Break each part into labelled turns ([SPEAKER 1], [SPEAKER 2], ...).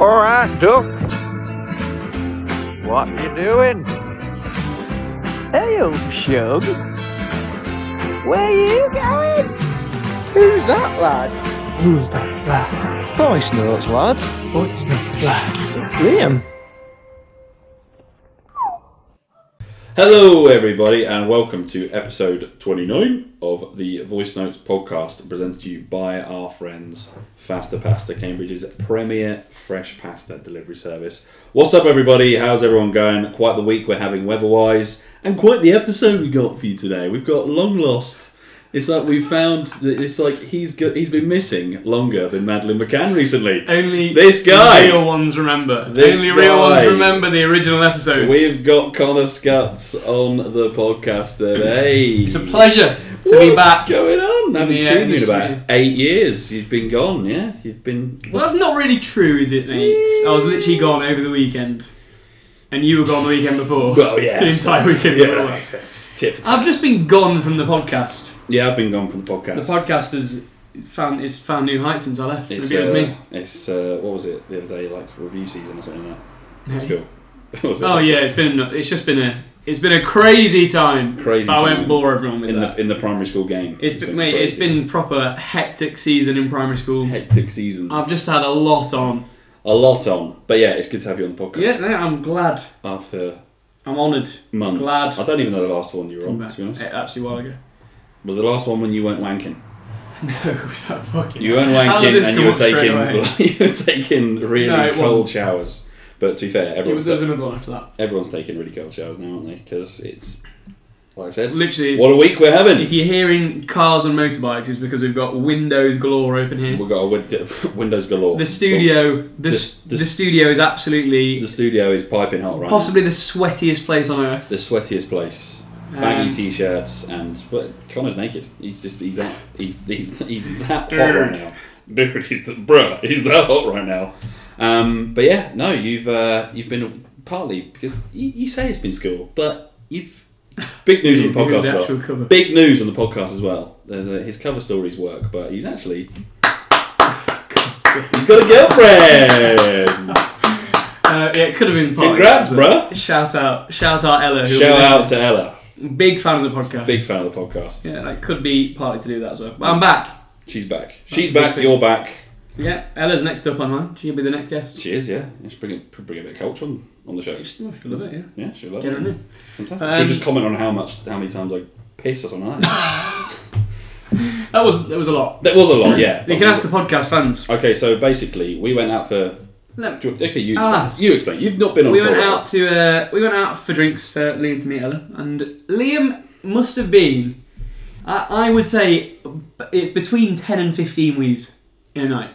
[SPEAKER 1] All right, Duck. What you doing? Hey, old shug. Where you going?
[SPEAKER 2] Who's that lad?
[SPEAKER 3] Who's that lad?
[SPEAKER 2] Voice notes, lad.
[SPEAKER 3] What's that lad?
[SPEAKER 2] It's Liam.
[SPEAKER 4] Hello, everybody, and welcome to episode 29 of the Voice Notes podcast, presented to you by our friends Faster Pasta, Cambridge's premier fresh pasta delivery service. What's up, everybody? How's everyone going? Quite the week we're having weather wise, and quite the episode we got for you today. We've got long lost. It's like we found that it's like he's go- he's been missing longer than Madeline McCann recently.
[SPEAKER 5] Only
[SPEAKER 4] This guy.
[SPEAKER 5] the real ones remember.
[SPEAKER 4] This
[SPEAKER 5] Only real
[SPEAKER 4] guy.
[SPEAKER 5] ones remember the original episodes.
[SPEAKER 4] We've got Connor Scuts on the podcast today.
[SPEAKER 5] it's a pleasure to be
[SPEAKER 4] What's
[SPEAKER 5] back.
[SPEAKER 4] going on? I haven't
[SPEAKER 5] Yeah,
[SPEAKER 4] seen you in
[SPEAKER 5] this
[SPEAKER 4] about
[SPEAKER 5] year.
[SPEAKER 4] eight years. You've been gone, yeah? You've been.
[SPEAKER 5] Well, that's not really true, is it, mate? I was literally gone over the weekend, and you were gone the weekend before.
[SPEAKER 4] Well, yeah.
[SPEAKER 5] the entire weekend.
[SPEAKER 4] Yeah,
[SPEAKER 5] before.
[SPEAKER 4] right, that's tit for tat.
[SPEAKER 5] I've just been gone from the podcast.
[SPEAKER 4] yeah, I've been gone from the podcast.
[SPEAKER 5] The podcast has found it's found new heights since I left.
[SPEAKER 4] It's,
[SPEAKER 5] Maybe it was
[SPEAKER 4] uh,
[SPEAKER 5] me.
[SPEAKER 4] It's, uh, what was it the other day? Like review season or something like that. It's
[SPEAKER 5] Hey.
[SPEAKER 4] cool. What was it?
[SPEAKER 5] Oh yeah, it's been it's just been a it's been a crazy time.
[SPEAKER 4] Crazy
[SPEAKER 5] But I
[SPEAKER 4] time.
[SPEAKER 5] won't bore everyone with
[SPEAKER 4] In
[SPEAKER 5] that.
[SPEAKER 4] the, in the primary school game.
[SPEAKER 5] it's been, mate, it's
[SPEAKER 4] crazy.
[SPEAKER 5] been proper hectic season in primary school.
[SPEAKER 4] hectic seasons.
[SPEAKER 5] I've just had a lot on.
[SPEAKER 4] a lot on, but yeah, it's good to have you on the podcast.
[SPEAKER 5] Yes, no, I'm glad.
[SPEAKER 4] After
[SPEAKER 5] I'm honoured.
[SPEAKER 4] months,
[SPEAKER 5] Glad.
[SPEAKER 4] I don't even know the last one you were
[SPEAKER 5] Come
[SPEAKER 4] on.
[SPEAKER 5] back.
[SPEAKER 4] To be honest,
[SPEAKER 5] Eh, Actually, a while ago.
[SPEAKER 4] was the last one when you weren't wanking.
[SPEAKER 5] No, that fucking.
[SPEAKER 4] You weren't
[SPEAKER 5] How does
[SPEAKER 4] wanking
[SPEAKER 5] this
[SPEAKER 4] and you
[SPEAKER 5] come
[SPEAKER 4] were
[SPEAKER 5] up straight
[SPEAKER 4] taking
[SPEAKER 5] away?
[SPEAKER 4] you were taking really
[SPEAKER 5] No, it
[SPEAKER 4] cold
[SPEAKER 5] wasn't.
[SPEAKER 4] showers. But to be fair,
[SPEAKER 5] It was,
[SPEAKER 4] everyone's
[SPEAKER 5] there was another one after that.
[SPEAKER 4] everyone's taking really cold showers now, aren't they? Because it's like I said,
[SPEAKER 5] Literally,
[SPEAKER 4] what
[SPEAKER 5] it's,
[SPEAKER 4] a week we're having.
[SPEAKER 5] if you're hearing cars and motorbikes, it's because we've got windows galore open here.
[SPEAKER 4] We've got a win- windows galore.
[SPEAKER 5] The studio, the, s-
[SPEAKER 4] The- the-
[SPEAKER 5] the studio is absolutely
[SPEAKER 4] the studio is piping hot right. now.
[SPEAKER 5] possibly the sweatiest place on earth.
[SPEAKER 4] the sweatiest place. Baggy
[SPEAKER 5] Um,
[SPEAKER 4] t-shirts and but Connor's naked. He's just he's that he's he's, he's that hot right now. Dude, he's the bruh. He's that hot right now. Um, but yeah, no, you've uh, you've been partly because you, you say it's been school, but you've big news on the
[SPEAKER 5] You're doing
[SPEAKER 4] podcast.
[SPEAKER 5] the
[SPEAKER 4] as
[SPEAKER 5] actual
[SPEAKER 4] well.
[SPEAKER 5] cover.
[SPEAKER 4] Big news on the podcast as well. There's a, his cover stories work, but he's actually he's got a girlfriend.
[SPEAKER 5] Uh, yeah, it could have been. part of
[SPEAKER 4] Congrats,
[SPEAKER 5] that,
[SPEAKER 4] bruh.
[SPEAKER 5] but Shout out, shout out, Ella. who
[SPEAKER 4] Shout
[SPEAKER 5] was
[SPEAKER 4] out to Ella,
[SPEAKER 5] Big fan of the podcast.
[SPEAKER 4] big fan of the podcast.
[SPEAKER 5] Yeah, that could be partly to do with that as well. But I'm back.
[SPEAKER 4] She's back. She's
[SPEAKER 5] a big
[SPEAKER 4] back.
[SPEAKER 5] thing.
[SPEAKER 4] You're back.
[SPEAKER 5] Yeah, Ella's next up online. She'll be the next guest.
[SPEAKER 4] She is, yeah. Let's bring a, bring a bit of culture on, on the show.
[SPEAKER 5] She'll love it, yeah.
[SPEAKER 4] Yeah, she'll love
[SPEAKER 5] Get her
[SPEAKER 4] it.
[SPEAKER 5] in.
[SPEAKER 4] Fantastic.
[SPEAKER 5] Um,
[SPEAKER 4] she'll just comment on how much, how many times I piss or something. Like that.
[SPEAKER 5] That was that was a lot.
[SPEAKER 4] that was a lot, yeah.
[SPEAKER 5] You can ask the podcast fans.
[SPEAKER 4] Okay, so basically, we went out for.
[SPEAKER 5] Look,
[SPEAKER 4] do you- Okay, you
[SPEAKER 5] I'll
[SPEAKER 4] explain.
[SPEAKER 5] ask.
[SPEAKER 4] You explain. You've not been on.
[SPEAKER 5] we
[SPEAKER 4] for
[SPEAKER 5] went
[SPEAKER 4] a while.
[SPEAKER 5] out to uh, we went out for drinks for Liam to meet Ella, and Liam must have been, I, I would say, it's between ten and fifteen wees in a night.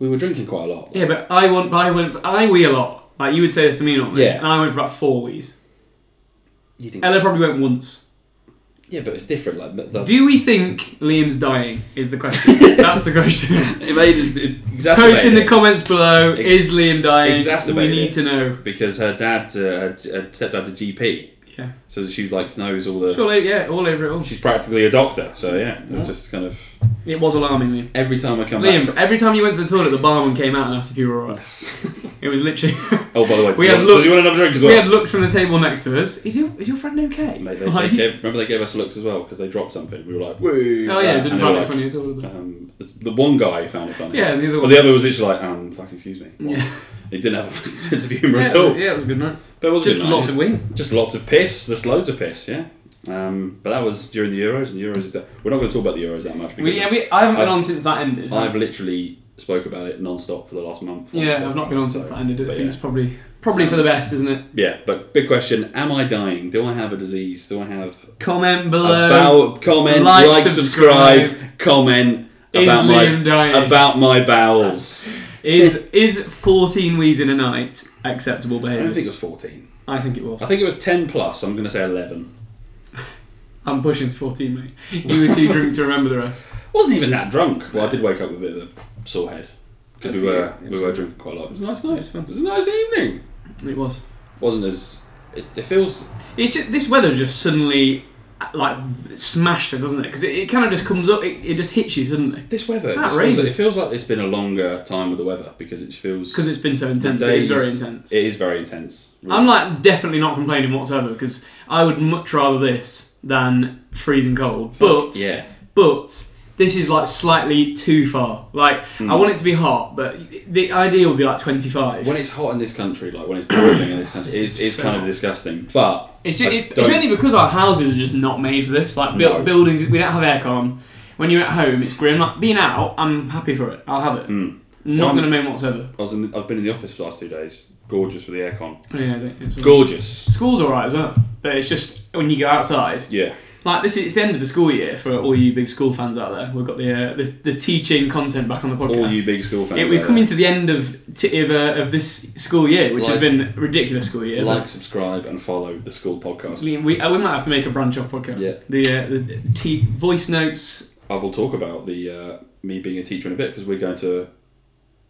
[SPEAKER 4] We were drinking quite a lot.
[SPEAKER 5] Yeah, but I want I went I wee a lot. Like you would say this to me normally,
[SPEAKER 4] Yeah.
[SPEAKER 5] and I went for about four wees.
[SPEAKER 4] You think,
[SPEAKER 5] Ella probably went once.
[SPEAKER 4] yeah, but it's different. Like the, the,
[SPEAKER 5] Do we think Liam's dying? Is the question. That's the question.
[SPEAKER 4] it made it, it exacerbated
[SPEAKER 5] Post in the
[SPEAKER 4] it
[SPEAKER 5] comments below.
[SPEAKER 4] Ex-
[SPEAKER 5] Is Liam dying?
[SPEAKER 4] exacerbated
[SPEAKER 5] We
[SPEAKER 4] it.
[SPEAKER 5] need to know.
[SPEAKER 4] because her dad, uh, her, her stepdad's a GP,
[SPEAKER 5] Yeah.
[SPEAKER 4] so she was like knows all the.
[SPEAKER 5] It's all over, yeah, all over it all.
[SPEAKER 4] She's practically a doctor. So yeah, it was just kind of
[SPEAKER 5] It was alarming, Liam.
[SPEAKER 4] every time I come back.
[SPEAKER 5] Liam,
[SPEAKER 4] From,
[SPEAKER 5] every time you went to the toilet, the barman came out and asked if you were alright. it was literally.
[SPEAKER 4] oh, by the way, does
[SPEAKER 5] we
[SPEAKER 4] you
[SPEAKER 5] had
[SPEAKER 4] want- does
[SPEAKER 5] looks-
[SPEAKER 4] you want another drink as well?
[SPEAKER 5] we had looks from the table next to us. Is your, is your friend okay?
[SPEAKER 4] Mate, they,
[SPEAKER 5] Like-
[SPEAKER 4] they gave, remember they gave us looks as well because they dropped something. We were like, "Woo!"
[SPEAKER 5] oh, yeah, didn't
[SPEAKER 4] And they
[SPEAKER 5] find
[SPEAKER 4] were
[SPEAKER 5] it funny at all. did they?
[SPEAKER 4] like, Um, the, the one guy found it funny.
[SPEAKER 5] Yeah, the other
[SPEAKER 4] But
[SPEAKER 5] one.
[SPEAKER 4] the other was literally like, um, fucking excuse me. What?
[SPEAKER 5] Yeah.
[SPEAKER 4] He didn't have a fucking sense of humour
[SPEAKER 5] yeah,
[SPEAKER 4] at
[SPEAKER 5] it was-
[SPEAKER 4] all.
[SPEAKER 5] yeah, it was a good night.
[SPEAKER 4] But it was a
[SPEAKER 5] Just
[SPEAKER 4] good night.
[SPEAKER 5] lots of wing.
[SPEAKER 4] Just lots of piss. Just loads of piss. Yeah. Um, but that was during the Euros, and Euros is that we're not going to talk about the Euros that much because
[SPEAKER 5] We, yeah, we, I haven't
[SPEAKER 4] I've-
[SPEAKER 5] been on since that ended.
[SPEAKER 4] I've literally spoke about it non-stop for the last month. on this
[SPEAKER 5] yeah, I've not been
[SPEAKER 4] podcast,
[SPEAKER 5] on since
[SPEAKER 4] so-
[SPEAKER 5] that ended. I
[SPEAKER 4] but
[SPEAKER 5] think
[SPEAKER 4] yeah. Um,
[SPEAKER 5] it's probably probably for the best, isn't it?
[SPEAKER 4] Yeah, but big question: Am I dying? Do I have a disease? Do I have
[SPEAKER 5] Comment below.
[SPEAKER 4] about comment, like,
[SPEAKER 5] Like,
[SPEAKER 4] subscribe, comment
[SPEAKER 5] Is
[SPEAKER 4] about my
[SPEAKER 5] Liam dying?
[SPEAKER 4] about my bowels.
[SPEAKER 5] Is is fourteen wees in a night acceptable
[SPEAKER 4] I
[SPEAKER 5] behaviour?
[SPEAKER 4] don't think it was fourteen.
[SPEAKER 5] I think it was.
[SPEAKER 4] I think it was ten plus. I'm going to say eleven.
[SPEAKER 5] I'm pushing to fourteen, mate. You were too drunk to remember the rest.
[SPEAKER 4] wasn't even that drunk. Well, I did wake up with a bit of a sore head because we
[SPEAKER 5] Yeah,
[SPEAKER 4] were
[SPEAKER 5] yeah,
[SPEAKER 4] we were drinking quite a lot. It was a nice night.
[SPEAKER 5] It's fun.
[SPEAKER 4] It was a nice evening.
[SPEAKER 5] It was.
[SPEAKER 4] Wasn't as it, it feels
[SPEAKER 5] It's just this weather just suddenly like smashed us, doesn't it? Because it, it kind of just comes up, it, it just hits you suddenly
[SPEAKER 4] This weather, it,
[SPEAKER 5] That's
[SPEAKER 4] just feels
[SPEAKER 5] raisin.
[SPEAKER 4] like, it feels like it's been a longer time with the weather because it feels.
[SPEAKER 5] because it's been so intense.
[SPEAKER 4] days-
[SPEAKER 5] It's very intense.
[SPEAKER 4] It is very intense.
[SPEAKER 5] I'm like definitely not complaining whatsoever because I would much rather this than freezing cold. But
[SPEAKER 4] yeah,
[SPEAKER 5] but this is like slightly too far. Like
[SPEAKER 4] Hmm.
[SPEAKER 5] I want it to be hot, but the ideal would be like 25.
[SPEAKER 4] when it's hot in this country, like when it's boiling in this country, it is, is kind of disgusting. But
[SPEAKER 5] It's, just,
[SPEAKER 4] I
[SPEAKER 5] it's, it's
[SPEAKER 4] don't-
[SPEAKER 5] only because our houses are just not made for this. Like buil-
[SPEAKER 4] No.
[SPEAKER 5] buildings, we don't have aircon. When you're at home, it's grim. Like being out, I'm happy for it. I'll have it.
[SPEAKER 4] Mm.
[SPEAKER 5] Not
[SPEAKER 4] Well,
[SPEAKER 5] gonna moan whatsoever.
[SPEAKER 4] I was in, I've been in the office for the last two days. Gorgeous with the aircon.
[SPEAKER 5] Yeah, I think it's all right.
[SPEAKER 4] Gorgeous.
[SPEAKER 5] School's alright as well, but it's just when you go outside.
[SPEAKER 4] Yeah.
[SPEAKER 5] Like this is it's the end of the school year for all you big school fans out there. We've got the uh, the, the teaching content back on the podcast.
[SPEAKER 4] All you big school fans.
[SPEAKER 5] Yeah, we're
[SPEAKER 4] out
[SPEAKER 5] coming to the end of t- of, uh, of this school year, which
[SPEAKER 4] Like-
[SPEAKER 5] has been a ridiculous school year.
[SPEAKER 4] there. like, subscribe, and follow the school podcast.
[SPEAKER 5] Liam, we, uh, we might have to make a branch off podcast.
[SPEAKER 4] Yeah.
[SPEAKER 5] The, uh, the t- voice notes.
[SPEAKER 4] I will talk about the uh, me being a teacher in a bit because we're going to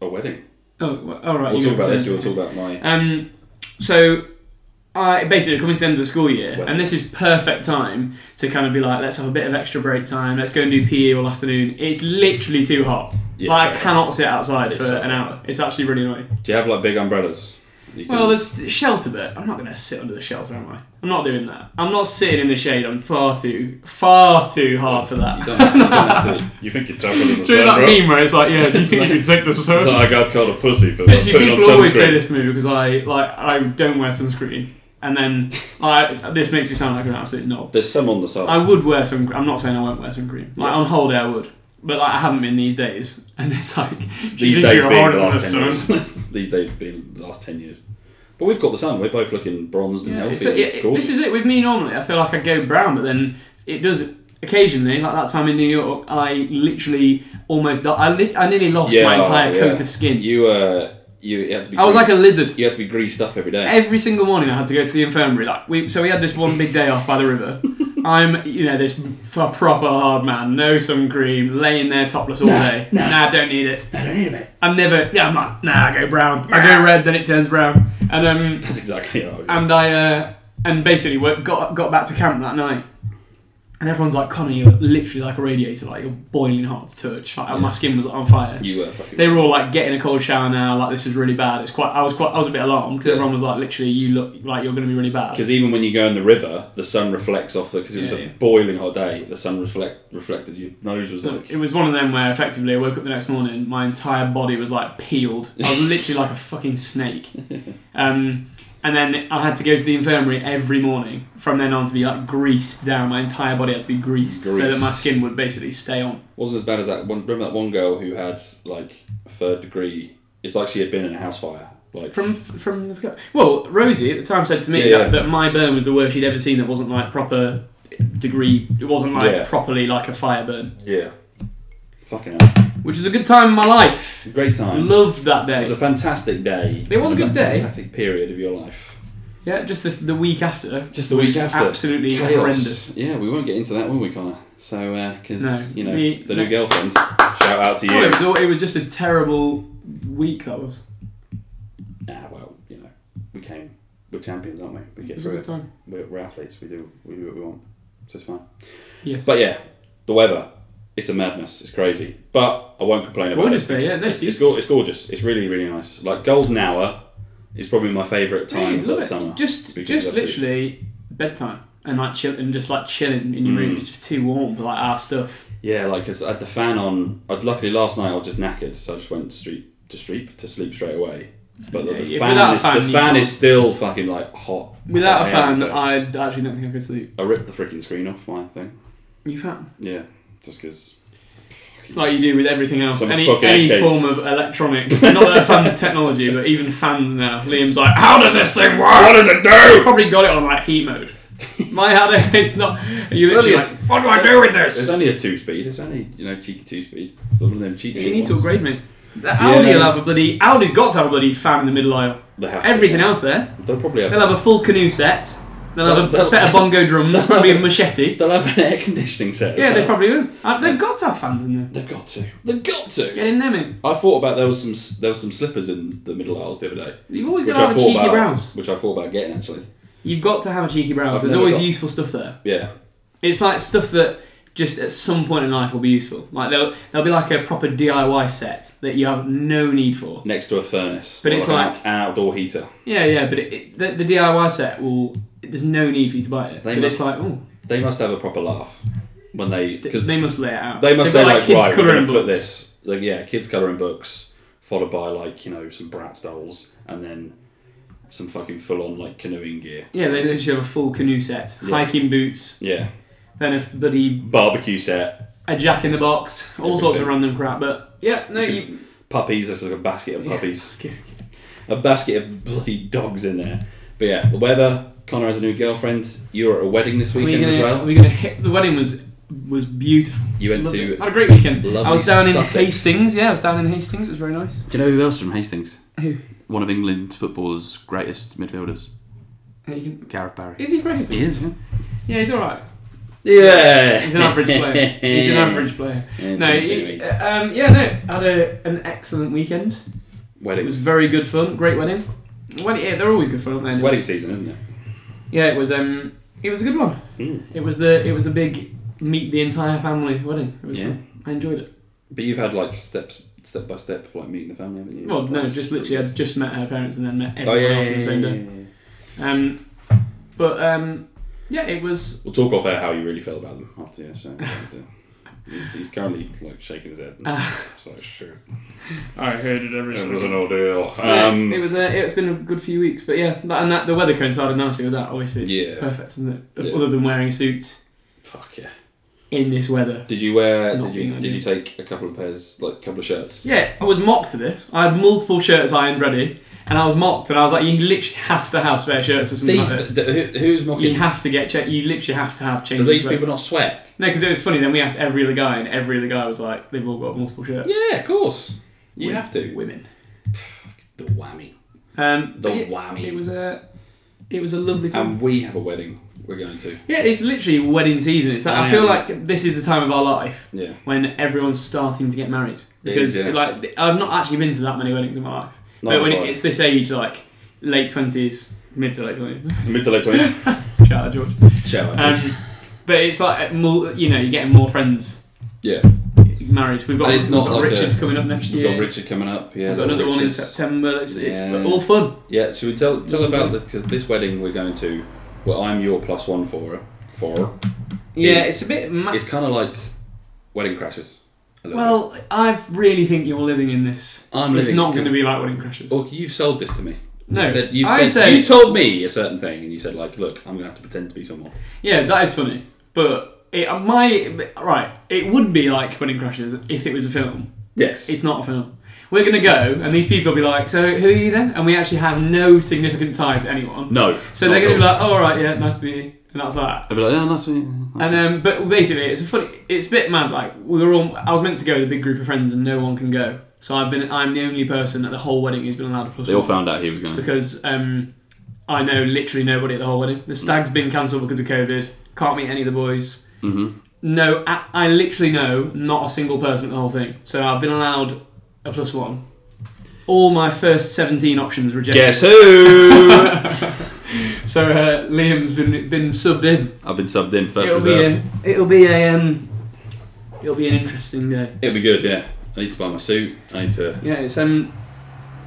[SPEAKER 4] a wedding.
[SPEAKER 5] Oh, well, all right.
[SPEAKER 4] We'll
[SPEAKER 5] you
[SPEAKER 4] talk
[SPEAKER 5] go
[SPEAKER 4] about this.
[SPEAKER 5] first.
[SPEAKER 4] We'll talk about my
[SPEAKER 5] Um, so I basically coming to the end of the school year,
[SPEAKER 4] Well-
[SPEAKER 5] and this is perfect time to kind of be like, let's have a bit of extra break time. Let's go and do PE all afternoon. It's literally too hot.
[SPEAKER 4] Yeah,
[SPEAKER 5] like I
[SPEAKER 4] it's very
[SPEAKER 5] cannot sit outside
[SPEAKER 4] It's
[SPEAKER 5] for
[SPEAKER 4] so
[SPEAKER 5] an hour. It's actually really annoying.
[SPEAKER 4] Do you have like big umbrellas? You
[SPEAKER 5] Well, there's the shelter bit. I'm not going to sit under the shelter, am I? I'm not doing that. I'm not sitting in the shade. I'm far too, far too hard for
[SPEAKER 4] you,
[SPEAKER 5] that.
[SPEAKER 4] don't have to, you, don't have to, you think you're tougher than the
[SPEAKER 5] Do you know
[SPEAKER 4] sun,
[SPEAKER 5] that
[SPEAKER 4] bro?
[SPEAKER 5] meme where it's like, yeah, do you think you take the sun?
[SPEAKER 4] So I got called a pussy for
[SPEAKER 5] Actually,
[SPEAKER 4] putting on
[SPEAKER 5] people always say
[SPEAKER 4] sunscreen.
[SPEAKER 5] this to me because I like I don't wear sunscreen, and then I this makes me sound like an absolute knob.
[SPEAKER 4] There's some on the side.
[SPEAKER 5] I would wear sun. I'm not saying I won't wear suncream. Like on holiday, I would, but like I haven't been these days, and it's like do you
[SPEAKER 4] These
[SPEAKER 5] think
[SPEAKER 4] days
[SPEAKER 5] you're
[SPEAKER 4] being
[SPEAKER 5] harder
[SPEAKER 4] the
[SPEAKER 5] than
[SPEAKER 4] last
[SPEAKER 5] the
[SPEAKER 4] ten
[SPEAKER 5] sun?
[SPEAKER 4] years. These days being the last ten years. But we've got the sun. We're both looking bronzed and
[SPEAKER 5] Yeah,
[SPEAKER 4] healthy.
[SPEAKER 5] it's-
[SPEAKER 4] and
[SPEAKER 5] it- it-
[SPEAKER 4] gorgeous.
[SPEAKER 5] this is it with me normally. I feel like I go brown, but then it does occasionally. Like that time in New York, I literally almost di- I li- I nearly lost my
[SPEAKER 4] Yeah,
[SPEAKER 5] entire
[SPEAKER 4] yeah.
[SPEAKER 5] coat of skin.
[SPEAKER 4] You uh, you, you had to be.
[SPEAKER 5] I was like
[SPEAKER 4] greased-
[SPEAKER 5] a lizard.
[SPEAKER 4] You had to be greased up every day.
[SPEAKER 5] every single morning I had to go to the infirmary. Like we, so we had this one big day off by the river. I'm, you know, this f- proper hard man, no sun cream, laying there topless all day. Nah, don't need it.
[SPEAKER 4] I don't need it.
[SPEAKER 5] I'm never. Yeah, I'm like, nah, I go brown. I go red, then it turns brown. And um,
[SPEAKER 4] That's exactly how. I
[SPEAKER 5] and I uh, and basically wo- got got back to camp that night. And everyone's like, Connor, you're literally like a radiator, like you're boiling hot to touch. Like, My skin was on fire
[SPEAKER 4] you were fucking.
[SPEAKER 5] they were all like getting a cold shower now. Like this is really bad. It's quite. I was quite. I was a bit alarmed because
[SPEAKER 4] Yeah.
[SPEAKER 5] everyone was like, literally, you look like you're going to be really bad.
[SPEAKER 4] Because even when you go in the river, the sun reflects off the. Because it was
[SPEAKER 5] Yeah,
[SPEAKER 4] a
[SPEAKER 5] yeah.
[SPEAKER 4] boiling hot day, the sun reflect reflected your nose was
[SPEAKER 5] So
[SPEAKER 4] like.
[SPEAKER 5] it was one of them where effectively I woke up the next morning, my entire body was like peeled. I was literally like a fucking snake. Um, and then I had to go to the infirmary every morning from then on to be like greased down. My entire body had to be greased, so that my
[SPEAKER 4] Greased.
[SPEAKER 5] skin would basically stay on.
[SPEAKER 4] wasn't as bad as that one. Remember that one girl who had like third degree? It's like she had been in a house fire. Like
[SPEAKER 5] From from the well, Rosie at the time said to me
[SPEAKER 4] Yeah,
[SPEAKER 5] that,
[SPEAKER 4] yeah.
[SPEAKER 5] that my burn was the worst she'd ever seen. That wasn't like proper degree. It wasn't like
[SPEAKER 4] Yeah.
[SPEAKER 5] properly like a fire burn,
[SPEAKER 4] yeah, fucking hell,
[SPEAKER 5] which is a good time in my life.
[SPEAKER 4] great time.
[SPEAKER 5] Loved that
[SPEAKER 4] It was a
[SPEAKER 5] day.
[SPEAKER 4] fantastic day.
[SPEAKER 5] It was a good day.
[SPEAKER 4] Fantastic period of your life.
[SPEAKER 5] Yeah, just the, the week after.
[SPEAKER 4] Just the week
[SPEAKER 5] was
[SPEAKER 4] after.
[SPEAKER 5] Absolutely
[SPEAKER 4] Chaos.
[SPEAKER 5] horrendous.
[SPEAKER 4] Yeah, we won't get into that, will we, Connor? So, because
[SPEAKER 5] No.
[SPEAKER 4] you know
[SPEAKER 5] The-
[SPEAKER 4] the, new girlfriend. Shout out to you.
[SPEAKER 5] Well, it was all, it was just a terrible week that was.
[SPEAKER 4] Nah, well, you know, we came. We're champions, aren't we? We
[SPEAKER 5] It
[SPEAKER 4] get
[SPEAKER 5] was a
[SPEAKER 4] through
[SPEAKER 5] good
[SPEAKER 4] it.
[SPEAKER 5] time.
[SPEAKER 4] We're, we're athletes. We do. We do what we want. So it's fine.
[SPEAKER 5] Yes.
[SPEAKER 4] But yeah, the weather. It's a madness. It's crazy. But I won't complain
[SPEAKER 5] Gorgeous
[SPEAKER 4] about it.
[SPEAKER 5] day, yeah, no,
[SPEAKER 4] it's,
[SPEAKER 5] you-
[SPEAKER 4] it's, gor- it's gorgeous. It's really, really nice. Like, golden hour is probably my favourite time
[SPEAKER 5] Dude,
[SPEAKER 4] of
[SPEAKER 5] look,
[SPEAKER 4] the summer.
[SPEAKER 5] just
[SPEAKER 4] because
[SPEAKER 5] just
[SPEAKER 4] that's it.
[SPEAKER 5] literally bedtime and like chill and just like chilling in your
[SPEAKER 4] Mm.
[SPEAKER 5] room. It's just too warm for like our stuff.
[SPEAKER 4] Yeah, like, because I had the fan on. I'd, luckily, last night I was just knackered, so I just went street, to sleep, to sleep straight away. But the,
[SPEAKER 5] Yeah,
[SPEAKER 4] the
[SPEAKER 5] if without
[SPEAKER 4] fan,
[SPEAKER 5] a
[SPEAKER 4] is,
[SPEAKER 5] fan,
[SPEAKER 4] the
[SPEAKER 5] you
[SPEAKER 4] fan
[SPEAKER 5] can't-
[SPEAKER 4] is still fucking, like, hot.
[SPEAKER 5] Without a
[SPEAKER 4] Hot AM
[SPEAKER 5] fan,
[SPEAKER 4] first.
[SPEAKER 5] I actually don't think I could sleep.
[SPEAKER 4] I ripped the freaking screen off my thing.
[SPEAKER 5] You fan?
[SPEAKER 4] Yeah, just because.
[SPEAKER 5] Like you do with everything else.
[SPEAKER 4] Some
[SPEAKER 5] any
[SPEAKER 4] fucking
[SPEAKER 5] any
[SPEAKER 4] case.
[SPEAKER 5] form of electronic. not that a fan's technology, but even fans now. Liam's like, how does this thing work?
[SPEAKER 4] What does it do?
[SPEAKER 5] You probably got it on like heat mode. My head, it's not. You
[SPEAKER 4] It's only
[SPEAKER 5] literally
[SPEAKER 4] a-
[SPEAKER 5] like, what do I do with
[SPEAKER 4] It's
[SPEAKER 5] this?
[SPEAKER 4] only a two speed. It's only, you know, cheeky two speed. One of them cheap
[SPEAKER 5] You
[SPEAKER 4] shit
[SPEAKER 5] need to
[SPEAKER 4] ones.
[SPEAKER 5] upgrade, mate. The Audi will
[SPEAKER 4] it's-
[SPEAKER 5] have a bloody. Audi's got to have a bloody fan in the middle aisle.
[SPEAKER 4] They have to.
[SPEAKER 5] Everything else there,
[SPEAKER 4] They'll probably have.
[SPEAKER 5] they'll have a full canoe set. They'll have a,
[SPEAKER 4] They'll-
[SPEAKER 5] a set of bongo drums, probably a machete.
[SPEAKER 4] They'll have an air conditioning set. As
[SPEAKER 5] Yeah,
[SPEAKER 4] well.
[SPEAKER 5] they probably will. Uh, They've got to have fans in there.
[SPEAKER 4] They've got to. They've got to.
[SPEAKER 5] Get in there, mate.
[SPEAKER 4] I thought about there was some there was some slippers in the middle aisles the other day,
[SPEAKER 5] You've always got
[SPEAKER 4] which
[SPEAKER 5] to
[SPEAKER 4] I
[SPEAKER 5] have a
[SPEAKER 4] thought
[SPEAKER 5] cheeky
[SPEAKER 4] about,
[SPEAKER 5] browse.
[SPEAKER 4] which I thought about getting actually.
[SPEAKER 5] You've got to have a cheeky browse.
[SPEAKER 4] I've
[SPEAKER 5] There's
[SPEAKER 4] never
[SPEAKER 5] always
[SPEAKER 4] got-
[SPEAKER 5] useful stuff there.
[SPEAKER 4] Yeah,
[SPEAKER 5] It's like stuff that just at some point in life will be useful. Like there'll, there'll be like a proper DIY set that you have no need for.
[SPEAKER 4] next to a furnace.
[SPEAKER 5] But
[SPEAKER 4] or
[SPEAKER 5] it's
[SPEAKER 4] an out-
[SPEAKER 5] like-
[SPEAKER 4] an outdoor heater.
[SPEAKER 5] Yeah, yeah, but it, it, the, the DIY set will. There's no need for you to buy it.
[SPEAKER 4] They
[SPEAKER 5] but it's
[SPEAKER 4] must-
[SPEAKER 5] like, oh,
[SPEAKER 4] They must have a proper laugh when they
[SPEAKER 5] because
[SPEAKER 4] because
[SPEAKER 5] they must lay it out.
[SPEAKER 4] they must
[SPEAKER 5] They've got,
[SPEAKER 4] say like, right, we're
[SPEAKER 5] colouring
[SPEAKER 4] going to put
[SPEAKER 5] books.
[SPEAKER 4] this like yeah, kids colouring books followed by like you know some Bratz dolls and then some fucking full on like canoeing gear.
[SPEAKER 5] Yeah, they literally have a full canoe set,
[SPEAKER 4] Yeah.
[SPEAKER 5] hiking boots,
[SPEAKER 4] Yeah,
[SPEAKER 5] then a bloody
[SPEAKER 4] barbecue set,
[SPEAKER 5] a jack in the box, all sorts of
[SPEAKER 4] Everything.
[SPEAKER 5] random crap. But yeah, no,
[SPEAKER 4] You
[SPEAKER 5] you,
[SPEAKER 4] can- puppies. There's like a basket of puppies,
[SPEAKER 5] Yeah,
[SPEAKER 4] a basket of bloody dogs in there. But yeah, the weather. Connor has a new girlfriend. You were at a wedding this
[SPEAKER 5] we're
[SPEAKER 4] weekend
[SPEAKER 5] gonna,
[SPEAKER 4] as well.
[SPEAKER 5] we're gonna hit. The wedding was was beautiful.
[SPEAKER 4] You went
[SPEAKER 5] Lovely.
[SPEAKER 4] to.
[SPEAKER 5] had a great weekend. I
[SPEAKER 4] lovely
[SPEAKER 5] was down in
[SPEAKER 4] Sussex.
[SPEAKER 5] Hastings. Yeah, I was down in Hastings. It was very nice.
[SPEAKER 4] Do you know who else from Hastings?
[SPEAKER 5] Who?
[SPEAKER 4] One of England football's greatest midfielders,
[SPEAKER 5] Hey, you-
[SPEAKER 4] Gareth Barry.
[SPEAKER 5] Is he from Hastings?
[SPEAKER 4] He is. Yeah.
[SPEAKER 5] Yeah, he's all right.
[SPEAKER 4] Yeah.
[SPEAKER 5] He's an average player. He's an average player.
[SPEAKER 4] Yeah,
[SPEAKER 5] No,
[SPEAKER 4] he's
[SPEAKER 5] he,
[SPEAKER 4] anyways.
[SPEAKER 5] um, yeah, no. Had a, an excellent weekend. It
[SPEAKER 4] Weddings.
[SPEAKER 5] was very good fun. Great wedding. Wedding, yeah, they're always good fun, aren't they?
[SPEAKER 4] It's
[SPEAKER 5] And it
[SPEAKER 4] wedding
[SPEAKER 5] was-
[SPEAKER 4] season, isn't it?
[SPEAKER 5] Yeah, it was. Um, it was a good one.
[SPEAKER 4] Mm.
[SPEAKER 5] It was the. It was a big meet the entire family wedding. It was
[SPEAKER 4] Yeah.
[SPEAKER 5] fun. I enjoyed it.
[SPEAKER 4] But you've had like steps, step by step, like meeting the family, haven't you?
[SPEAKER 5] Well, no, just literally, I'd just met her parents and then met
[SPEAKER 4] Oh
[SPEAKER 5] everyone
[SPEAKER 4] yeah.
[SPEAKER 5] else
[SPEAKER 4] yeah,
[SPEAKER 5] on the same
[SPEAKER 4] yeah,
[SPEAKER 5] day.
[SPEAKER 4] yeah, yeah.
[SPEAKER 5] Um, but um, yeah, it was.
[SPEAKER 4] We'll talk off air how you really felt about them after. Yeah, so and, uh, he's, he's currently like shaking his head. And it's like sure,
[SPEAKER 5] I hated
[SPEAKER 4] it
[SPEAKER 5] everything.
[SPEAKER 4] was an ordeal.
[SPEAKER 5] Um,
[SPEAKER 4] Um,
[SPEAKER 5] it was. Uh, it's been a good few weeks, but yeah, that, and that the weather coincided nicely with that. Obviously,
[SPEAKER 4] yeah.
[SPEAKER 5] perfect, isn't it?
[SPEAKER 4] Yeah.
[SPEAKER 5] Other than wearing suits
[SPEAKER 4] Fuck yeah.
[SPEAKER 5] in this weather.
[SPEAKER 4] Did you wear?
[SPEAKER 5] Not
[SPEAKER 4] Did
[SPEAKER 5] being
[SPEAKER 4] you did
[SPEAKER 5] ideal.
[SPEAKER 4] you take a couple of pairs, like a couple of shirts?
[SPEAKER 5] Yeah, I was mocked to this. I had multiple shirts ironed ready, and I was mocked, and I was like, "You literally have to have spare shirts or something
[SPEAKER 4] These,
[SPEAKER 5] like this.
[SPEAKER 4] th- who, who's
[SPEAKER 5] You
[SPEAKER 4] mocking?
[SPEAKER 5] have to get checked. You literally have to have
[SPEAKER 4] Do
[SPEAKER 5] changes."
[SPEAKER 4] these people not sweat?
[SPEAKER 5] No, because it was funny. Then we asked every other guy, and every other guy was like, "They've all got multiple shirts."
[SPEAKER 4] Yeah, of course. You
[SPEAKER 5] Women-
[SPEAKER 4] have to.
[SPEAKER 5] Women.
[SPEAKER 4] The whammy.
[SPEAKER 5] Um,
[SPEAKER 4] The
[SPEAKER 5] but yeah,
[SPEAKER 4] whammy.
[SPEAKER 5] It was a. It was a lovely time.
[SPEAKER 4] And we have a wedding we're going to.
[SPEAKER 5] yeah, it's literally wedding season. It's like I,
[SPEAKER 4] I
[SPEAKER 5] feel
[SPEAKER 4] am-
[SPEAKER 5] like this is the time of our life
[SPEAKER 4] Yeah.
[SPEAKER 5] when everyone's starting to get married
[SPEAKER 4] It
[SPEAKER 5] because
[SPEAKER 4] is, yeah.
[SPEAKER 5] like I've not actually been to that many weddings in my life,
[SPEAKER 4] Neither
[SPEAKER 5] but when
[SPEAKER 4] have I.
[SPEAKER 5] it's this age, like late twenties, mid to late twenties,
[SPEAKER 4] Mid to late 20s.
[SPEAKER 5] shout out George.
[SPEAKER 4] Shout out.
[SPEAKER 5] Um, but it's like more, you know, you're getting more friends
[SPEAKER 4] yeah.
[SPEAKER 5] married. We've got,
[SPEAKER 4] And it's
[SPEAKER 5] we've
[SPEAKER 4] not
[SPEAKER 5] got
[SPEAKER 4] like
[SPEAKER 5] Richard
[SPEAKER 4] a-
[SPEAKER 5] coming up next
[SPEAKER 4] We've
[SPEAKER 5] year.
[SPEAKER 4] got Richard coming up. Yeah.
[SPEAKER 5] We've got another
[SPEAKER 4] little
[SPEAKER 5] one in
[SPEAKER 4] Richard's.
[SPEAKER 5] September. It's, it's
[SPEAKER 4] Yeah.
[SPEAKER 5] all fun.
[SPEAKER 4] Yeah. Should we tell tell about the because this wedding we're going to, well, I'm your plus one for for.
[SPEAKER 5] Yeah,
[SPEAKER 4] It's-
[SPEAKER 5] it's, a bit. Ma-
[SPEAKER 4] It's kind of like wedding crashes. a little bit.
[SPEAKER 5] well, I really think you're living in this.
[SPEAKER 4] I'm
[SPEAKER 5] it's
[SPEAKER 4] living
[SPEAKER 5] not going
[SPEAKER 4] 'cause-
[SPEAKER 5] to be like wedding crashes.
[SPEAKER 4] Or you've sold this to me.
[SPEAKER 5] No,
[SPEAKER 4] you said, you've
[SPEAKER 5] I
[SPEAKER 4] said,
[SPEAKER 5] said-
[SPEAKER 4] you told me a certain thing, and you said like, "Look, I'm gonna have to pretend to be someone."
[SPEAKER 5] Yeah, that is funny. But it, uh, my right, it would be like Wedding Crashes if it was a film.
[SPEAKER 4] Yes,
[SPEAKER 5] It's not a film. We're gonna go, and these people will be like, "So who are you then?" And we actually have no significant tie to anyone.
[SPEAKER 4] no.
[SPEAKER 5] So they're
[SPEAKER 4] not
[SPEAKER 5] gonna be
[SPEAKER 4] at all.
[SPEAKER 5] like, "Oh, all right, yeah, nice to meet you," and that's that.
[SPEAKER 4] I'd be like, "Oh, "Yeah, that's me."
[SPEAKER 5] And um, but basically, it's a funny. It's a bit mad. Like we were all. I was meant to go with a big group of friends, and no one can go. So I've been. I'm the only person at the whole wedding who's been allowed a plus
[SPEAKER 4] They all
[SPEAKER 5] one
[SPEAKER 4] found out he was going. to
[SPEAKER 5] because um, I know literally nobody at the whole wedding. The stag's been cancelled because of COVID. Can't meet any of the boys.
[SPEAKER 4] Mm-hmm.
[SPEAKER 5] No, I, I literally know not a single person at the whole thing. So I've been allowed a plus one. All my first 17 options rejected.
[SPEAKER 4] Guess who?
[SPEAKER 5] So uh, Liam's been been subbed in.
[SPEAKER 4] I've been subbed in first
[SPEAKER 5] It'll be,
[SPEAKER 4] reserve.
[SPEAKER 5] a, it'll be a um, it'll be an interesting day.
[SPEAKER 4] It'll be good, yeah. I need to buy my suit. I need to.
[SPEAKER 5] Yeah, it's um,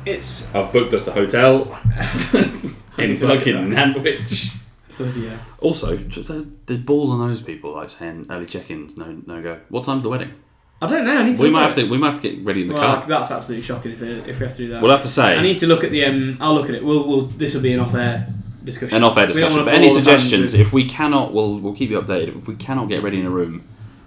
[SPEAKER 5] it's
[SPEAKER 4] I've booked us the hotel in fucking Nantwich.
[SPEAKER 5] bloody hell.
[SPEAKER 4] Also, uh, the balls on those people like saying early check-ins, no, no go. What time's the wedding?
[SPEAKER 5] I don't know. I need to.
[SPEAKER 4] We
[SPEAKER 5] look
[SPEAKER 4] might
[SPEAKER 5] at
[SPEAKER 4] have to. We might have to get ready in the
[SPEAKER 5] it. Well,
[SPEAKER 4] car.
[SPEAKER 5] that's absolutely shocking if, it, if we have to do that.
[SPEAKER 4] We'll have to
[SPEAKER 5] I
[SPEAKER 4] say
[SPEAKER 5] need to look at the um. I'll look at it. We'll we'll. This will be an off-air discussion.
[SPEAKER 4] an off-air
[SPEAKER 5] We don't
[SPEAKER 4] discussion.
[SPEAKER 5] wanna
[SPEAKER 4] But any
[SPEAKER 5] bore the fans
[SPEAKER 4] suggestions?
[SPEAKER 5] with-
[SPEAKER 4] If we cannot, we'll we'll keep you updated. If we cannot get ready in a room,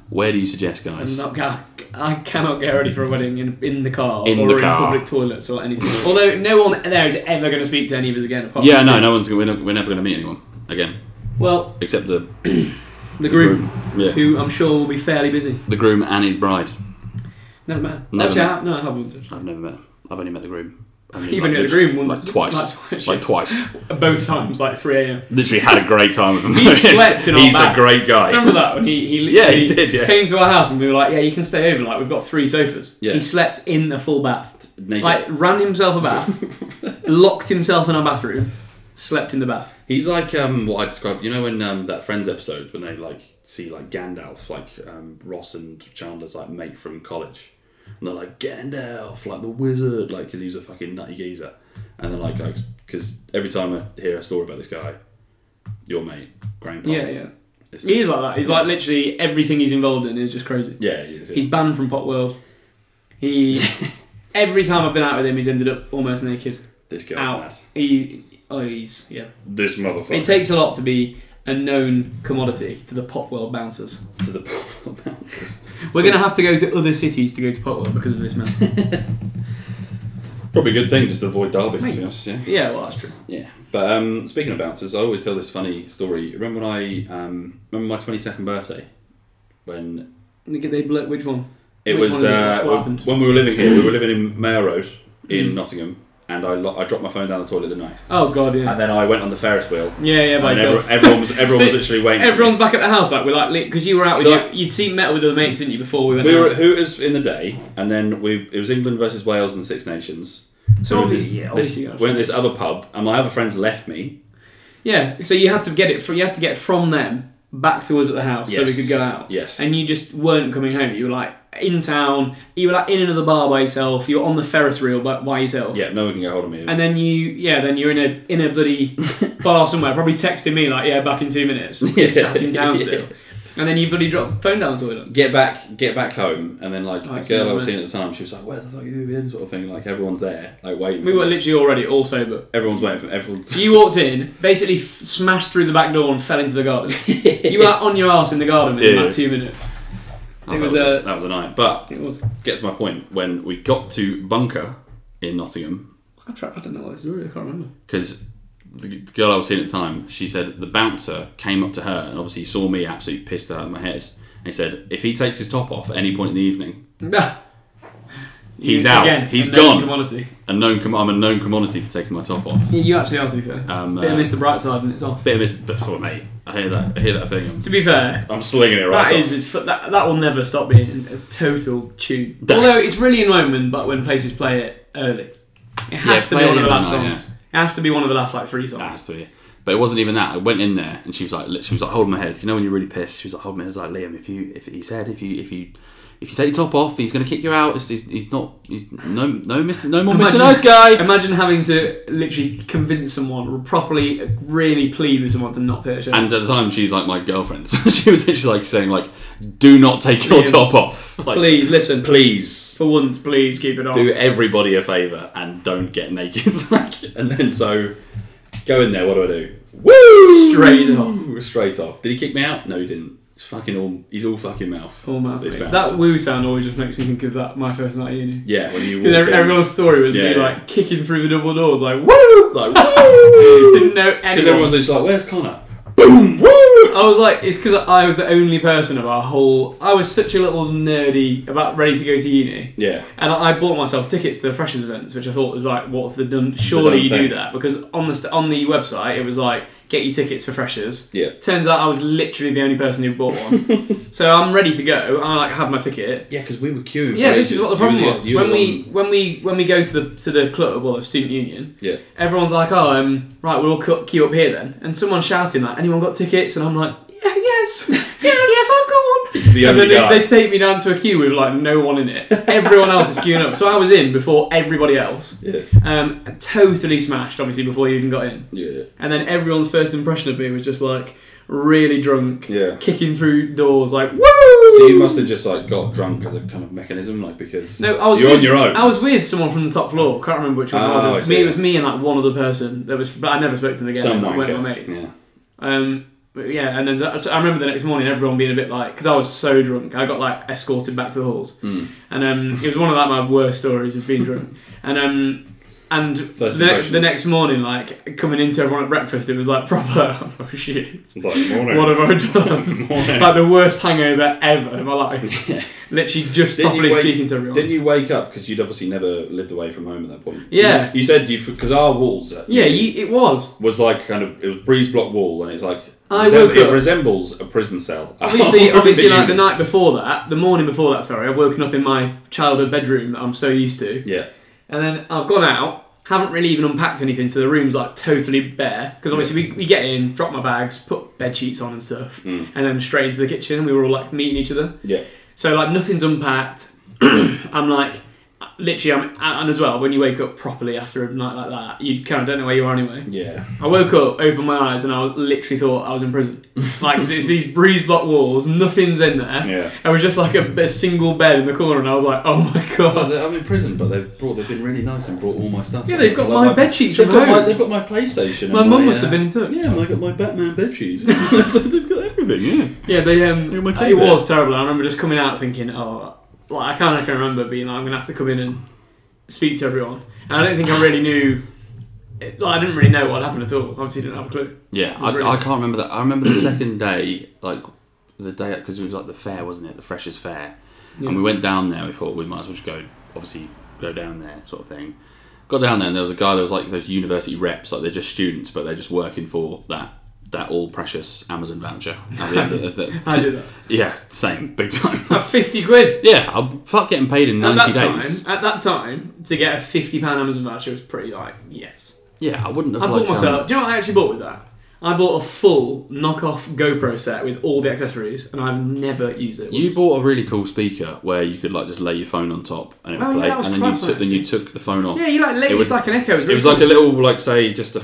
[SPEAKER 4] where do you suggest,
[SPEAKER 5] I'm
[SPEAKER 4] guys?
[SPEAKER 5] not, I, I cannot get ready for a wedding in, in the car
[SPEAKER 4] In
[SPEAKER 5] or
[SPEAKER 4] the
[SPEAKER 5] in
[SPEAKER 4] car.
[SPEAKER 5] public toilets or anything. Although no one there is ever going to speak to any of us again. Apart
[SPEAKER 4] Yeah,
[SPEAKER 5] from
[SPEAKER 4] no,
[SPEAKER 5] you.
[SPEAKER 4] no one's. We're, not, we're never going to meet anyone again,
[SPEAKER 5] Well,
[SPEAKER 4] except the
[SPEAKER 5] the groom,
[SPEAKER 4] Yeah,
[SPEAKER 5] who I'm sure will be fairly busy.
[SPEAKER 4] the groom and his bride.
[SPEAKER 5] Never mind.
[SPEAKER 4] Never
[SPEAKER 5] Actually,
[SPEAKER 4] mind.
[SPEAKER 5] I, no, I haven't. touched
[SPEAKER 4] I've never met. I've only met the groom. Only,
[SPEAKER 5] Even at the
[SPEAKER 4] literally-
[SPEAKER 5] groom, one-
[SPEAKER 4] like twice,
[SPEAKER 5] like twice,
[SPEAKER 4] like
[SPEAKER 5] yeah.
[SPEAKER 4] twice.
[SPEAKER 5] it. Both times, like 3 a.m.
[SPEAKER 4] Literally had a great time with him.
[SPEAKER 5] He slept in our
[SPEAKER 4] He's
[SPEAKER 5] bath.
[SPEAKER 4] a great
[SPEAKER 5] Remember
[SPEAKER 4] guy.
[SPEAKER 5] that when he, he
[SPEAKER 4] Yeah, he
[SPEAKER 5] literally
[SPEAKER 4] did, yeah.
[SPEAKER 5] came to our house and we were like, yeah, you can stay over. Like we've got three sofas.
[SPEAKER 4] Yeah.
[SPEAKER 5] He slept in the full bath.
[SPEAKER 4] Naked.
[SPEAKER 5] Like ran himself a bath, locked himself in our bathroom, slept in the bath.
[SPEAKER 4] He's like um, what I described. You know, in um, that Friends episode when they like see like Gandalf, like um, Ross and Chandler's like mate from college, and they're like Gandalf, like the wizard, like because he was a fucking nutty geezer, and they're like, because every time I hear a story about this guy, your mate, grandpa,
[SPEAKER 5] Yeah, yeah.
[SPEAKER 4] it's
[SPEAKER 5] He
[SPEAKER 4] just-
[SPEAKER 5] is like that. He's like literally everything he's involved in is just crazy.
[SPEAKER 4] yeah, he is, yeah.
[SPEAKER 5] He's banned from Pot World. He every time I've been out with him, he's ended up almost naked.
[SPEAKER 4] this guy's
[SPEAKER 5] Out.
[SPEAKER 4] mad.
[SPEAKER 5] He, oh, he's yeah.
[SPEAKER 4] This motherfucker.
[SPEAKER 5] It takes a lot to be a known commodity to the Pot World bouncers.
[SPEAKER 4] to the pole bouncers.
[SPEAKER 5] We're gonna have to go to other cities to go to Pot World because of this man.
[SPEAKER 4] Probably a good thing just to avoid Derby, to
[SPEAKER 5] Mate.
[SPEAKER 4] be honest. Yeah.
[SPEAKER 5] yeah, well that's true.
[SPEAKER 4] Yeah. But um, speaking of bouncers, I always tell this funny story. Remember when I um, remember my twenty second birthday when
[SPEAKER 5] They they blur which one?
[SPEAKER 4] it
[SPEAKER 5] Which
[SPEAKER 4] was
[SPEAKER 5] one is it?
[SPEAKER 4] uh,
[SPEAKER 5] What happened?
[SPEAKER 4] when we were living here. We were living in Mayor Road in
[SPEAKER 5] Mm.
[SPEAKER 4] Nottingham, and I lo- I dropped my phone down the toilet the night,
[SPEAKER 5] Oh god, yeah,
[SPEAKER 4] and then I went on the Ferris wheel.
[SPEAKER 5] yeah, yeah. By
[SPEAKER 4] And
[SPEAKER 5] yourself.
[SPEAKER 4] everyone, everyone was everyone was
[SPEAKER 5] But
[SPEAKER 4] literally waiting. for me.
[SPEAKER 5] Everyone's back at the house, like we're like, because you were out with
[SPEAKER 4] So-
[SPEAKER 5] your, you'd seen met with other mates, didn't you? Before we went.
[SPEAKER 4] We were
[SPEAKER 5] out.
[SPEAKER 4] at Hooters in the day, and then we it was England versus Wales in the Six Nations. So we're in
[SPEAKER 5] Toby,
[SPEAKER 4] this,
[SPEAKER 5] yeah,
[SPEAKER 4] this,
[SPEAKER 5] obviously,
[SPEAKER 4] we're in this other pub, and my other friends left me,
[SPEAKER 5] Yeah, so you had to get it. From, you had to get from them back to us at the house so we
[SPEAKER 4] Yes.
[SPEAKER 5] could go out.
[SPEAKER 4] Yes.
[SPEAKER 5] And you just weren't coming home. You were like in town. You were like in another bar by yourself. You were on the Ferris wheel by, by yourself.
[SPEAKER 4] Yeah, no one can get hold of me.
[SPEAKER 5] And then you, yeah, then you're in a in a bloody bar somewhere, probably texting me like, yeah, back in two minutes.
[SPEAKER 4] Yeah.
[SPEAKER 5] You're sat in town
[SPEAKER 4] Yeah.
[SPEAKER 5] still. And then you bloody drop the phone down the toilet.
[SPEAKER 4] get back, get back home, and then like
[SPEAKER 5] Oh,
[SPEAKER 4] the
[SPEAKER 5] it's
[SPEAKER 4] girl I
[SPEAKER 5] not
[SPEAKER 4] was
[SPEAKER 5] nice.
[SPEAKER 4] seeing at the time, she was like, "Where the fuck have you been?" sort of thing. Like everyone's there, like waiting.
[SPEAKER 5] We
[SPEAKER 4] for
[SPEAKER 5] were
[SPEAKER 4] me.
[SPEAKER 5] literally already all sober.
[SPEAKER 4] everyone's waiting for everyone's.
[SPEAKER 5] So you walked in, basically f- smashed through the back door and fell into the garden. you were like, on your ass in the garden in
[SPEAKER 4] Yeah.
[SPEAKER 5] like two minutes.
[SPEAKER 4] Oh,
[SPEAKER 5] It was,
[SPEAKER 4] that, was a,
[SPEAKER 5] uh,
[SPEAKER 4] that was a night. But
[SPEAKER 5] it was.
[SPEAKER 4] get to my point. When we got to Bunker in Nottingham,
[SPEAKER 5] I, try, I don't know what this is. I can't remember.
[SPEAKER 4] because the g- girl I was seeing at the time, she said the bouncer came up to her and obviously saw me absolutely pissed out of my head. And he said, "If he takes his top off at any point in the evening, He's
[SPEAKER 5] You-
[SPEAKER 4] out.
[SPEAKER 5] Again,
[SPEAKER 4] He's
[SPEAKER 5] a known
[SPEAKER 4] gone.
[SPEAKER 5] Commodity.
[SPEAKER 4] a known com- I'm a known commodity for taking my top off."
[SPEAKER 5] Yeah, you actually are, to be fair.
[SPEAKER 4] Um,
[SPEAKER 5] Bit
[SPEAKER 4] uh,
[SPEAKER 5] of Mr. Brightside and it's off.
[SPEAKER 4] Bit of this, but oh, mate, I hear that. I hear that thing. I'm,
[SPEAKER 5] To be fair,
[SPEAKER 4] I'm slinging it right
[SPEAKER 5] that
[SPEAKER 4] off.
[SPEAKER 5] is a f that, that will never stop being a total tune.
[SPEAKER 4] That's-
[SPEAKER 5] Although it's really annoying when, but when places play it early. It has to
[SPEAKER 4] play
[SPEAKER 5] be one
[SPEAKER 4] it
[SPEAKER 5] of the last
[SPEAKER 4] early, yeah.
[SPEAKER 5] songs. It has to be one of the last like three
[SPEAKER 4] that
[SPEAKER 5] songs.
[SPEAKER 4] has to be. But it wasn't even that. I went in there and she was like, she was like, holding my head. You know when you're really pissed, she was like, holding my head. It's like Liam, if you, if he said, if you, if you, if you take your top off, he's gonna kick you out. It's, he's, he's not, he's no, no, Mr. no more Mr.
[SPEAKER 5] Imagine-
[SPEAKER 4] Nice Guy.
[SPEAKER 5] Imagine having to literally convince someone, properly, uh, really plead with someone to not take a shirt.
[SPEAKER 4] And at the time, she's like my girlfriend, so she was literally like saying like, do not take your
[SPEAKER 5] Liam,
[SPEAKER 4] top off. Like,
[SPEAKER 5] please listen.
[SPEAKER 4] please.
[SPEAKER 5] For once, please keep it on.
[SPEAKER 4] do everybody a favour and don't get naked. Like, and then so go in there. What do I do? Woo!
[SPEAKER 5] Straight off.
[SPEAKER 4] Straight off. Did he kick me out? No, he didn't. He's fucking all. He's all fucking mouth.
[SPEAKER 5] Full mouth.
[SPEAKER 4] This
[SPEAKER 5] mate.
[SPEAKER 4] bouncer.
[SPEAKER 5] That woo sound always just makes me think of that my first night at uni.
[SPEAKER 4] yeah. When you walked
[SPEAKER 5] Because every,
[SPEAKER 4] in,
[SPEAKER 5] everyone's story was
[SPEAKER 4] Yeah,
[SPEAKER 5] me
[SPEAKER 4] yeah.
[SPEAKER 5] like kicking through the double doors, like woo!
[SPEAKER 4] woo, like woo,
[SPEAKER 5] Didn't know
[SPEAKER 4] because
[SPEAKER 5] anyone.
[SPEAKER 4] everyone's just like, "Where's Connor?" Boom, woo.
[SPEAKER 5] I was like, it's because I was the only person of our whole. I was such a little nerdy about ready to go to uni,
[SPEAKER 4] Yeah.
[SPEAKER 5] and I I bought myself tickets to the freshers events, which I thought was like, what's the done? Surely you
[SPEAKER 4] thing.
[SPEAKER 5] do that because on the st- on the website it was like, get your tickets for freshers.
[SPEAKER 4] Yeah.
[SPEAKER 5] Turns out I was literally the only person who bought one, so I'm ready to go. I like have my ticket.
[SPEAKER 4] Yeah, because we were queuing.
[SPEAKER 5] Yeah,
[SPEAKER 4] for
[SPEAKER 5] this is
[SPEAKER 4] ages.
[SPEAKER 5] what the
[SPEAKER 4] You
[SPEAKER 5] problem
[SPEAKER 4] were
[SPEAKER 5] was.
[SPEAKER 4] you were
[SPEAKER 5] When
[SPEAKER 4] the
[SPEAKER 5] we
[SPEAKER 4] one-
[SPEAKER 5] when we when we go to the to the club or the student union,
[SPEAKER 4] Yeah.
[SPEAKER 5] everyone's like, "Oh, um, right, we'll all cu- queue up here then." And someone shouting that, "Anyone got tickets?" And I'm like, "Yeah, yes, yes, yes, I've got one."
[SPEAKER 4] The
[SPEAKER 5] and
[SPEAKER 4] only
[SPEAKER 5] then
[SPEAKER 4] guy.
[SPEAKER 5] they, they take me down to a queue with like no one in it. Everyone else is queuing up, so I was in before everybody else.
[SPEAKER 4] Yeah.
[SPEAKER 5] Um, totally smashed, obviously, before you even got in.
[SPEAKER 4] Yeah.
[SPEAKER 5] And then everyone's first impression of me was just like really drunk,
[SPEAKER 4] Yeah.
[SPEAKER 5] kicking through doors, like woo.
[SPEAKER 4] So you must have just like got drunk as a kind of mechanism, like because
[SPEAKER 5] No, I was
[SPEAKER 4] you're
[SPEAKER 5] with,
[SPEAKER 4] on your own.
[SPEAKER 5] I was with someone from the top floor. Can't remember which one
[SPEAKER 4] Oh,
[SPEAKER 5] it
[SPEAKER 4] I
[SPEAKER 5] was.
[SPEAKER 4] see.
[SPEAKER 5] Me, it was me and like one other person. That was, but I never spoke to them again.
[SPEAKER 4] Some
[SPEAKER 5] I went
[SPEAKER 4] wanker.
[SPEAKER 5] with my mates.
[SPEAKER 4] Yeah.
[SPEAKER 5] Um, but yeah, and then th- so I remember the next morning everyone being a bit like, because I was so drunk, I got like escorted back to the halls,
[SPEAKER 4] Mm.
[SPEAKER 5] and um, it was one of like my worst stories of being drunk, and um. And
[SPEAKER 4] First
[SPEAKER 5] the, ne-
[SPEAKER 4] impressions.
[SPEAKER 5] the next morning, like coming into everyone at breakfast, it was like proper oh shit,
[SPEAKER 4] Like, morning.
[SPEAKER 5] what have I done?
[SPEAKER 4] Morning.
[SPEAKER 5] like the worst hangover ever in my life. Literally, just
[SPEAKER 4] Didn't you
[SPEAKER 5] properly
[SPEAKER 4] wake-
[SPEAKER 5] speaking to everyone.
[SPEAKER 4] Didn't you wake up because you'd obviously never lived away from home at that point?
[SPEAKER 5] Yeah.
[SPEAKER 4] You, you said you because our walls. at-
[SPEAKER 5] Yeah, you, it was.
[SPEAKER 4] was like kind of it was breeze block wall, and it's like
[SPEAKER 5] I
[SPEAKER 4] resem-
[SPEAKER 5] woke
[SPEAKER 4] it
[SPEAKER 5] up-
[SPEAKER 4] resembles a prison cell.
[SPEAKER 5] Obviously, obviously, like the
[SPEAKER 4] night.
[SPEAKER 5] night before that, the morning before that, sorry, I've woken up in my childhood bedroom that I'm so used to,
[SPEAKER 4] Yeah.
[SPEAKER 5] and then I've gone out, haven't really even unpacked anything, so the room's like totally bare. Because obviously we, we get in, drop my bags, put bed sheets on and stuff,
[SPEAKER 4] Mm.
[SPEAKER 5] and then straight into the kitchen. And we were all like meeting each other.
[SPEAKER 4] Yeah.
[SPEAKER 5] So like nothing's unpacked. I'm like, literally, I'm and as well. When you wake up properly after a night like that, you kind of don't know where you are anyway.
[SPEAKER 4] Yeah.
[SPEAKER 5] I woke up, opened my eyes, and I was, literally thought I was in prison. Like 'cause it's these breeze block walls, nothing's in there.
[SPEAKER 4] Yeah.
[SPEAKER 5] It was just like a, a single bed in the corner, and I was like, oh my
[SPEAKER 4] So
[SPEAKER 5] god.
[SPEAKER 4] they- I'm in prison, but they've brought. They've been really nice and brought all my stuff.
[SPEAKER 5] Yeah, they've got my bed sheets
[SPEAKER 4] They've
[SPEAKER 5] from
[SPEAKER 4] got, my,
[SPEAKER 5] home.
[SPEAKER 4] they've got my PlayStation. and
[SPEAKER 5] My mum must
[SPEAKER 4] uh,
[SPEAKER 5] have been in touch.
[SPEAKER 4] Yeah, and I got my Batman bed sheets. so they've got everything. Yeah.
[SPEAKER 5] Yeah, they um,
[SPEAKER 4] Yeah, we'll
[SPEAKER 5] it
[SPEAKER 4] take that.
[SPEAKER 5] was terrible. I remember just coming out thinking, oh, like I kind of can remember being like, I'm gonna have to come in and speak to everyone. And I don't think I really knew. It, like, I didn't really know what happened at all. Obviously, didn't have a clue.
[SPEAKER 4] Yeah,
[SPEAKER 5] was
[SPEAKER 4] I,
[SPEAKER 5] really-
[SPEAKER 4] I can't remember that. I remember the second day, like the day because it was like the fair, wasn't it? The freshers' fair,
[SPEAKER 5] Yeah.
[SPEAKER 4] and we went down there. We thought we might as well just go, obviously, go down there, sort of thing. Got down there, and there was a guy. There was like those university reps, like they're just students, but they're just working for that that all precious Amazon voucher. At the end of the,
[SPEAKER 5] I did that.
[SPEAKER 4] yeah, same, big time.
[SPEAKER 5] At fifty quid.
[SPEAKER 4] yeah, I'll fuck getting paid in
[SPEAKER 5] At
[SPEAKER 4] ninety
[SPEAKER 5] that
[SPEAKER 4] days.
[SPEAKER 5] time, at that time, to get a fifty pound Amazon voucher was pretty like yes.
[SPEAKER 4] Yeah, I wouldn't have.
[SPEAKER 5] I
[SPEAKER 4] like, um,
[SPEAKER 5] bought myself. Do you know what I actually bought with that? I bought a full knockoff GoPro set with all the accessories, and I've never used it.
[SPEAKER 4] You
[SPEAKER 5] once.
[SPEAKER 4] bought a really cool speaker where you could like just lay your phone on top and it would
[SPEAKER 5] Oh, yeah,
[SPEAKER 4] play,
[SPEAKER 5] that was
[SPEAKER 4] and then you
[SPEAKER 5] class,
[SPEAKER 4] took then you took the phone off.
[SPEAKER 5] yeah, you like
[SPEAKER 4] It
[SPEAKER 5] it was,
[SPEAKER 4] was-
[SPEAKER 5] like an Echo. It was,
[SPEAKER 4] It was like a little, like say, just a,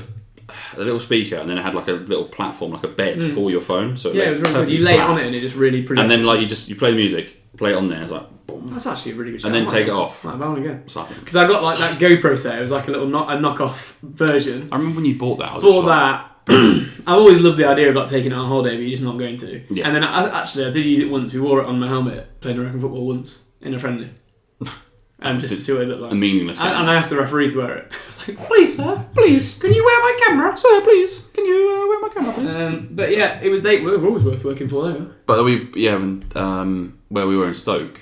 [SPEAKER 4] a little speaker, and then it had like a little platform, like a bed for your phone. So it
[SPEAKER 5] Mm. yeah,
[SPEAKER 4] lay
[SPEAKER 5] it was really good.
[SPEAKER 4] perfectly
[SPEAKER 5] You lay it
[SPEAKER 4] flat.
[SPEAKER 5] on it, and it just really projects.
[SPEAKER 4] and then like you just you play music, play it on there. It's like boom,
[SPEAKER 5] That's actually a really good. shout.
[SPEAKER 4] And then
[SPEAKER 5] I
[SPEAKER 4] take
[SPEAKER 5] might-
[SPEAKER 4] it off.
[SPEAKER 5] Might buy one again.
[SPEAKER 4] something.
[SPEAKER 5] Because I got like that GoPro set. It was like a little knock, a knockoff version.
[SPEAKER 4] I remember when you bought that. I was
[SPEAKER 5] Bought
[SPEAKER 4] just like,
[SPEAKER 5] that. I've always loved the idea of like taking it on holiday, but you're just not going to.
[SPEAKER 4] Yeah.
[SPEAKER 5] And then I, actually, I did use it once. We wore it on my helmet, playing American football once in a friendly, um, just to see what it looked like.
[SPEAKER 4] A meaningless.
[SPEAKER 5] And,
[SPEAKER 4] game.
[SPEAKER 5] and I asked the referee to wear it. I was like, "Please, sir, please, can you wear my camera,
[SPEAKER 4] Sir, please, can you uh, wear my camera, please?
[SPEAKER 5] Um, but yeah, it was. They were always worth working for, though.
[SPEAKER 4] But we, yeah, when, um, where we were in Stoke,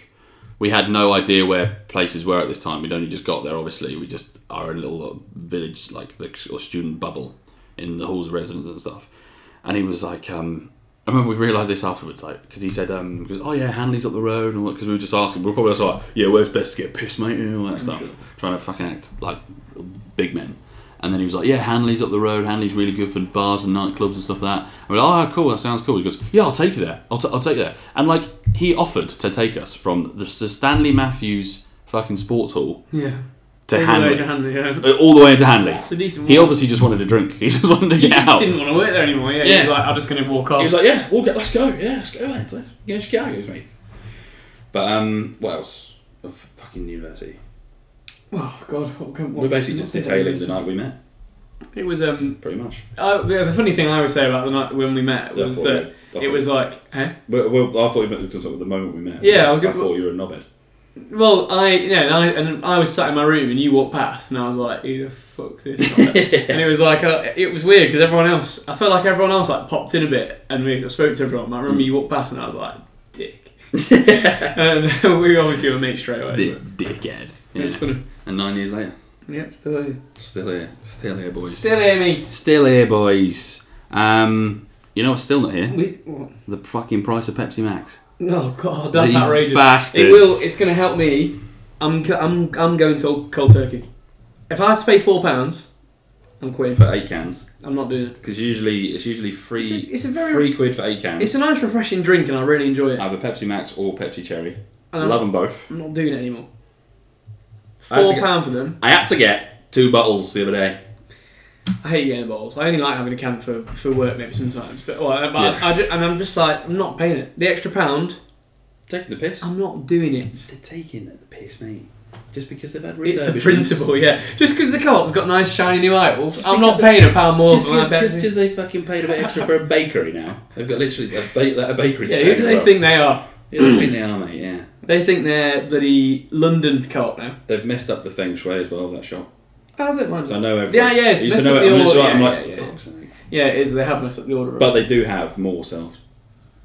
[SPEAKER 4] we had no idea where places were at this time. We'd only just got there. Obviously, we just are in a little village, like the or student bubble, in the halls of residence and stuff. And he was like, um, I remember we realised this afterwards, like because he said, um, because oh yeah, Hanley's up the road, and because we were just asking, we were probably just like, yeah, where's best to get pissed, mate, and all that stuff, trying to fucking act like big men. And then he was like, yeah, Hanley's up the road. Hanley's really good for bars and nightclubs and stuff like that. I went, oh, cool, that sounds cool. He goes, yeah, I'll take you there. I'll, t- I'll take you there. And like, he offered to take us from the Sir Stanley Matthews fucking sports hall
[SPEAKER 5] Yeah.
[SPEAKER 4] to
[SPEAKER 5] Hanley.
[SPEAKER 4] Hanley.
[SPEAKER 5] Hanley yeah.
[SPEAKER 4] Uh, All the way into Hanley.
[SPEAKER 5] It's a decent.
[SPEAKER 4] He
[SPEAKER 5] one.
[SPEAKER 4] obviously just wanted a drink. He just wanted to get out.
[SPEAKER 5] didn't want to work there anymore. Yeah, he was
[SPEAKER 4] Yeah.
[SPEAKER 5] like, I'm just going to walk off.
[SPEAKER 4] He was like, yeah, we'll get, let's go, yeah, let's go, mate. Let's go to Chicago's, mate. But um, what else? Of fucking university.
[SPEAKER 5] oh god, what, can- what
[SPEAKER 4] We're basically just
[SPEAKER 5] what-
[SPEAKER 4] detailing the night we met,
[SPEAKER 5] It was um,
[SPEAKER 4] pretty much.
[SPEAKER 5] I, yeah, the funny thing I always say about the night when we met was
[SPEAKER 4] Therefore,
[SPEAKER 5] that it
[SPEAKER 4] yeah,
[SPEAKER 5] was like, eh?
[SPEAKER 4] Well, well, I thought you meant because of the moment we met.
[SPEAKER 5] Yeah, I was
[SPEAKER 4] I
[SPEAKER 5] gonna-
[SPEAKER 4] thought you were a knobhead.
[SPEAKER 5] Well, I yeah, and I, and I was sat in my room and you walked past and I was like, who the fuck's this? guy?" and it was like, uh, it was weird because everyone else, I felt like everyone else like popped in a bit and we I spoke to everyone. I
[SPEAKER 4] Hmm.
[SPEAKER 5] remember you walked past and I was like, dick. and we obviously were mates straight away.
[SPEAKER 4] This
[SPEAKER 5] but
[SPEAKER 4] dickhead.
[SPEAKER 5] It was funny.
[SPEAKER 4] And nine years later,
[SPEAKER 5] Yeah, still here.
[SPEAKER 4] still here, still here, boys.
[SPEAKER 5] Still here, mate.
[SPEAKER 4] Still here, boys. Um, you know what's still not here?
[SPEAKER 5] We, what?
[SPEAKER 4] The fucking price of Pepsi Max.
[SPEAKER 5] Oh god, that's
[SPEAKER 4] These
[SPEAKER 5] outrageous.
[SPEAKER 4] bastards.
[SPEAKER 5] It will. It's going to help me. I'm. c- I'm. I'm going to cold turkey. If I have to pay four pounds, I'm quitting.
[SPEAKER 4] For eight cans,
[SPEAKER 5] I'm not doing it.
[SPEAKER 4] because usually it's usually free.
[SPEAKER 5] It's a- it's a very-
[SPEAKER 4] three quid for eight cans.
[SPEAKER 5] It's a nice, refreshing drink, and I really enjoy it.
[SPEAKER 4] either Pepsi Max or Pepsi Cherry.
[SPEAKER 5] And I'm,
[SPEAKER 4] Love them both.
[SPEAKER 5] I'm not doing it anymore.
[SPEAKER 4] I had to
[SPEAKER 5] Four
[SPEAKER 4] get-
[SPEAKER 5] pound for them.
[SPEAKER 4] I had to get two bottles the other day.
[SPEAKER 5] I hate getting bottles. I only like having a can for, for work maybe sometimes. But, well, I- but
[SPEAKER 4] Yeah.
[SPEAKER 5] I, I ju- and I'm just like I'm not paying it. The extra pound,
[SPEAKER 4] Taking the piss.
[SPEAKER 5] I'm not doing it.
[SPEAKER 4] They're taking the piss, mate. Just because they've had
[SPEAKER 5] It's the
[SPEAKER 4] refurbishments.
[SPEAKER 5] principle, yeah. Just because the co-op's got nice shiny new idols, I'm
[SPEAKER 4] because
[SPEAKER 5] not paying a pound more.
[SPEAKER 4] Just
[SPEAKER 5] for my Pepsi.
[SPEAKER 4] because they fucking paid a bit extra for a bakery now. They've got literally a, ba- like a bakery. to
[SPEAKER 5] yeah,
[SPEAKER 4] pay
[SPEAKER 5] who do
[SPEAKER 4] as
[SPEAKER 5] they
[SPEAKER 4] well.
[SPEAKER 5] think they are?
[SPEAKER 4] Who do they think they are, mate? Yeah.
[SPEAKER 5] They think they're bloody London co-op now.
[SPEAKER 4] They've messed up the feng shui as well, that shop.
[SPEAKER 5] Oh, I don't mind.
[SPEAKER 4] So I know everything.
[SPEAKER 5] Yeah, yeah, it's
[SPEAKER 4] I used to
[SPEAKER 5] messed
[SPEAKER 4] know
[SPEAKER 5] up
[SPEAKER 4] it-
[SPEAKER 5] the
[SPEAKER 4] I used to-
[SPEAKER 5] order,
[SPEAKER 4] I'm
[SPEAKER 5] yeah,
[SPEAKER 4] like,
[SPEAKER 5] yeah, yeah.
[SPEAKER 4] fuck's sake.
[SPEAKER 5] Yeah, it is. They have messed up the order,
[SPEAKER 4] But they do have more self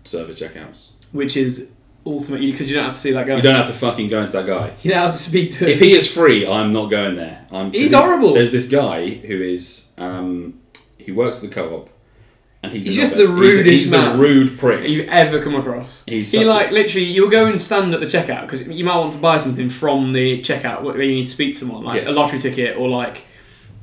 [SPEAKER 4] service checkouts.
[SPEAKER 5] which is ultimate because you don't have to see that guy.
[SPEAKER 4] You don't have to fucking go into that guy.
[SPEAKER 5] You don't have to speak to him.
[SPEAKER 4] If he is free, I'm not going there. I'm, 'cause
[SPEAKER 5] He's horrible.
[SPEAKER 4] There's this guy who is um, he works at the co-op, and he's,
[SPEAKER 5] He's
[SPEAKER 4] a
[SPEAKER 5] just
[SPEAKER 4] knobhead.
[SPEAKER 5] the
[SPEAKER 4] He's a-
[SPEAKER 5] rudest
[SPEAKER 4] He's,
[SPEAKER 5] man.
[SPEAKER 4] a rude prick.
[SPEAKER 5] you've ever come across.
[SPEAKER 4] He's
[SPEAKER 5] he
[SPEAKER 4] such a-
[SPEAKER 5] like literally you'll go and stand at the checkout because you might want to buy something from the checkout where you need to speak to someone like
[SPEAKER 4] Yes.
[SPEAKER 5] a lottery ticket or like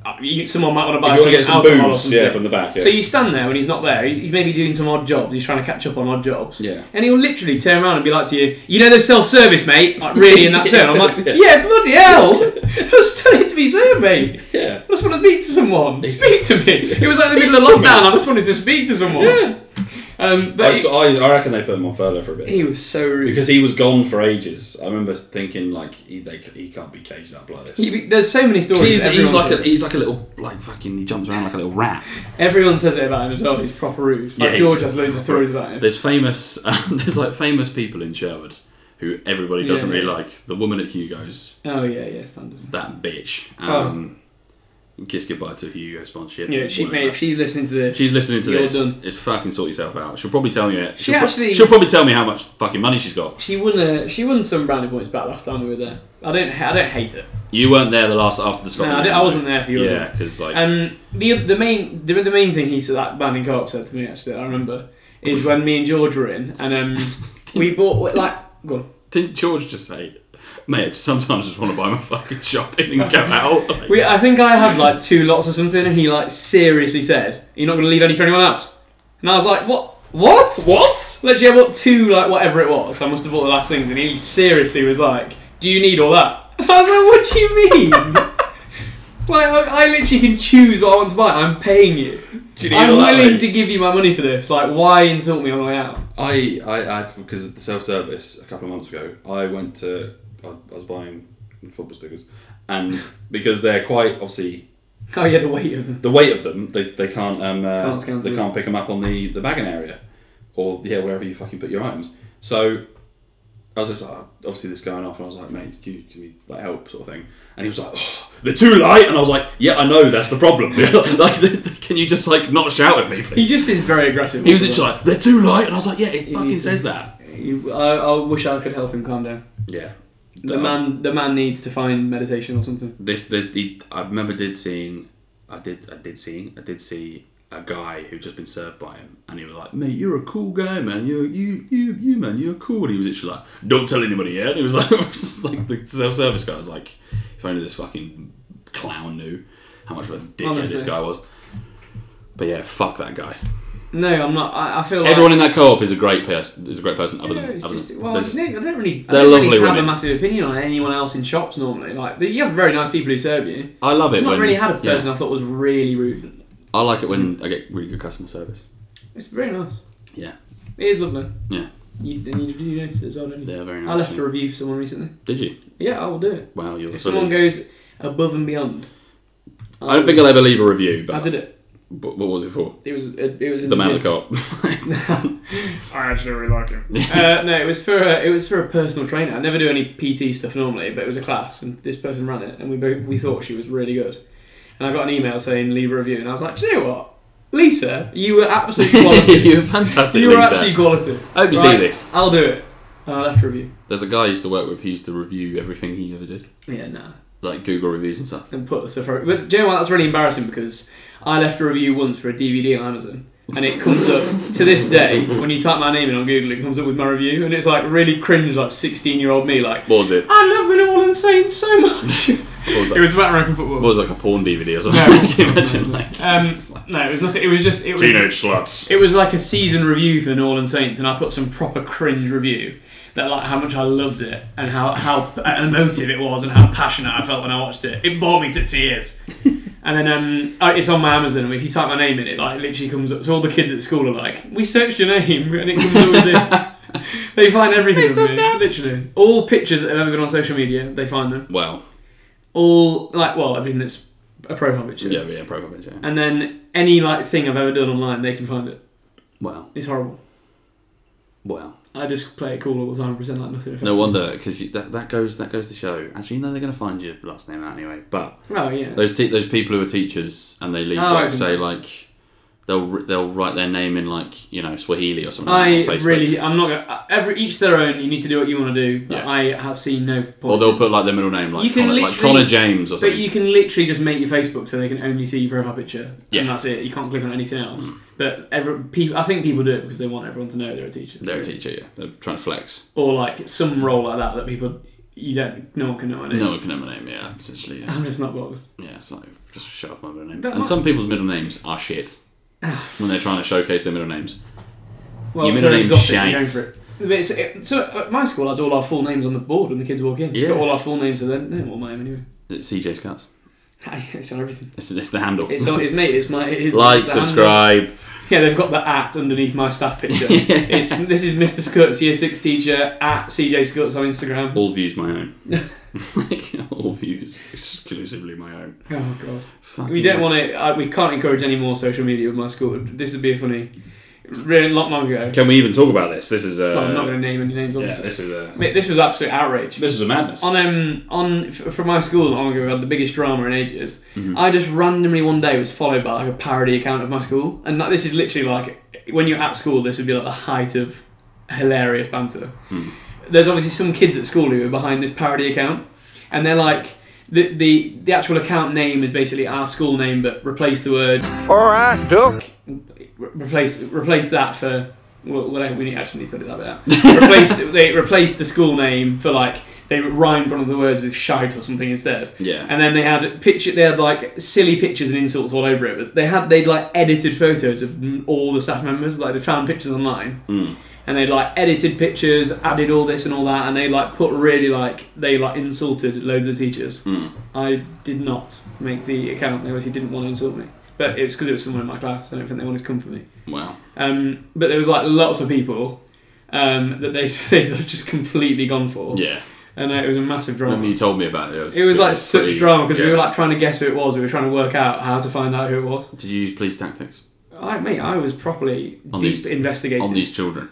[SPEAKER 5] uh, you, someone might want to buy
[SPEAKER 4] If you want to get some
[SPEAKER 5] alcohol or
[SPEAKER 4] booze,
[SPEAKER 5] something.
[SPEAKER 4] yeah, from the back. Yeah.
[SPEAKER 5] So you stand there when he's not there. He's maybe doing some odd jobs. He's trying to catch up on odd jobs.
[SPEAKER 4] Yeah.
[SPEAKER 5] And he'll literally turn around and be like to you, "You know, they're self-service, mate." Like really in that
[SPEAKER 4] Yeah.
[SPEAKER 5] turn, I'm like, "Yeah, bloody hell! I still need to be served, mate.
[SPEAKER 4] yeah.
[SPEAKER 5] I just want to speak to someone. Speak to me." It was like the middle of
[SPEAKER 4] Speak to me.
[SPEAKER 5] lockdown. I just wanted to speak to someone.
[SPEAKER 4] Yeah.
[SPEAKER 5] Um,
[SPEAKER 4] I,
[SPEAKER 5] but he,
[SPEAKER 4] I, I reckon they put him on furlough for a bit
[SPEAKER 5] he was so rude.
[SPEAKER 4] because he was gone for ages. I remember thinking like he they, he can't be caged up like this.
[SPEAKER 5] He- there's so many stories.
[SPEAKER 4] he's, he's
[SPEAKER 5] Everyone
[SPEAKER 4] like
[SPEAKER 5] says
[SPEAKER 4] a, he's like a little like fucking he jumps around like a little rat.
[SPEAKER 5] it. everyone says it about him as well. He's proper rude. Like
[SPEAKER 4] Yeah, he's-
[SPEAKER 5] George has loads of stories about him.
[SPEAKER 4] There's famous um, there's like famous people in Sherwood who everybody doesn't
[SPEAKER 5] Yeah.
[SPEAKER 4] really like. The woman at Hugo's,
[SPEAKER 5] Oh yeah, yeah, standard.
[SPEAKER 4] that bitch. Um, Kiss goodbye to Hugo sponsorship.
[SPEAKER 5] Oh. Yeah, she,
[SPEAKER 4] whatever.
[SPEAKER 5] mate, if she's listening to this,
[SPEAKER 4] She's listening to
[SPEAKER 5] you're
[SPEAKER 4] this.
[SPEAKER 5] done.
[SPEAKER 4] It fucking sort yourself out. She'll probably tell me it.
[SPEAKER 5] She
[SPEAKER 4] She'll, pro-
[SPEAKER 5] actually-
[SPEAKER 4] she'll probably tell me how much fucking money she's got.
[SPEAKER 5] She won a, she won some brownie points back last time we were there. I don't ha- I don't hate it.
[SPEAKER 4] You weren't there the last after the
[SPEAKER 5] No,
[SPEAKER 4] Scotland.
[SPEAKER 5] I, don't- I
[SPEAKER 4] game,
[SPEAKER 5] wasn't there for
[SPEAKER 4] though.
[SPEAKER 5] your.
[SPEAKER 4] Yeah, because like
[SPEAKER 5] Um, the the main the, the main thing he said that Banding Co-op said to me actually I remember is when me and George were in and um we bought like go on.
[SPEAKER 4] didn't George just say, mate? I just sometimes just want to buy my fucking shopping and go out. Like,
[SPEAKER 5] we I think I had like two lots or something and he like seriously said you're not gonna leave any for anyone else and I was like what what
[SPEAKER 4] what?
[SPEAKER 5] Literally, I bought two, like, whatever it was. I must have bought the last thing. And he seriously was like, Do you need all that? I was like, What do you mean? like, I, I literally can choose what I want to buy. I'm paying you.
[SPEAKER 4] Do you need
[SPEAKER 5] I'm
[SPEAKER 4] all that,
[SPEAKER 5] willing
[SPEAKER 4] mate?
[SPEAKER 5] to give you my money for this. Like, why insult me on the way out?
[SPEAKER 4] I, I, I because of the self service a couple of months ago, I went to, I, I was buying football stickers, and because they're quite obviously
[SPEAKER 5] Oh, yeah, the weight of them.
[SPEAKER 4] the weight of them, they, they can't um uh,
[SPEAKER 5] Can't scan
[SPEAKER 4] they
[SPEAKER 5] through.
[SPEAKER 4] can't pick them up on the the bagging area, or yeah wherever you fucking put your items. So I was just like, obviously this going off, and I was like, mate, do you, can you like help sort of thing? And he was like, oh, they're too light, and I was like, yeah, I know that's the problem. like, can you just like not shout at me,
[SPEAKER 5] He
[SPEAKER 4] please?
[SPEAKER 5] just is very aggressive.
[SPEAKER 4] He was just like, they're too light, and I was like, yeah, it
[SPEAKER 5] He
[SPEAKER 4] fucking
[SPEAKER 5] needs to-
[SPEAKER 4] says that.
[SPEAKER 5] You- I, I wish I could help him calm down.
[SPEAKER 4] Yeah.
[SPEAKER 5] The man, the man needs to find meditation or something.
[SPEAKER 4] this this the, I remember did seeing I did I did seeing I did see a guy who just been served by him and he was like mate you're a cool guy man you you you you man you're cool and he was literally like don't tell anybody yet and he was like just like the self service guy was like if only this fucking clown knew how much of a dickhead this
[SPEAKER 5] Honestly.
[SPEAKER 4] guy was but yeah fuck that guy
[SPEAKER 5] No, I'm not. I, I feel like
[SPEAKER 4] everyone in that co op is a great person is a great person other
[SPEAKER 5] Yeah,
[SPEAKER 4] than
[SPEAKER 5] it's
[SPEAKER 4] other
[SPEAKER 5] just,
[SPEAKER 4] than
[SPEAKER 5] well,
[SPEAKER 4] they're
[SPEAKER 5] I
[SPEAKER 4] just-
[SPEAKER 5] don't, I don't really, I
[SPEAKER 4] they're
[SPEAKER 5] don't
[SPEAKER 4] lovely
[SPEAKER 5] really have a
[SPEAKER 4] women.
[SPEAKER 5] massive opinion on anyone else in shops normally. Like the- you have very nice people who serve you.
[SPEAKER 4] I love it
[SPEAKER 5] I've not
[SPEAKER 4] when
[SPEAKER 5] really had a
[SPEAKER 4] yeah.
[SPEAKER 5] person I thought was really rude.
[SPEAKER 4] I like it when I get really good customer service
[SPEAKER 5] It's very nice.
[SPEAKER 4] Yeah.
[SPEAKER 5] it is lovely.
[SPEAKER 4] Yeah.
[SPEAKER 5] you, and you, you notice it as well, don't you?
[SPEAKER 4] they're very nice
[SPEAKER 5] I left a review for someone recently.
[SPEAKER 4] did you
[SPEAKER 5] Yeah, I will do it.
[SPEAKER 4] wow you're
[SPEAKER 5] If someone goes above and beyond, um,
[SPEAKER 4] I don't think I'll ever leave a review, but
[SPEAKER 5] I did it.
[SPEAKER 4] but what was it for?
[SPEAKER 5] It was it, it was in
[SPEAKER 4] The man at the
[SPEAKER 5] video.
[SPEAKER 4] co-op.
[SPEAKER 5] I actually really like him. uh, no, it was for a, it was for a personal trainer. I never do any PT stuff normally, but it was a class, and this person ran it, and we both, we thought she was really good. And I got an email saying leave a review, and I was like, do you know what, Lisa, you were absolute quality.
[SPEAKER 4] You're fantastic,
[SPEAKER 5] you were
[SPEAKER 4] Lisa.
[SPEAKER 5] actually quality.
[SPEAKER 4] I hope you see
[SPEAKER 5] Right,
[SPEAKER 4] this.
[SPEAKER 5] I'll do it. And I left a review.
[SPEAKER 4] There's a guy I used to work with who used to review everything he ever did,
[SPEAKER 5] Yeah, nah.
[SPEAKER 4] like Google reviews and stuff.
[SPEAKER 5] and put the stuff over. But do you know what? That's really embarrassing because I left a review once for a DVD on Amazon, and it comes up to this day when you type my name in on Google, it comes up with my review, and it's like really cringe, like sixteen-year-old me, like
[SPEAKER 4] What was it?
[SPEAKER 5] I love the New Orleans Saints so much.
[SPEAKER 4] What was,
[SPEAKER 5] it
[SPEAKER 4] that?
[SPEAKER 5] was about American football.
[SPEAKER 4] What was it, like a porn DVD or something?
[SPEAKER 5] No.
[SPEAKER 4] Can you imagine like
[SPEAKER 5] um, no, it was nothing. It was just it was
[SPEAKER 4] sluts?
[SPEAKER 5] it was like a season review for the New Orleans Saints, and I put some proper cringe review that like how much I loved it and how how emotive it was and how passionate I felt when I watched it. It brought me to tears. and then um, oh, it's on my Amazon. and If you type my name in it, like it literally comes up. So all the kids at school are like, "We searched your name," and it comes up with this. They find everything. of me, literally, all pictures that have ever been on social media, they find them.
[SPEAKER 4] Wow.
[SPEAKER 5] All like, well, everything that's a profile picture.
[SPEAKER 4] Yeah, yeah, profile picture.
[SPEAKER 5] And then any like thing I've ever done online, they can find it.
[SPEAKER 4] Wow.
[SPEAKER 5] It's horrible.
[SPEAKER 4] Wow.
[SPEAKER 5] I just play it cool all the time and pretend like nothing.
[SPEAKER 4] No wonder, because that, that goes that goes to show. Actually, no, they're going to find your last name out anyway. But
[SPEAKER 5] Oh yeah.
[SPEAKER 4] Those te- those people who are teachers and they leave
[SPEAKER 5] Oh,
[SPEAKER 4] like
[SPEAKER 5] it's
[SPEAKER 4] say
[SPEAKER 5] embarrassing.
[SPEAKER 4] like they'll ri- they'll write their name in like you know Swahili or something.
[SPEAKER 5] I
[SPEAKER 4] like that on Facebook.
[SPEAKER 5] really, I'm not gonna. Every each their own. You need to do what you want to do. But
[SPEAKER 4] Yeah.
[SPEAKER 5] I have seen no point.
[SPEAKER 4] or they'll put like their middle name like
[SPEAKER 5] You can
[SPEAKER 4] Connor, like
[SPEAKER 5] literally-
[SPEAKER 4] Connor James or
[SPEAKER 5] but
[SPEAKER 4] something.
[SPEAKER 5] you can literally just make your Facebook so they can only see your profile picture,
[SPEAKER 4] Yeah. Mm.
[SPEAKER 5] and that's it. You can't click on anything else. But every, people, I think people do it because they want everyone to know they're a teacher.
[SPEAKER 4] They're a teacher. Yeah, they're trying to flex.
[SPEAKER 5] Or like some role like that that people. you don't. No one can know my name.
[SPEAKER 4] No one can have my name, yeah, essentially. Yeah,
[SPEAKER 5] I'm just not bothered.
[SPEAKER 4] yeah so just shut up my middle name.
[SPEAKER 5] That
[SPEAKER 4] and
[SPEAKER 5] might-
[SPEAKER 4] some people's middle names are shit when they're trying to showcase their middle names.
[SPEAKER 5] Well,
[SPEAKER 4] Your
[SPEAKER 5] if
[SPEAKER 4] middle
[SPEAKER 5] they're
[SPEAKER 4] name's
[SPEAKER 5] exotic, you're
[SPEAKER 4] Shite.
[SPEAKER 5] going for it. But it's- it- so at my school, I had all our full names on the board when the kids walk in. It's got
[SPEAKER 4] Yeah.
[SPEAKER 5] all our full names, so then they know my name anyway.
[SPEAKER 4] It's CJ Scott's.
[SPEAKER 5] It's on everything.
[SPEAKER 4] It's, it's the handle.
[SPEAKER 5] It's on. It's me. It's my. It is,
[SPEAKER 4] like,
[SPEAKER 5] it's the handle.
[SPEAKER 4] subscribe.
[SPEAKER 5] Yeah, they've got the at underneath my staff picture. it's this is Mr. Scuts, year six teacher at CJ Scuts on Instagram.
[SPEAKER 4] All views my own. like, all views exclusively my own.
[SPEAKER 5] Oh god,
[SPEAKER 4] Fucking
[SPEAKER 5] we don't want to. I, we can't encourage any more social media with my school. This would be a funny. Really, not long ago.
[SPEAKER 4] Can we even talk about this? This is a.
[SPEAKER 5] well, I'm not going to name any names.
[SPEAKER 4] Uh, yeah,
[SPEAKER 5] Obviously.
[SPEAKER 4] this is a.
[SPEAKER 5] Mate, this was absolute outrage.
[SPEAKER 4] This is a madness.
[SPEAKER 5] on um on f- from my school not long ago we had the biggest drama in ages. I just randomly one day was followed by like a parody account of my school, and like, this is literally like when you're at school, this would be like the height of hilarious banter. There's obviously some kids at school who are behind this parody account, and they're like. The, the, the actual account name is basically our school name, but replace the word
[SPEAKER 1] All right, Duck.
[SPEAKER 5] re- replace replace that for well, well, we need, actually need to edit that bit out. replace they replaced the school name for like they rhymed one of the words with shite or something instead.
[SPEAKER 4] Yeah.
[SPEAKER 5] And then they had picture they had like silly pictures and insults all over it, but they had they'd like edited photos of m- all the staff members. Like they found pictures online. And they would like edited pictures, added all this and all that, and they like put really like they like insulted loads of the teachers. I did not make the account. They obviously didn't want to insult me, but it was because it was someone in my class. I don't think they wanted to come for me.
[SPEAKER 4] wow.
[SPEAKER 5] Um, but there was like lots of people um, that they they had just completely gone for,
[SPEAKER 4] Yeah.
[SPEAKER 5] and uh, it was a massive
[SPEAKER 4] When
[SPEAKER 5] drama.
[SPEAKER 4] you told me about it, it was,
[SPEAKER 5] it was like such
[SPEAKER 4] pretty-
[SPEAKER 5] drama because we
[SPEAKER 4] yeah.
[SPEAKER 5] were like trying to guess who it was. We were trying to work out how to find out who it was.
[SPEAKER 4] Did you use police tactics
[SPEAKER 5] I mate, I was properly
[SPEAKER 4] On
[SPEAKER 5] deep
[SPEAKER 4] these-
[SPEAKER 5] investigating.
[SPEAKER 4] on these children?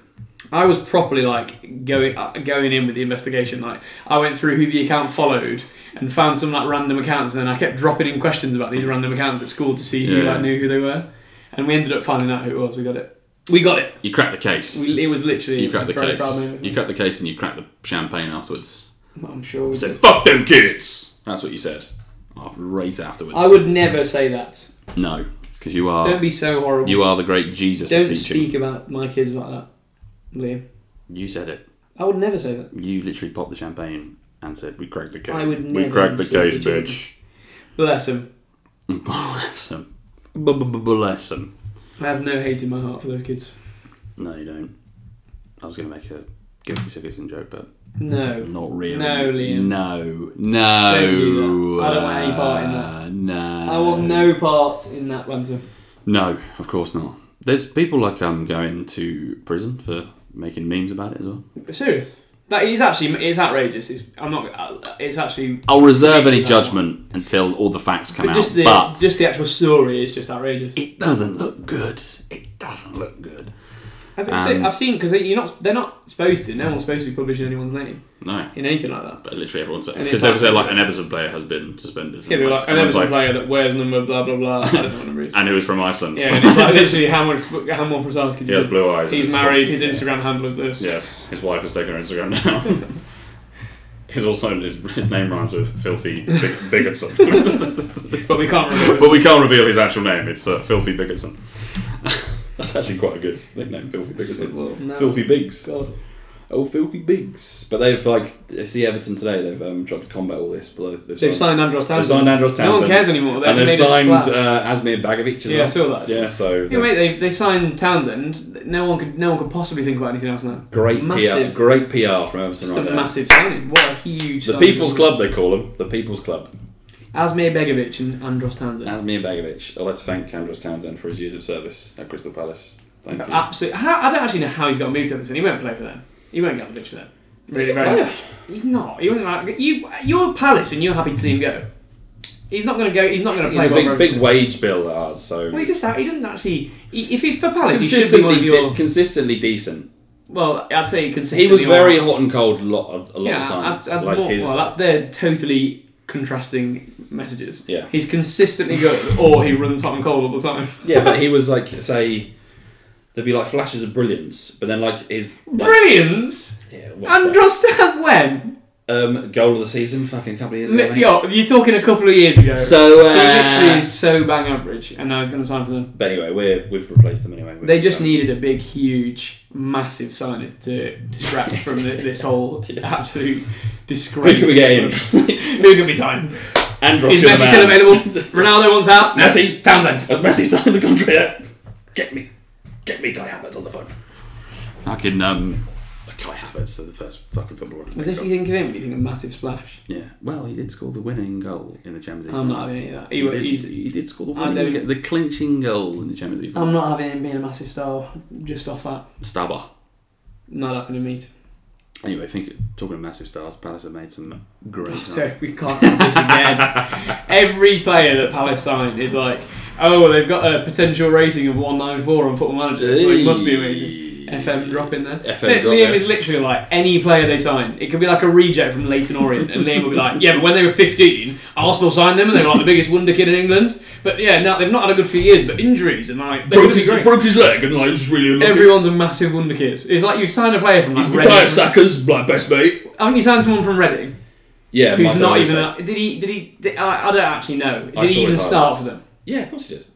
[SPEAKER 5] I was properly like going uh, going in with the investigation. Like I went through who the account followed and found some like random accounts, and then I kept dropping in questions about these random accounts at school to see who
[SPEAKER 4] Yeah.
[SPEAKER 5] like knew who they were. And we ended up finding out who it was. We got it. We got it.
[SPEAKER 4] You cracked the case.
[SPEAKER 5] We, it was literally
[SPEAKER 4] you cracked the
[SPEAKER 5] a very proud
[SPEAKER 4] case.
[SPEAKER 5] moment.
[SPEAKER 4] You cracked the case and you cracked the champagne afterwards.
[SPEAKER 5] I'm sure. We
[SPEAKER 4] You said, "Fuck them kids." That's what you said. Oh, right afterwards.
[SPEAKER 5] I would never say that.
[SPEAKER 4] no, because you are
[SPEAKER 5] Don't be so horrible.
[SPEAKER 4] you are the great Jesus
[SPEAKER 5] Don't
[SPEAKER 4] of teaching.
[SPEAKER 5] speak about my kids like that, Liam.
[SPEAKER 4] You said it.
[SPEAKER 5] I would never say that.
[SPEAKER 4] You literally popped the champagne and said, "We cracked the case.
[SPEAKER 5] I would
[SPEAKER 4] we
[SPEAKER 5] never
[SPEAKER 4] cracked the
[SPEAKER 5] insult
[SPEAKER 4] case,
[SPEAKER 5] the children."
[SPEAKER 4] bitch."
[SPEAKER 5] Bless them.
[SPEAKER 4] Bless them. Bless them.
[SPEAKER 5] I have no hate in my heart for those kids.
[SPEAKER 4] No, you don't. I was going to make a guilty citizen joke, but
[SPEAKER 5] No.
[SPEAKER 4] not really.
[SPEAKER 5] No, Liam.
[SPEAKER 4] No, no.
[SPEAKER 5] Don't do that. I don't want any part in that.
[SPEAKER 4] Uh, No.
[SPEAKER 5] I want no part in that banter.
[SPEAKER 4] No, of course not. There's people like um going to prison for making memes about it as well.
[SPEAKER 5] Serious. That is actually it's outrageous. It's I'm not. uh, It's actually.
[SPEAKER 4] I'll reserve any
[SPEAKER 5] Yeah.
[SPEAKER 4] judgment until all the facts come
[SPEAKER 5] But
[SPEAKER 4] out.
[SPEAKER 5] just the
[SPEAKER 4] but
[SPEAKER 5] just the actual story is just outrageous.
[SPEAKER 4] it doesn't look good. It doesn't look good.
[SPEAKER 5] I've,
[SPEAKER 4] Um,
[SPEAKER 5] seen- I've seen because you're not. They're not supposed to. No one's supposed to be publishing anyone's name
[SPEAKER 4] No,
[SPEAKER 5] in anything like that.
[SPEAKER 4] but literally everyone said
[SPEAKER 5] And
[SPEAKER 4] because
[SPEAKER 5] it's
[SPEAKER 4] they said
[SPEAKER 5] like-
[SPEAKER 4] like an Everton player has been suspended.
[SPEAKER 5] Yeah, they're like, an
[SPEAKER 4] Everyone's
[SPEAKER 5] Everton player that wears number blah blah blah. I don't know what number it is.
[SPEAKER 4] and it was from Iceland.
[SPEAKER 5] Yeah, and it's like literally how much how more precise can
[SPEAKER 4] he
[SPEAKER 5] you
[SPEAKER 4] has
[SPEAKER 5] be?
[SPEAKER 4] blue eyes.
[SPEAKER 5] He's
[SPEAKER 4] It's-
[SPEAKER 5] married, his Instagram handle is this.
[SPEAKER 4] Yes, his wife has taken her Instagram now. his also his, his name rhymes with filthy Big- Bigotson.
[SPEAKER 5] But we can't remember.
[SPEAKER 4] But we can't reveal his actual name. It's uh, Filthy Bigotson. That's actually quite a good nickname, Filthy Bigotson.
[SPEAKER 5] Well, no.
[SPEAKER 4] Filthy Biggs.
[SPEAKER 5] God.
[SPEAKER 4] Oh, Filthy Biggs. But they've like, I see Everton today. They've um, tried to combat all this. But they've,
[SPEAKER 5] They've signed Andros
[SPEAKER 4] They've
[SPEAKER 5] Townsend.
[SPEAKER 4] signed Andros Townsend.
[SPEAKER 5] No one cares anymore. They,
[SPEAKER 4] and they've
[SPEAKER 5] made a
[SPEAKER 4] signed
[SPEAKER 5] splash.
[SPEAKER 4] uh, Asmir Bagovic as
[SPEAKER 5] yeah, I
[SPEAKER 4] well.
[SPEAKER 5] saw that.
[SPEAKER 4] yeah, so
[SPEAKER 5] Yeah, mate, they've, they've signed Townsend. No one could no one could possibly think about anything else now.
[SPEAKER 4] great
[SPEAKER 5] massive.
[SPEAKER 4] PR, great PR from Everton
[SPEAKER 5] Just
[SPEAKER 4] right
[SPEAKER 5] a
[SPEAKER 4] now.
[SPEAKER 5] massive signing. What a huge
[SPEAKER 4] The
[SPEAKER 5] signing.
[SPEAKER 4] People's Club, they call them. The People's Club.
[SPEAKER 5] Asmir Begovic and Andros Townsend.
[SPEAKER 4] Asmir Begovic. I'd like to thank Andros Townsend for his years of service at Crystal Palace. Thank you.
[SPEAKER 5] Absolute. How, I don't actually know how he's got moved to Everton. He won't play for them. He won't get on the pitch for them. Really, very much. He's not. He wasn't like you. You're Palace, and you're happy to see him go. He's not going to go. He's not going to
[SPEAKER 4] He's
[SPEAKER 5] play.
[SPEAKER 4] a
[SPEAKER 5] well for
[SPEAKER 4] big,
[SPEAKER 5] Everton.
[SPEAKER 4] big wage bill at ours, so
[SPEAKER 5] Well, he just he doesn't actually. He, if he for Palace, he should be one
[SPEAKER 4] consistently,
[SPEAKER 5] of your.
[SPEAKER 4] de- consistently decent.
[SPEAKER 5] well, I'd say consistently.
[SPEAKER 4] He was
[SPEAKER 5] one of-
[SPEAKER 4] very hot and cold a lot of, a lot
[SPEAKER 5] Yeah,
[SPEAKER 4] of
[SPEAKER 5] that's,
[SPEAKER 4] times.
[SPEAKER 5] that's
[SPEAKER 4] like
[SPEAKER 5] more,
[SPEAKER 4] his,
[SPEAKER 5] well, that's they're totally contrasting messages.
[SPEAKER 4] Yeah.
[SPEAKER 5] he's consistently good, or he runs hot and cold all the time.
[SPEAKER 4] yeah, but he was like say there'd be like flashes of brilliance, but then like his like,
[SPEAKER 5] Brilliance.
[SPEAKER 4] yeah, what-
[SPEAKER 5] Andros Townsend. When?
[SPEAKER 4] Um, goal of the season, fucking couple of years ago. mate.
[SPEAKER 5] Yo, you're talking a couple of years ago.
[SPEAKER 4] So,
[SPEAKER 5] He literally
[SPEAKER 4] uh,
[SPEAKER 5] is so bang average, and I was going to sign for them.
[SPEAKER 4] but anyway, we're, we've replaced them anyway.
[SPEAKER 5] They just
[SPEAKER 4] Um,
[SPEAKER 5] needed a big, huge, massive signing to distract from the, this whole absolute disgrace.
[SPEAKER 4] Who can we get in?
[SPEAKER 5] Who can we sign?
[SPEAKER 4] Andros.
[SPEAKER 5] Is
[SPEAKER 4] you're the
[SPEAKER 5] Messi still
[SPEAKER 4] man.
[SPEAKER 5] available? Ronaldo wants out. No.
[SPEAKER 4] Messi,
[SPEAKER 5] Townsend.
[SPEAKER 4] Has Messi signed the contract yet? Get me, get me Guy Havertz on the phone. Fucking um, Guy Havertz, the first fucking footballer. to
[SPEAKER 5] As
[SPEAKER 4] make
[SPEAKER 5] if
[SPEAKER 4] a
[SPEAKER 5] you
[SPEAKER 4] goal.
[SPEAKER 5] think of him, you think of massive splash.
[SPEAKER 4] Yeah, well, he did score the winning goal in the Champions League.
[SPEAKER 5] I'm not having any of that. He,
[SPEAKER 4] He, did,
[SPEAKER 5] he's,
[SPEAKER 4] he did score the
[SPEAKER 5] I
[SPEAKER 4] winning,
[SPEAKER 5] don't- Um,
[SPEAKER 4] the clinching goal in the Champions League.
[SPEAKER 5] I'm not having him being a massive star just off that.
[SPEAKER 4] Stabber.
[SPEAKER 5] Not happening, mate.
[SPEAKER 4] Anyway, I think talking of massive stars, Palace have made some great.
[SPEAKER 5] So we can't do this again. Every player that Palace signed is like, oh, they've got a potential rating of 194 on Football Manager, so it must be amazing. FM drop in there.
[SPEAKER 4] FM
[SPEAKER 5] Li-
[SPEAKER 4] drop,
[SPEAKER 5] Liam
[SPEAKER 4] yeah.
[SPEAKER 5] is literally like any player they sign. It could be like a reject from Leighton Orient, and Liam will be like, "Yeah, but when they were 15, Arsenal signed them, and they were like the biggest wonder kid in England." But yeah, now they've not had a good few years, but injuries and like they
[SPEAKER 4] Broke
[SPEAKER 5] could be
[SPEAKER 4] his,
[SPEAKER 5] great.
[SPEAKER 4] broke his leg and like it was really unlucky.
[SPEAKER 5] Everyone's a massive wonder kid. It's like you've signed a player from like
[SPEAKER 4] He's Bukayo
[SPEAKER 5] Reading.
[SPEAKER 4] Saka's like best mate.
[SPEAKER 5] Haven't you signed someone from Reading?
[SPEAKER 4] Yeah,
[SPEAKER 5] Who's
[SPEAKER 4] Michael
[SPEAKER 5] not
[SPEAKER 4] Olise.
[SPEAKER 5] even? A, did he? Did he? Did, I, I don't actually know. Did
[SPEAKER 4] I saw
[SPEAKER 5] he even
[SPEAKER 4] his
[SPEAKER 5] start for
[SPEAKER 4] highlights.
[SPEAKER 5] them?
[SPEAKER 4] Yeah, of course he is.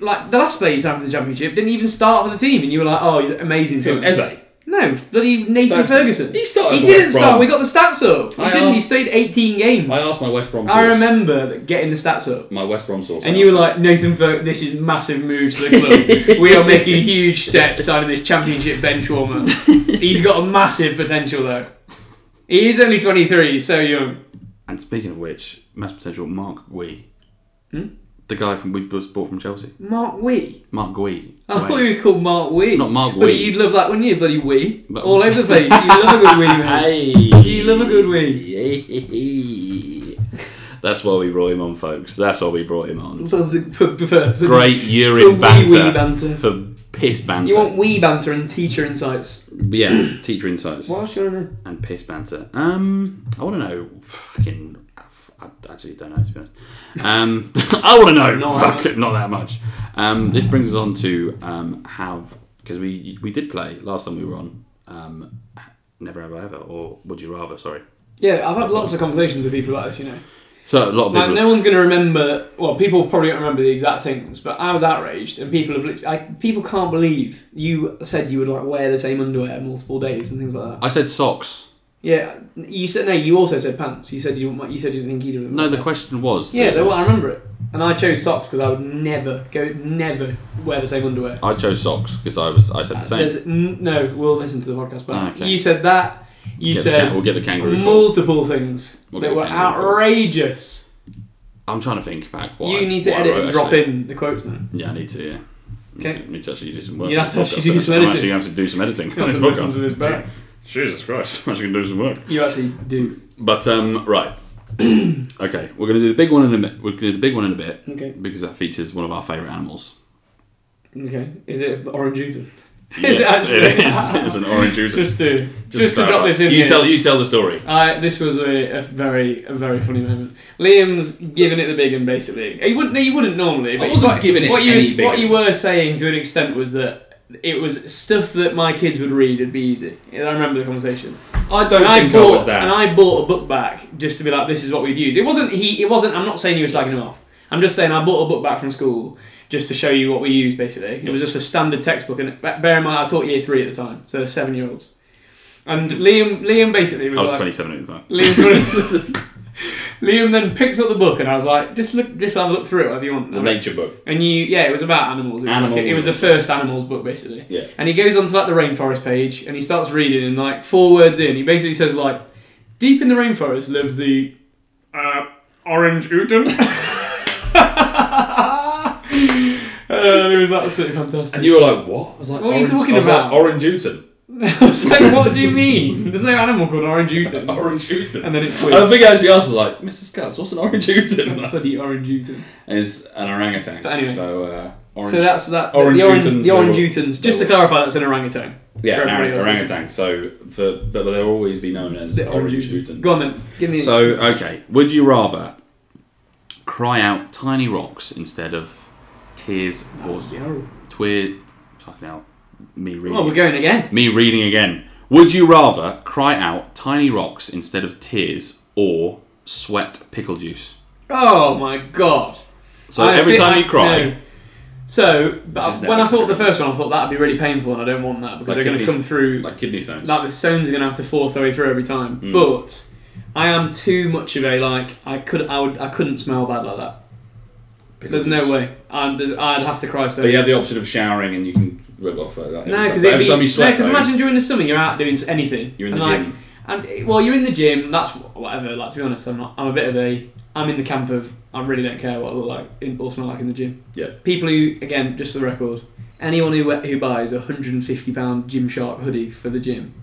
[SPEAKER 5] Like the last player he signed for the championship didn't even start for the team, and you were like, "Oh, he's amazing."
[SPEAKER 4] So
[SPEAKER 5] To
[SPEAKER 4] Eze.
[SPEAKER 5] No, bloody Nathan
[SPEAKER 4] Ferguson.
[SPEAKER 5] Ferguson.
[SPEAKER 4] He started
[SPEAKER 5] He
[SPEAKER 4] for
[SPEAKER 5] didn't
[SPEAKER 4] West Brom.
[SPEAKER 5] start. We got the stats up. He
[SPEAKER 4] I
[SPEAKER 5] didn't. he
[SPEAKER 4] asked-
[SPEAKER 5] stayed 18 games.
[SPEAKER 4] I
[SPEAKER 5] I,
[SPEAKER 4] asked my West Brom. source-
[SPEAKER 5] remember that getting the stats up.
[SPEAKER 4] my West Brom source.
[SPEAKER 5] And
[SPEAKER 4] I
[SPEAKER 5] you were
[SPEAKER 4] asked
[SPEAKER 5] like, Nathan Ferguson, this is massive moves to the club. we are making huge steps signing this championship bench warmer. He's got a massive potential, though. He is only 23, he's so young.
[SPEAKER 4] him. And speaking of which, mass potential Mark Gui,
[SPEAKER 5] Hmm?
[SPEAKER 4] the guy from we was bought from Chelsea.
[SPEAKER 5] Mark Wee.
[SPEAKER 4] Mark Gui.
[SPEAKER 5] I thought he was called Mark Wee.
[SPEAKER 4] Not Mark
[SPEAKER 5] But
[SPEAKER 4] Wee.
[SPEAKER 5] you'd love that, wouldn't you, bloody Wee?
[SPEAKER 4] But-
[SPEAKER 5] All over the place. You love a good Wee, mate.
[SPEAKER 4] Hey,
[SPEAKER 5] You love a good
[SPEAKER 4] wee. That's why we brought him on, folks. That's why we brought him on.
[SPEAKER 5] Loves a- for- for- for-
[SPEAKER 4] Great
[SPEAKER 5] for
[SPEAKER 4] urine
[SPEAKER 5] wee
[SPEAKER 4] banter,
[SPEAKER 5] wee banter.
[SPEAKER 4] for piss banter.
[SPEAKER 5] You want wee banter and teacher insights.
[SPEAKER 4] yeah, teacher insights.
[SPEAKER 5] What else do you want to know?
[SPEAKER 4] and piss banter. Um, I want to know. Fucking, I actually don't know to be honest. Um, I want to know.
[SPEAKER 5] No, I
[SPEAKER 4] fuck,
[SPEAKER 5] don't.
[SPEAKER 4] not that much. Um, this brings us on to um, have because we we did play last time we were on. Um, Never have I ever, or would you rather? Sorry.
[SPEAKER 5] Yeah, I've had lots of conversations with people about this, you know.
[SPEAKER 4] So a lot of people.
[SPEAKER 5] Like, no one's going to remember, well, people probably don't remember the exact things, but I was outraged, and people have lit- I, people can't believe you said you would, like, wear the same underwear multiple days and things like that.
[SPEAKER 4] I said socks.
[SPEAKER 5] Yeah, you said, no, you also said pants. You said you, didn't- you said you didn't think either of them.
[SPEAKER 4] No, the question was.
[SPEAKER 5] Yeah,
[SPEAKER 4] that it
[SPEAKER 5] no, well, I
[SPEAKER 4] was-
[SPEAKER 5] remember it. And I chose socks because I would never, go, never wear the same underwear.
[SPEAKER 4] I chose socks because I was. I said the same. Ah,
[SPEAKER 5] There's- mm, no, we'll listen to the podcast back.
[SPEAKER 4] Okay.
[SPEAKER 5] You said that. You
[SPEAKER 4] Get the
[SPEAKER 5] said
[SPEAKER 4] can- we'll get the kangaroo. call.
[SPEAKER 5] multiple things
[SPEAKER 4] We'll get
[SPEAKER 5] that
[SPEAKER 4] the
[SPEAKER 5] were
[SPEAKER 4] kangaroo court.
[SPEAKER 5] outrageous.
[SPEAKER 4] I'm trying to think back. What I-
[SPEAKER 5] you need to
[SPEAKER 4] what I
[SPEAKER 5] edit
[SPEAKER 4] wrote,
[SPEAKER 5] and drop
[SPEAKER 4] actually.
[SPEAKER 5] in the quotes now.
[SPEAKER 4] Yeah, I need to. Yeah. Need
[SPEAKER 5] Okay.
[SPEAKER 4] to- Need to actually do some work.
[SPEAKER 5] You'll have to
[SPEAKER 4] I'm
[SPEAKER 5] actually do some
[SPEAKER 4] I'm
[SPEAKER 5] editing.
[SPEAKER 4] actually going to have to do some editing. on this podcast. Jesus Christ, I'm actually going to do some work.
[SPEAKER 5] You actually do.
[SPEAKER 4] But um, right, okay, we're going to do the big one in a bit. We're going to do the big one in a bit
[SPEAKER 5] Okay.
[SPEAKER 4] because that features one of our favourite animals.
[SPEAKER 5] Okay. Is it orange juice? Is
[SPEAKER 4] Yes,
[SPEAKER 5] actually-
[SPEAKER 4] it is. It's an orange juice.
[SPEAKER 5] Just to just, to
[SPEAKER 4] clarify.
[SPEAKER 5] drop this in.
[SPEAKER 4] You
[SPEAKER 5] here.
[SPEAKER 4] tell you tell the story.
[SPEAKER 5] I, this was a, a very a very funny moment. Liam's giving it the big one basically. He wouldn't he wouldn't normally. But
[SPEAKER 4] wasn't
[SPEAKER 5] what,
[SPEAKER 4] giving it
[SPEAKER 5] what you
[SPEAKER 4] any
[SPEAKER 5] was-
[SPEAKER 4] big
[SPEAKER 5] what
[SPEAKER 4] un.
[SPEAKER 5] you were saying to an extent was that it was stuff that my kids would read. It'd be easy. And I remember the conversation.
[SPEAKER 4] I don't
[SPEAKER 5] And I
[SPEAKER 4] think
[SPEAKER 5] bought
[SPEAKER 4] I was that.
[SPEAKER 5] and I bought a book back just to be like, this is what we'd use. It wasn't he. It wasn't. I'm not saying he was slagging him off. I'm just saying I bought a book back from school just to show you what we used. Basically, it was just a standard textbook. And bear in mind, I taught year three at the time, so seven year olds. And Liam, Liam basically was,
[SPEAKER 4] I was
[SPEAKER 5] like,
[SPEAKER 4] 27 at the time.
[SPEAKER 5] Liam, Liam then picked up the book and I was like, just look, just have a look through it if you want.
[SPEAKER 4] It's a nature book.
[SPEAKER 5] And you, yeah, it was about animals. It was, like
[SPEAKER 4] Animals.
[SPEAKER 5] it was the first animals book, basically.
[SPEAKER 4] Yeah.
[SPEAKER 5] And he goes onto like the rainforest page, and he starts reading, and like four words in, he basically says like, "Deep in the rainforest lives the uh, orange utan." and it was absolutely fantastic.
[SPEAKER 4] And you were like, what? I was like,
[SPEAKER 5] What are you
[SPEAKER 4] orange,
[SPEAKER 5] talking
[SPEAKER 4] I was
[SPEAKER 5] about?
[SPEAKER 4] Like, orange Uton.
[SPEAKER 5] I was like, "What do you mean? There's no animal called orange utan."
[SPEAKER 4] Orange Uton.
[SPEAKER 5] And then it
[SPEAKER 4] And I
[SPEAKER 5] tweets.
[SPEAKER 4] think I actually asked, like, Mr. Scabs, what's an orange Uton?
[SPEAKER 5] Bloody orange utan.
[SPEAKER 4] It's an orangutan.
[SPEAKER 5] But anyway.
[SPEAKER 4] So, uh, orange.
[SPEAKER 5] So that's that.
[SPEAKER 4] Orange
[SPEAKER 5] the orange,
[SPEAKER 4] utans,
[SPEAKER 5] the
[SPEAKER 4] they
[SPEAKER 5] orange
[SPEAKER 4] were-
[SPEAKER 5] utans. Just to
[SPEAKER 4] they were-
[SPEAKER 5] clarify, that's an orangutan.
[SPEAKER 4] yeah,
[SPEAKER 5] for
[SPEAKER 4] an
[SPEAKER 5] everybody
[SPEAKER 4] orang-
[SPEAKER 5] else,
[SPEAKER 4] orangutan. So, for, but they'll always be known as
[SPEAKER 5] The
[SPEAKER 4] orange
[SPEAKER 5] orange utan.
[SPEAKER 4] Utons.
[SPEAKER 5] Go on then. Give me.
[SPEAKER 4] So, okay, would you rather cry out tiny rocks instead of tears or
[SPEAKER 5] Oh, Yeah.
[SPEAKER 4] twir? Fucking hell, me reading.
[SPEAKER 5] Well, we're going again.
[SPEAKER 4] me reading again. Would you rather cry out tiny rocks instead of tears or sweat pickle juice?
[SPEAKER 5] Oh my god.
[SPEAKER 4] So
[SPEAKER 5] I
[SPEAKER 4] every
[SPEAKER 5] feel
[SPEAKER 4] time
[SPEAKER 5] like-
[SPEAKER 4] you cry,
[SPEAKER 5] no. So, but
[SPEAKER 4] Which is
[SPEAKER 5] I- when
[SPEAKER 4] never
[SPEAKER 5] I thought the
[SPEAKER 4] true.
[SPEAKER 5] first one, I thought that'd be really painful, and I don't want that because
[SPEAKER 4] Like
[SPEAKER 5] they're going to
[SPEAKER 4] kidney-
[SPEAKER 5] come through. Like,
[SPEAKER 4] like Hmm. kidney stones.
[SPEAKER 5] the stones are going to have to force their way through every time. But I am too much of a like. I could. I would. I couldn't smell bad like that.
[SPEAKER 4] Pickle
[SPEAKER 5] There's
[SPEAKER 4] juice.
[SPEAKER 5] no way. I'd, there's- I'd have to cry so.
[SPEAKER 4] But you have the option of showering and you can rub off like that.
[SPEAKER 5] No,
[SPEAKER 4] every time.
[SPEAKER 5] because
[SPEAKER 4] But every time you sweat, though,
[SPEAKER 5] imagine during the summer you're out doing anything.
[SPEAKER 4] You're in the
[SPEAKER 5] and like,
[SPEAKER 4] gym.
[SPEAKER 5] And well, you're in the gym. That's wh- whatever. Like to be honest, I'm not. I'm a bit of a. I'm in the camp of. I really don't care what I look like in, or smell like in the gym.
[SPEAKER 4] Yeah.
[SPEAKER 5] People who, again, just for the record, anyone who who buys a hundred and fifty pound Gymshark hoodie for the gym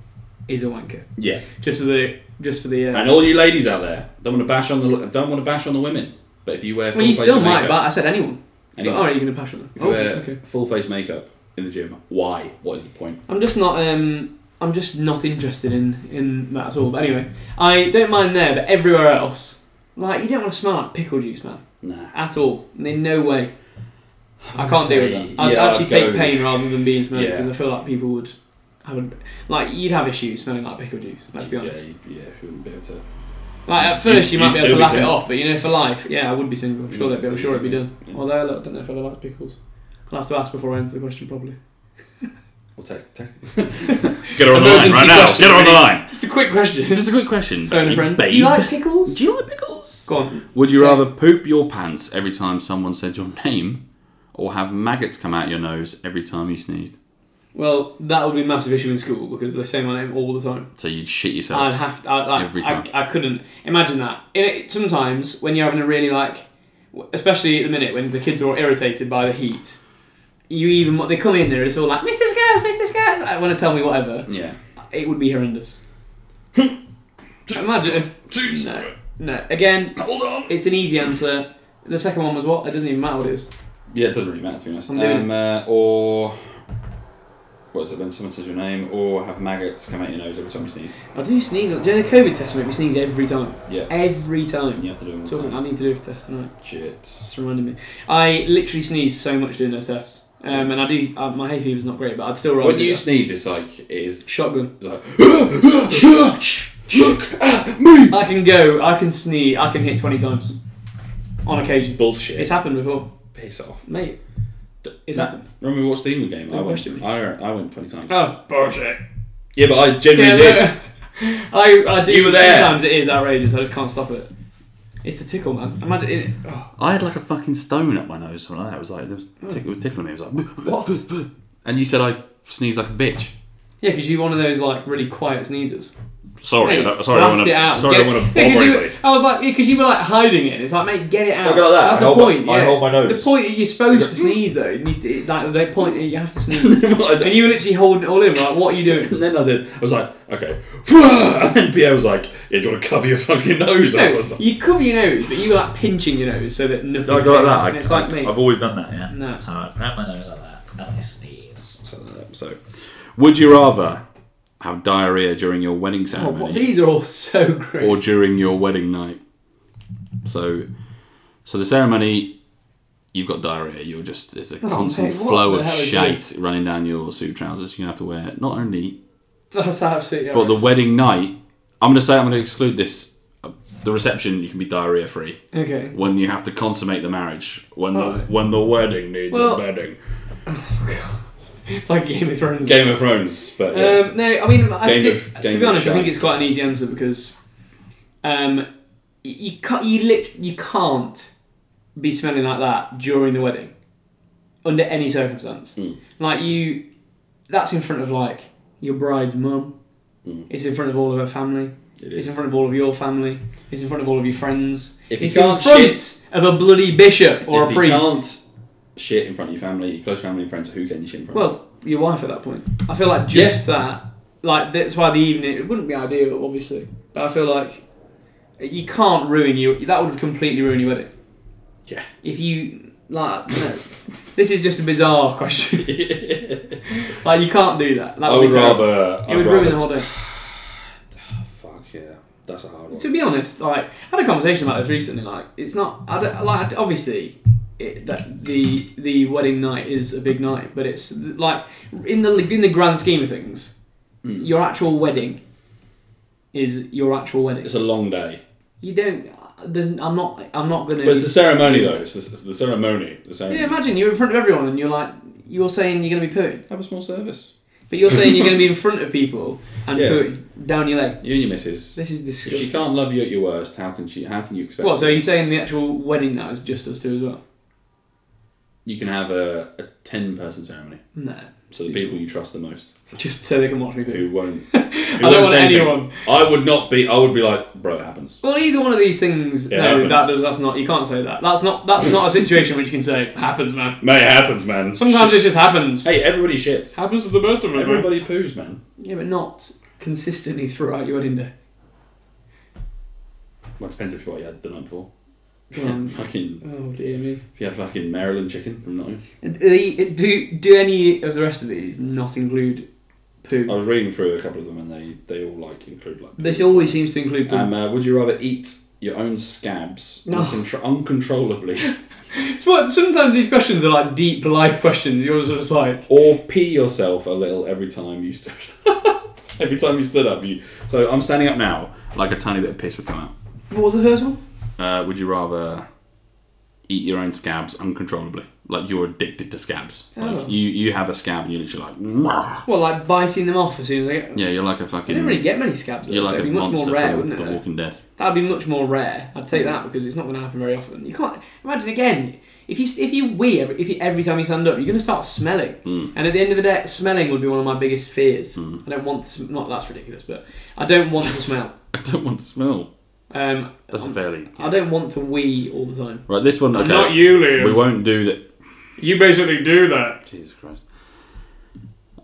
[SPEAKER 5] is a wanker.
[SPEAKER 4] yeah.
[SPEAKER 5] Just for the just for the. Uh,
[SPEAKER 4] And all you ladies out there, don't want to bash on the don't want to bash on the women. But if you wear full
[SPEAKER 5] well, you
[SPEAKER 4] face
[SPEAKER 5] still
[SPEAKER 4] of
[SPEAKER 5] might,
[SPEAKER 4] makeup,
[SPEAKER 5] but I said anyone.
[SPEAKER 4] and you-
[SPEAKER 5] But, oh, are you going to passion
[SPEAKER 4] if
[SPEAKER 5] them?
[SPEAKER 4] you
[SPEAKER 5] Oh,
[SPEAKER 4] wear
[SPEAKER 5] okay.
[SPEAKER 4] full face makeup in the gym, why? What is the point?
[SPEAKER 5] I'm just not. Um, I'm just not interested in in that at all. But anyway, I don't mind there, but everywhere else, like you don't want to smell like pickle juice, man,
[SPEAKER 4] Nah.
[SPEAKER 5] at all. In no way. I can't deal with that. I'd
[SPEAKER 4] Yeah,
[SPEAKER 5] actually
[SPEAKER 4] I'd
[SPEAKER 5] take
[SPEAKER 4] go-
[SPEAKER 5] pain rather than being smelly
[SPEAKER 4] Yeah.
[SPEAKER 5] because I feel like people would have a, like you'd have issues smelling like pickle juice. Let's be
[SPEAKER 4] Yeah,
[SPEAKER 5] honest.
[SPEAKER 4] you- yeah, you wouldn't be able to.
[SPEAKER 5] Like at first you
[SPEAKER 4] You'd-
[SPEAKER 5] might
[SPEAKER 4] you'd
[SPEAKER 5] be able
[SPEAKER 4] still
[SPEAKER 5] to
[SPEAKER 4] be
[SPEAKER 5] laugh it
[SPEAKER 4] single.
[SPEAKER 5] off, but you know for life, yeah, I would be single. I'm sure
[SPEAKER 4] You'd
[SPEAKER 5] they'd be. I'm
[SPEAKER 4] still
[SPEAKER 5] sure
[SPEAKER 4] be
[SPEAKER 5] it'd be done.
[SPEAKER 4] single, yeah.
[SPEAKER 5] Although I don't know if I like pickles. I'll have to ask before I answer the question probably.
[SPEAKER 4] We'll take, take. Get her on the line
[SPEAKER 5] Emergency
[SPEAKER 4] right now.
[SPEAKER 5] question,
[SPEAKER 4] Get her on the
[SPEAKER 5] really.
[SPEAKER 4] line.
[SPEAKER 5] Just a quick question.
[SPEAKER 4] Just a quick question.
[SPEAKER 5] Phone a
[SPEAKER 4] you
[SPEAKER 5] friend.
[SPEAKER 4] babe.
[SPEAKER 5] Do you like pickles?
[SPEAKER 4] Do you like pickles?
[SPEAKER 5] Go on.
[SPEAKER 4] Would you
[SPEAKER 5] Okay.
[SPEAKER 4] rather poop your pants every time someone said your name, or have maggots come out your nose every time you sneezed?
[SPEAKER 5] Well, that would be a massive issue in school because they say my name all the time.
[SPEAKER 4] So you'd shit
[SPEAKER 5] I'd
[SPEAKER 4] yourself.
[SPEAKER 5] have to, I, like,
[SPEAKER 4] Every time.
[SPEAKER 5] I, I couldn't imagine that. In it, sometimes when you're having a really like, w- especially at the minute when the kids are all irritated by the heat, you even they come in there it's all like Mr. Scars, Mr. Scars. I want to tell me whatever.
[SPEAKER 4] yeah.
[SPEAKER 5] It would be horrendous. imagine.
[SPEAKER 4] Jeez.
[SPEAKER 5] No, no. Again,
[SPEAKER 4] Hold on.
[SPEAKER 5] it's an easy answer. The second one was what? It doesn't even matter what it is.
[SPEAKER 4] Yeah, it doesn't really matter to be honest.
[SPEAKER 5] I'm doing
[SPEAKER 4] Um, uh, or what is it when someone says your name, or have maggots come out your nose every time you sneeze?
[SPEAKER 5] I do sneeze. Do you know the COVID test make me sneeze every time?
[SPEAKER 4] Yeah.
[SPEAKER 5] Every
[SPEAKER 4] And
[SPEAKER 5] time.
[SPEAKER 4] you have to do them all the
[SPEAKER 5] Talking,
[SPEAKER 4] time.
[SPEAKER 5] I need to do a test tonight.
[SPEAKER 4] Shit.
[SPEAKER 5] It's reminding me. I literally sneeze so much doing those tests, um, and I do. Uh, my hay fever's not great, but I'd still rather.
[SPEAKER 4] When
[SPEAKER 5] do
[SPEAKER 4] you
[SPEAKER 5] that.
[SPEAKER 4] sneeze, it's like it is.
[SPEAKER 5] shotgun,
[SPEAKER 4] It's like look at me.
[SPEAKER 5] I can go. I can sneeze. I can hit twenty times, on occasion.
[SPEAKER 4] Bullshit.
[SPEAKER 5] It's happened before,
[SPEAKER 4] Piss off.
[SPEAKER 5] mate.
[SPEAKER 4] D-
[SPEAKER 5] It's happened.
[SPEAKER 4] Remember we watched the England game? I went,
[SPEAKER 5] question me.
[SPEAKER 4] I, I went twenty times.
[SPEAKER 5] Oh bullshit!
[SPEAKER 4] Yeah, but I
[SPEAKER 5] Yeah,
[SPEAKER 4] genuinely did.
[SPEAKER 5] no. I, I do.
[SPEAKER 4] You were there.
[SPEAKER 5] Sometimes it is outrageous. I just can't stop it. It's the tickle, man. Imagine it. Oh,
[SPEAKER 4] I had like a fucking stone up my nose. Like that. It was like it was, tick, it was tickling me. It was like
[SPEAKER 5] what?
[SPEAKER 4] And you said I sneezed like a bitch.
[SPEAKER 5] yeah, because you're one of those like really quiet sneezers.
[SPEAKER 4] Sorry,
[SPEAKER 5] Mate,
[SPEAKER 4] I don't- sorry, I
[SPEAKER 5] blast
[SPEAKER 4] want
[SPEAKER 5] it out.
[SPEAKER 4] to. Sorry,
[SPEAKER 5] Get-
[SPEAKER 4] I want to
[SPEAKER 5] Yeah, 'cause
[SPEAKER 4] bother
[SPEAKER 5] you-
[SPEAKER 4] anybody.
[SPEAKER 5] I was like, because you were like hiding it. It's like, mate, get it out.
[SPEAKER 4] I go like that,
[SPEAKER 5] That's
[SPEAKER 4] I
[SPEAKER 5] the
[SPEAKER 4] hold my-
[SPEAKER 5] point.
[SPEAKER 4] I
[SPEAKER 5] yeah.
[SPEAKER 4] hold my nose.
[SPEAKER 5] The point that you're supposed to sneeze though. It needs to it- like the point that you have to sneeze.
[SPEAKER 4] Well, I don't-
[SPEAKER 5] and you were literally holding it all in. Like, what are you doing?
[SPEAKER 4] And then I did. I was like, okay. And then Pierre was like, yeah, do you want to cover your fucking nose? I
[SPEAKER 5] No,
[SPEAKER 4] was like,
[SPEAKER 5] you cover your nose, but you were like pinching your nose so that nothing.
[SPEAKER 6] Do I go like
[SPEAKER 5] came
[SPEAKER 6] that?
[SPEAKER 5] out.
[SPEAKER 6] I,
[SPEAKER 5] And it's like,
[SPEAKER 6] I,
[SPEAKER 5] mate,
[SPEAKER 6] I've always done that, yeah?
[SPEAKER 5] No.
[SPEAKER 6] So I grab my nose like that and I sneeze.
[SPEAKER 4] so, would you rather have diarrhea during your wedding
[SPEAKER 5] oh, what-
[SPEAKER 4] ceremony
[SPEAKER 5] these are all so great.
[SPEAKER 4] or during your wedding night? So, so the ceremony, you've got diarrhea. You're just it's a constant
[SPEAKER 5] mate, what
[SPEAKER 4] flow
[SPEAKER 5] the
[SPEAKER 4] of
[SPEAKER 5] hell is
[SPEAKER 4] shite
[SPEAKER 5] this?
[SPEAKER 4] running down your suit trousers. You're gonna have to wear not only
[SPEAKER 5] That's absolutely.
[SPEAKER 4] But the wedding night, I'm going to say I'm going to exclude this. uh, The reception, you can be diarrhea free.
[SPEAKER 5] okay.
[SPEAKER 4] When you have to consummate the marriage, when the
[SPEAKER 5] Right.
[SPEAKER 4] when the wedding needs
[SPEAKER 5] Well-
[SPEAKER 4] a bedding.
[SPEAKER 5] It's like Game of Thrones.
[SPEAKER 4] Game of Thrones, but yeah.
[SPEAKER 5] Um, no, I mean, I
[SPEAKER 4] Game
[SPEAKER 5] think,
[SPEAKER 4] of-
[SPEAKER 5] to
[SPEAKER 4] game
[SPEAKER 5] be
[SPEAKER 4] of
[SPEAKER 5] honest, I think
[SPEAKER 4] sharks.
[SPEAKER 5] it's quite an easy answer because um, y- you can't, you, lit, you can't be smelling like that during the wedding under any circumstance.
[SPEAKER 4] Hmm.
[SPEAKER 5] Like you, that's in front of like your bride's mum.
[SPEAKER 4] Hmm.
[SPEAKER 5] It's in front of all of her family.
[SPEAKER 4] it
[SPEAKER 5] It's in
[SPEAKER 4] is.
[SPEAKER 5] front of all of your family. It's in front of all of your friends.
[SPEAKER 4] If you
[SPEAKER 5] it's
[SPEAKER 4] can't
[SPEAKER 5] in front
[SPEAKER 4] shit-
[SPEAKER 5] of a bloody bishop or
[SPEAKER 4] if
[SPEAKER 5] a
[SPEAKER 4] you
[SPEAKER 5] priest.
[SPEAKER 4] can't shit in front of your family, your close family and friends, who can you shit in front? of?
[SPEAKER 5] Well, your wife at that point. I feel like just that, like that's why the evening it wouldn't be ideal, obviously. But I feel like you can't ruin you. That would completely ruin your wedding.
[SPEAKER 4] Yeah.
[SPEAKER 5] If you like, no. this is just a bizarre question. like you can't do that. That
[SPEAKER 4] I
[SPEAKER 5] would,
[SPEAKER 4] would
[SPEAKER 5] be terrible.
[SPEAKER 4] rather.
[SPEAKER 5] It
[SPEAKER 4] I'd
[SPEAKER 5] would
[SPEAKER 4] rather
[SPEAKER 5] ruin the whole day.
[SPEAKER 4] fuck yeah, that's a hard one.
[SPEAKER 5] To be honest, like I had a conversation about this recently. Like it's not. I don't, like obviously. It, that the the wedding night is a big night, but it's like in the in the grand scheme of things,
[SPEAKER 4] Hmm.
[SPEAKER 5] your actual wedding is your actual wedding.
[SPEAKER 4] It's a long day.
[SPEAKER 5] You don't. There's, I'm not. I'm not gonna.
[SPEAKER 4] But it's the ceremony, though. It's the, it's the ceremony.
[SPEAKER 5] Mm.
[SPEAKER 4] The
[SPEAKER 5] yeah,
[SPEAKER 4] ceremony.
[SPEAKER 5] imagine you're in front of everyone and you're like, you're saying you're gonna be pooing,
[SPEAKER 4] Have a small service.
[SPEAKER 5] but you're saying you're gonna be in front of people and
[SPEAKER 4] Yeah.
[SPEAKER 5] pooing down your leg.
[SPEAKER 4] You and your missus.
[SPEAKER 5] This is
[SPEAKER 4] If she
[SPEAKER 5] disgusting.
[SPEAKER 4] can't love you at your worst, how can she? How can you expect?
[SPEAKER 5] What? So you're saying the actual wedding now is just us two as well?
[SPEAKER 4] you can have a, a ten-person ceremony.
[SPEAKER 5] No.
[SPEAKER 4] So the people you trust the most
[SPEAKER 5] Just so they can watch me poo.
[SPEAKER 4] who won't. Who
[SPEAKER 5] I don't want anyone.
[SPEAKER 4] I would not be. I would be like, bro, it happens.
[SPEAKER 5] Well, either one of these things.
[SPEAKER 4] It
[SPEAKER 5] no, that,
[SPEAKER 4] happens.
[SPEAKER 5] that's not. You can't say that. That's not. That's not a situation which you can say happens, man.
[SPEAKER 4] Mate, it happens, man.
[SPEAKER 5] Sometimes it just happens.
[SPEAKER 4] hey, everybody shits.
[SPEAKER 5] Happens to the best of us. man.
[SPEAKER 4] Everybody poos, man.
[SPEAKER 5] Yeah, but not consistently throughout your wedding day.
[SPEAKER 4] Well, it depends if you what you had the night before.
[SPEAKER 5] Go on.
[SPEAKER 4] fucking,
[SPEAKER 5] Oh dear me.
[SPEAKER 4] if you had fucking Maryland chicken from Nottingham.
[SPEAKER 5] They- Do do any of the rest of these not include poo?
[SPEAKER 4] I was reading through a couple of them, and they they all like include like.
[SPEAKER 5] This always seems to include poo.
[SPEAKER 4] Um, uh, would you rather eat your own scabs
[SPEAKER 5] No.
[SPEAKER 4] uncontro- uncontrollably,
[SPEAKER 5] It's what sometimes these questions are like deep life questions. You're just like
[SPEAKER 4] or pee yourself a little every time you stood? every time you stood up, you. So I'm standing up now, like a tiny bit of piss would come out.
[SPEAKER 5] what was the first one?
[SPEAKER 4] Uh, would you rather eat your own scabs uncontrollably? Like you're addicted to scabs. Like
[SPEAKER 5] Oh.
[SPEAKER 4] you, you have a scab and you're literally like, "Mwah."
[SPEAKER 5] Well, like biting them off as soon as I get.
[SPEAKER 4] yeah, you're like a
[SPEAKER 5] I
[SPEAKER 4] fucking.
[SPEAKER 5] don't really get many scabs. Though,
[SPEAKER 4] you're
[SPEAKER 5] so
[SPEAKER 4] like
[SPEAKER 5] it'd
[SPEAKER 4] a
[SPEAKER 5] be much
[SPEAKER 4] monster
[SPEAKER 5] more rare,
[SPEAKER 4] from
[SPEAKER 5] wouldn't
[SPEAKER 4] The
[SPEAKER 5] it?
[SPEAKER 4] Walking Dead.
[SPEAKER 5] That'd be much more rare. I'd
[SPEAKER 4] Hmm.
[SPEAKER 5] take that because it's not going to happen very often. You can't imagine again. If you if you wee every, if you, every time you stand up, you're going to start smelling.
[SPEAKER 4] Hmm.
[SPEAKER 5] And at the end of the day, smelling would be one of my biggest fears. I don't want to. Sm- not that's ridiculous, but I don't want to smell.
[SPEAKER 4] I don't want to smell.
[SPEAKER 5] Um,
[SPEAKER 4] That's fairly.
[SPEAKER 5] I don't want to wee all the time.
[SPEAKER 4] Right, this one. Okay.
[SPEAKER 5] you,
[SPEAKER 4] We won't do that.
[SPEAKER 5] You basically do that.
[SPEAKER 4] Jesus Christ.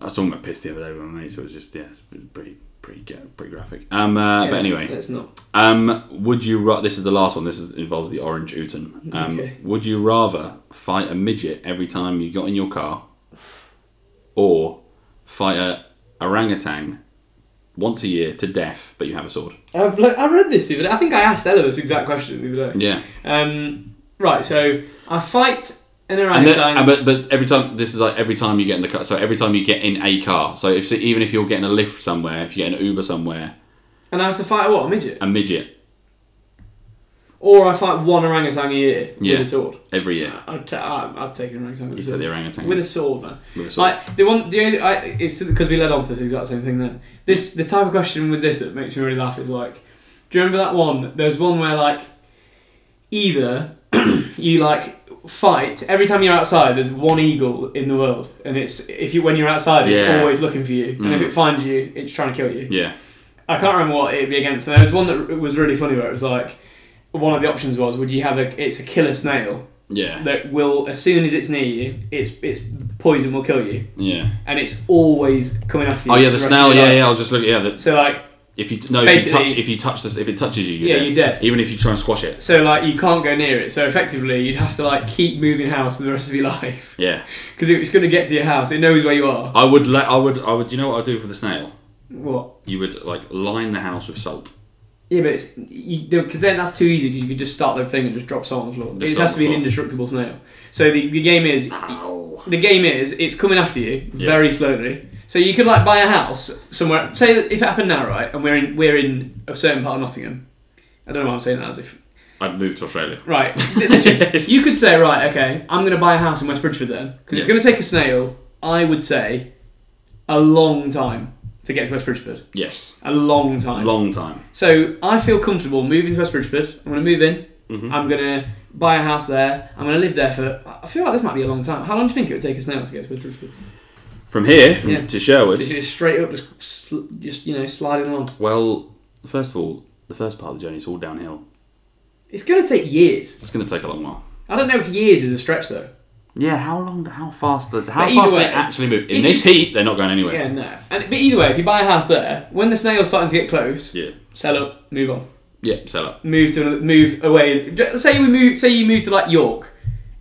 [SPEAKER 4] I was talking about piss the other day with my mate, so it was just yeah, it was pretty pretty ga- pretty graphic. Um, uh, but anyway,
[SPEAKER 5] it's not.
[SPEAKER 4] um, would you? Ra- this is the last one. This is, involves the orange Uton. Um,
[SPEAKER 5] Okay.
[SPEAKER 4] Would you rather fight a midget every time you got in your car, or fight a orangutan once a year to death, but you have a sword?
[SPEAKER 5] I've like, I read this the other day. I think I asked Ella this exact question the other day.
[SPEAKER 4] Yeah,
[SPEAKER 5] Um, right, so I fight an
[SPEAKER 4] and then,
[SPEAKER 5] orangutan.
[SPEAKER 4] uh, but but every time this is like every time you get in the car. So every time you get in a car. So if so even if you're getting a lift somewhere, if you get an Uber somewhere,
[SPEAKER 5] And I have to fight what a midget,
[SPEAKER 4] a midget
[SPEAKER 5] or I fight one orangutan a year
[SPEAKER 4] Yeah.
[SPEAKER 5] with a sword.
[SPEAKER 4] every year.
[SPEAKER 5] I'd, ta- I'd take an orangutan with a
[SPEAKER 4] You take
[SPEAKER 5] sword.
[SPEAKER 4] the orangutan.
[SPEAKER 5] With a sword, man.
[SPEAKER 4] With a sword.
[SPEAKER 5] Like the one, the only, I, it's because we led on to this exact same thing. Then this, the type of question with this that makes me really laugh is like, do you remember that one? There's one where like, either you like fight every time you're outside. There's one eagle in the world, and it's if you when you're outside, it's
[SPEAKER 4] Yeah. Mm.
[SPEAKER 5] always looking for you, and if it finds you, it's trying to kill you.
[SPEAKER 4] yeah.
[SPEAKER 5] I can't remember what it'd be against. There was one that was really funny where it was like, one of the options was, would you have a? It's a killer snail
[SPEAKER 4] Yeah.
[SPEAKER 5] that will as soon as it's near you, its its poison will kill you,
[SPEAKER 4] yeah.
[SPEAKER 5] and it's always coming after you.
[SPEAKER 4] Oh yeah,
[SPEAKER 5] for
[SPEAKER 4] the
[SPEAKER 5] rest of
[SPEAKER 4] snail.
[SPEAKER 5] your
[SPEAKER 4] Yeah,
[SPEAKER 5] life.
[SPEAKER 4] yeah. I was just looking. Yeah, the,
[SPEAKER 5] So like,
[SPEAKER 4] if you no, if you
[SPEAKER 5] Basically-
[SPEAKER 4] touch, if you touch this, if it touches you, you're
[SPEAKER 5] Yeah,
[SPEAKER 4] dead.
[SPEAKER 5] you're dead.
[SPEAKER 4] Even if you try and squash it.
[SPEAKER 5] so like, you can't go near it. So effectively, you'd have to like keep moving house for the rest of your life
[SPEAKER 4] Yeah.
[SPEAKER 5] because if it's going to get to your house, it knows where you are.
[SPEAKER 4] I would let. I would. I would. You know what I'd do for the snail?
[SPEAKER 5] What?
[SPEAKER 4] You would like line the house with salt.
[SPEAKER 5] Yeah, but it's because then that's too easy. 'cause You could just start the thing and just drop salt on the floor.
[SPEAKER 4] Just
[SPEAKER 5] it has
[SPEAKER 4] salt
[SPEAKER 5] to be an
[SPEAKER 4] on the
[SPEAKER 5] indestructible snail. So the, the game is the game is it's coming after you very slowly. So you could like buy a house somewhere. Say that if it happened now, right? And we're in we're in a certain part of Nottingham. I don't know why I'm saying that as if
[SPEAKER 4] I'd move to Australia.
[SPEAKER 5] right. literally, You could say right, okay, I'm going to buy a house in West Bridgeford then because
[SPEAKER 4] Yes.
[SPEAKER 5] it's going to take a snail. I would say a long time to get to West Bridgeford.
[SPEAKER 4] Yes.
[SPEAKER 5] A long time.
[SPEAKER 4] Long time.
[SPEAKER 5] So I feel comfortable moving to West Bridgeford. I'm going to move in. I'm going to buy a house there. I'm going to live there for. I feel like this might be a long time. How long do you think it would take us now to get to West Bridgeford?
[SPEAKER 4] From here, from
[SPEAKER 5] Yeah.
[SPEAKER 4] to Sherwood.
[SPEAKER 5] Just, just straight up, just sl- just you know, sliding along.
[SPEAKER 4] Well, first of all, the first part of the journey is all downhill.
[SPEAKER 5] It's going to take years.
[SPEAKER 4] It's going to take a long while.
[SPEAKER 5] I don't know if years is a stretch though.
[SPEAKER 4] Yeah. How long? How fast? The, how
[SPEAKER 5] But either
[SPEAKER 4] fast
[SPEAKER 5] way,
[SPEAKER 4] they actually move in
[SPEAKER 5] if
[SPEAKER 4] this
[SPEAKER 5] you-
[SPEAKER 4] heat? They're not going anywhere.
[SPEAKER 5] Yeah, no. And but either way, if you buy a house there, when the snail's starting to get close,
[SPEAKER 4] Yeah.
[SPEAKER 5] sell up, move on,
[SPEAKER 4] Yeah. Sell up.
[SPEAKER 5] move to another, move away. Ju- Say we move. Say you move to like York.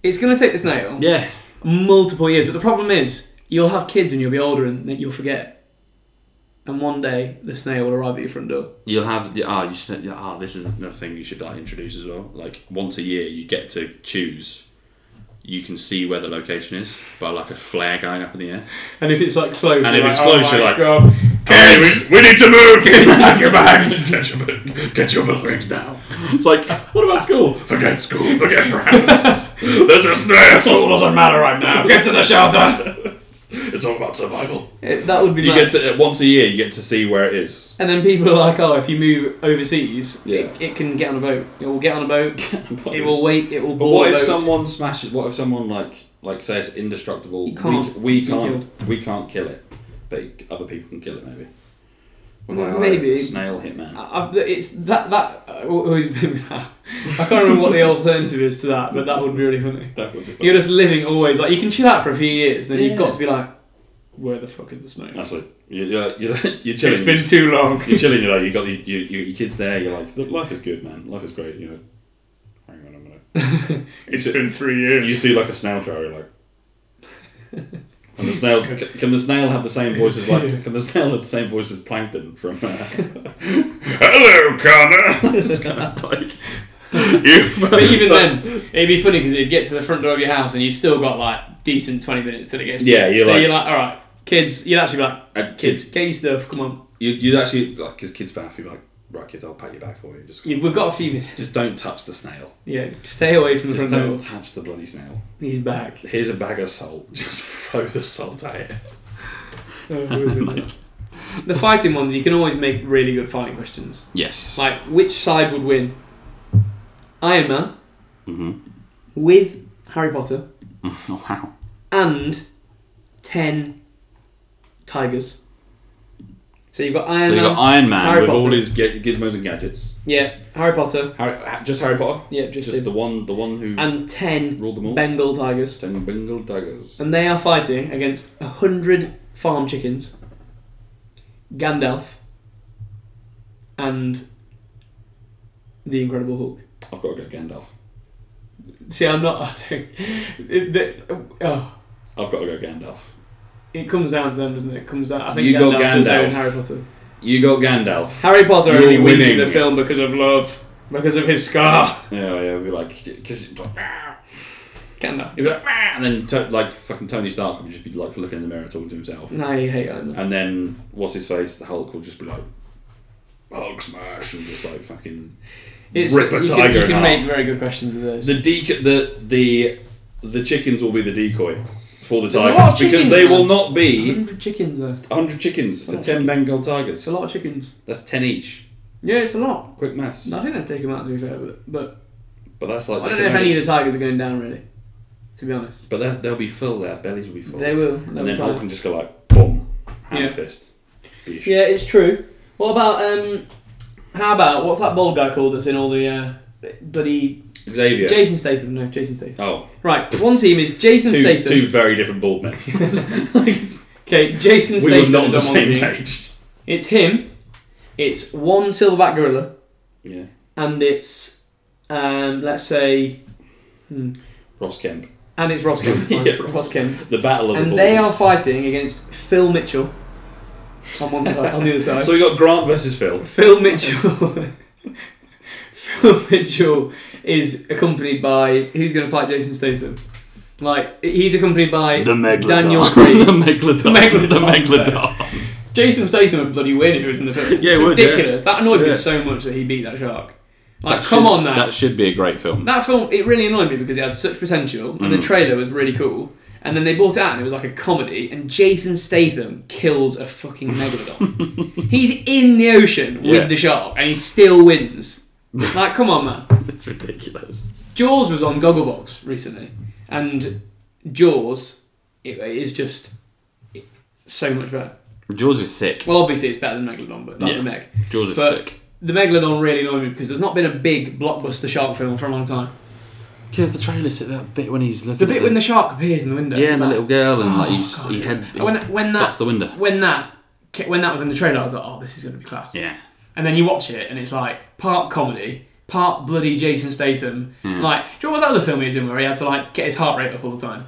[SPEAKER 5] It's going to take the snail
[SPEAKER 4] Yeah.
[SPEAKER 5] multiple years. But the problem is, you'll have kids and you'll be older and then you'll forget. And one day, the snail will arrive at your front door.
[SPEAKER 4] You'll have the ah. You should yeah, ah. This is another thing you should like introduce as well. Like once a year, you get to choose. You can see where the location is by like a flare going up in the air.
[SPEAKER 5] And if it's like close,
[SPEAKER 4] And
[SPEAKER 5] you're
[SPEAKER 4] if it's
[SPEAKER 5] like,
[SPEAKER 4] close,
[SPEAKER 5] oh my
[SPEAKER 4] you're like-
[SPEAKER 5] God.
[SPEAKER 4] Okay, we, we need to move. Pack your bags. Get your, get your belongings now. It's like, what about school? Forget school. Forget friends. There's a snare. School doesn't matter right now. Get to the shelter. It's all about survival.
[SPEAKER 5] It- that would be
[SPEAKER 4] You
[SPEAKER 5] mad.
[SPEAKER 4] get to uh, once a year. You get to see where it is.
[SPEAKER 5] and then people are like, oh, if you move overseas,
[SPEAKER 4] Yeah.
[SPEAKER 5] it, it can get on a boat. It will get on a boat. it will wait. It will
[SPEAKER 4] But
[SPEAKER 5] board
[SPEAKER 4] what
[SPEAKER 5] boats.
[SPEAKER 4] if someone smashes? What if someone like like say it's indestructible?
[SPEAKER 5] You can't.
[SPEAKER 4] We, we
[SPEAKER 5] You
[SPEAKER 4] can't. We can't kill it, but other people can kill it. Maybe. We're like,
[SPEAKER 5] Maybe. Uh,
[SPEAKER 4] alright, snail hitman.
[SPEAKER 5] I- I- it's that that uh, always been with that. I can't remember what the alternative is to that, but that would be really funny.
[SPEAKER 4] That would be fun.
[SPEAKER 5] You're just living always like you can chill out for a few years, then
[SPEAKER 4] Yeah.
[SPEAKER 5] you've got to be like, where the fuck is the snow?
[SPEAKER 4] That's what you're, you're, you're, you're chilling.
[SPEAKER 5] It's been too long.
[SPEAKER 4] you're chilling. You're like you got your, your, your your kids there. You're like look, life is good, man. Life is great. You know. Hang on a minute.
[SPEAKER 5] It's been three
[SPEAKER 4] You
[SPEAKER 5] years.
[SPEAKER 4] see like a snail trail. You're like. And the snails c- can the snail have the same voice as like can the snail have the same voice as plankton from uh, Hello Connor. This is kind of like you.
[SPEAKER 5] But even then, it'd be funny because it'd get to the front door of your house and you've still got like decent twenty minutes till it gets. to
[SPEAKER 4] Yeah,
[SPEAKER 5] you.
[SPEAKER 4] you're
[SPEAKER 5] so
[SPEAKER 4] like-
[SPEAKER 5] you're like, all right, kids. You'd actually be like,
[SPEAKER 4] and
[SPEAKER 5] kids,
[SPEAKER 4] kids,
[SPEAKER 5] get your stuff. Come on,
[SPEAKER 4] you, you'd actually like because kids faff. You'd be like, right, kids, I'll pack your bag for you. Just
[SPEAKER 5] You- we've got a few minutes.
[SPEAKER 4] just don't touch the snail.
[SPEAKER 5] Yeah, stay away from the
[SPEAKER 4] Just
[SPEAKER 5] front
[SPEAKER 4] don't
[SPEAKER 5] door.
[SPEAKER 4] touch the bloody snail.
[SPEAKER 5] He's back.
[SPEAKER 4] Here's a bag of salt. Just throw the salt at it. Oh,
[SPEAKER 5] the fighting ones, you can always make really good fighting questions.
[SPEAKER 4] Yes.
[SPEAKER 5] Like, which side would win? Iron Man
[SPEAKER 4] mm-hmm.
[SPEAKER 5] with Harry Potter
[SPEAKER 4] Oh wow.
[SPEAKER 5] and 10 tigers. So you've got Iron
[SPEAKER 4] So you
[SPEAKER 5] Man.
[SPEAKER 4] got Iron Man
[SPEAKER 5] Harry
[SPEAKER 4] with all
[SPEAKER 5] Potter.
[SPEAKER 4] his g- gizmos and gadgets.
[SPEAKER 5] yeah, Harry Potter.
[SPEAKER 4] Harry, ha- just Harry Potter.
[SPEAKER 5] Yeah, just,
[SPEAKER 4] Just
[SPEAKER 5] him.
[SPEAKER 4] the one, the one who
[SPEAKER 5] And 10
[SPEAKER 4] ruled them all.
[SPEAKER 5] Bengal tigers.
[SPEAKER 4] Ten Bengal tigers.
[SPEAKER 5] And they are fighting against 100 farm chickens, Gandalf, and the Incredible Hulk.
[SPEAKER 4] I've got to go Gandalf.
[SPEAKER 5] See, I'm not. I think- It, the- oh,
[SPEAKER 4] I've got to go Gandalf.
[SPEAKER 5] it comes down to them, doesn't it? It comes down. I think
[SPEAKER 4] You go
[SPEAKER 5] Gandalf, is
[SPEAKER 4] Gandalf.
[SPEAKER 5] own Harry Potter.
[SPEAKER 4] You got Gandalf.
[SPEAKER 5] Harry Potter
[SPEAKER 4] You're
[SPEAKER 5] only wins
[SPEAKER 4] winning.
[SPEAKER 5] the film because of love, because of his scar.
[SPEAKER 4] Yeah, yeah. We'd be like, because he'd be like, "Ah."
[SPEAKER 5] Gandalf.
[SPEAKER 4] He'd be like, "Ah," and then to, like fucking Tony Stark would just be like looking in the mirror talking to himself,
[SPEAKER 5] No, you hate Iron Man.
[SPEAKER 4] and then what's his face? The Hulk would just be like, Hulk smash, and just like fucking rip a
[SPEAKER 5] you
[SPEAKER 4] tiger
[SPEAKER 5] Can, you
[SPEAKER 4] in
[SPEAKER 5] can
[SPEAKER 4] half.
[SPEAKER 5] make very good questions of those.
[SPEAKER 4] The deco- the the the chickens will be the decoy for the
[SPEAKER 5] There's a lot
[SPEAKER 4] tigers
[SPEAKER 5] of
[SPEAKER 4] because
[SPEAKER 5] chickens,
[SPEAKER 4] they
[SPEAKER 5] man.
[SPEAKER 4] will not be
[SPEAKER 5] 100 chickens, though.
[SPEAKER 4] 100 chickens for
[SPEAKER 5] lot of
[SPEAKER 4] 10 Bengal tigers.
[SPEAKER 5] It's a lot of chickens.
[SPEAKER 4] That's 10 each.
[SPEAKER 5] Yeah, it's a lot.
[SPEAKER 4] Quick maths.
[SPEAKER 5] I think they'd take them out, to be fair, but, but
[SPEAKER 4] But that's
[SPEAKER 5] I
[SPEAKER 4] like they
[SPEAKER 5] don't know
[SPEAKER 4] can
[SPEAKER 5] if
[SPEAKER 4] only-
[SPEAKER 5] any of the tigers are going down, really, to be honest.
[SPEAKER 4] But they'll, they'll be full. Their bellies will be full.
[SPEAKER 5] They will.
[SPEAKER 4] and
[SPEAKER 5] they'll
[SPEAKER 4] then
[SPEAKER 5] be
[SPEAKER 4] Hulk
[SPEAKER 5] tired.
[SPEAKER 4] can just go like boom, hand
[SPEAKER 5] Yeah.
[SPEAKER 4] fist. Bish.
[SPEAKER 5] Yeah, it's true. What about um? How about what's that bald guy called that's in all the uh, bloody
[SPEAKER 4] Xavier.
[SPEAKER 5] Jason Statham? No, Jason Statham.
[SPEAKER 4] oh,
[SPEAKER 5] Right, one team is Jason
[SPEAKER 4] two,
[SPEAKER 5] Statham.
[SPEAKER 4] two very different bald men.
[SPEAKER 5] Okay, Jason
[SPEAKER 4] we were
[SPEAKER 5] Statham
[SPEAKER 4] not on
[SPEAKER 5] is
[SPEAKER 4] the
[SPEAKER 5] on one
[SPEAKER 4] same
[SPEAKER 5] team.
[SPEAKER 4] page.
[SPEAKER 5] It's him. It's one silverback gorilla,
[SPEAKER 4] Yeah.
[SPEAKER 5] and it's um, let's say, hmm,
[SPEAKER 4] Ross Kemp.
[SPEAKER 5] and it's Ross Kemp. Fine,
[SPEAKER 4] Yeah, Ross-
[SPEAKER 5] Ross Kemp.
[SPEAKER 4] The Battle of the
[SPEAKER 5] And
[SPEAKER 4] Balls.
[SPEAKER 5] they are fighting against Phil Mitchell on one side, on the other side.
[SPEAKER 4] So we got Grant versus Phil.
[SPEAKER 5] Phil Mitchell. Phil Mitchell is accompanied by who's going to fight Jason Statham? Like he's accompanied by Daniel
[SPEAKER 4] the
[SPEAKER 5] Craig.
[SPEAKER 4] Megalodon.
[SPEAKER 5] The Megalodon.
[SPEAKER 4] The Megalodon.
[SPEAKER 5] Jason Statham would bloody win if he was in the film.
[SPEAKER 4] Yeah,
[SPEAKER 5] it's
[SPEAKER 4] he would, yeah.
[SPEAKER 5] ridiculous. That annoyed
[SPEAKER 4] Yeah.
[SPEAKER 5] me so much that he beat that shark. Like,
[SPEAKER 4] That
[SPEAKER 5] come
[SPEAKER 4] should-
[SPEAKER 5] on now.
[SPEAKER 4] That should be a great film.
[SPEAKER 5] That film, it really annoyed me because it had such potential, and the
[SPEAKER 4] Mm.
[SPEAKER 5] trailer was really cool. And then they brought it out, and it was like a comedy. And Jason Statham kills a fucking megalodon. he's in the ocean with
[SPEAKER 4] Yeah.
[SPEAKER 5] the shark, and he still wins. Like, come on, man.
[SPEAKER 4] It's ridiculous.
[SPEAKER 5] Jaws was on Gogglebox recently, and Jaws it, it is just it- so much better.
[SPEAKER 4] Jaws is sick.
[SPEAKER 5] Well, obviously it's better than Megalodon, but not
[SPEAKER 4] Yeah.
[SPEAKER 5] the Meg.
[SPEAKER 4] Jaws is
[SPEAKER 5] But
[SPEAKER 4] sick.
[SPEAKER 5] the Megalodon really annoyed me because there's not been a big blockbuster shark film for a long time.
[SPEAKER 4] Yeah, the trailer sit that bit when he's looking.
[SPEAKER 5] The bit when the shark appears in the window.
[SPEAKER 4] yeah, and the
[SPEAKER 5] That- Oh,
[SPEAKER 4] little girl and like he's, he head
[SPEAKER 5] when when that
[SPEAKER 4] that's the window.
[SPEAKER 5] when that ca- when that was in the trailer, I was like, oh, this is gonna be class.
[SPEAKER 4] Yeah.
[SPEAKER 5] And then you watch it, and it's like part comedy, part bloody Jason Statham.
[SPEAKER 4] Hmm.
[SPEAKER 5] Like, do you know what that other film he was in where he had to like get his heart rate up all the time?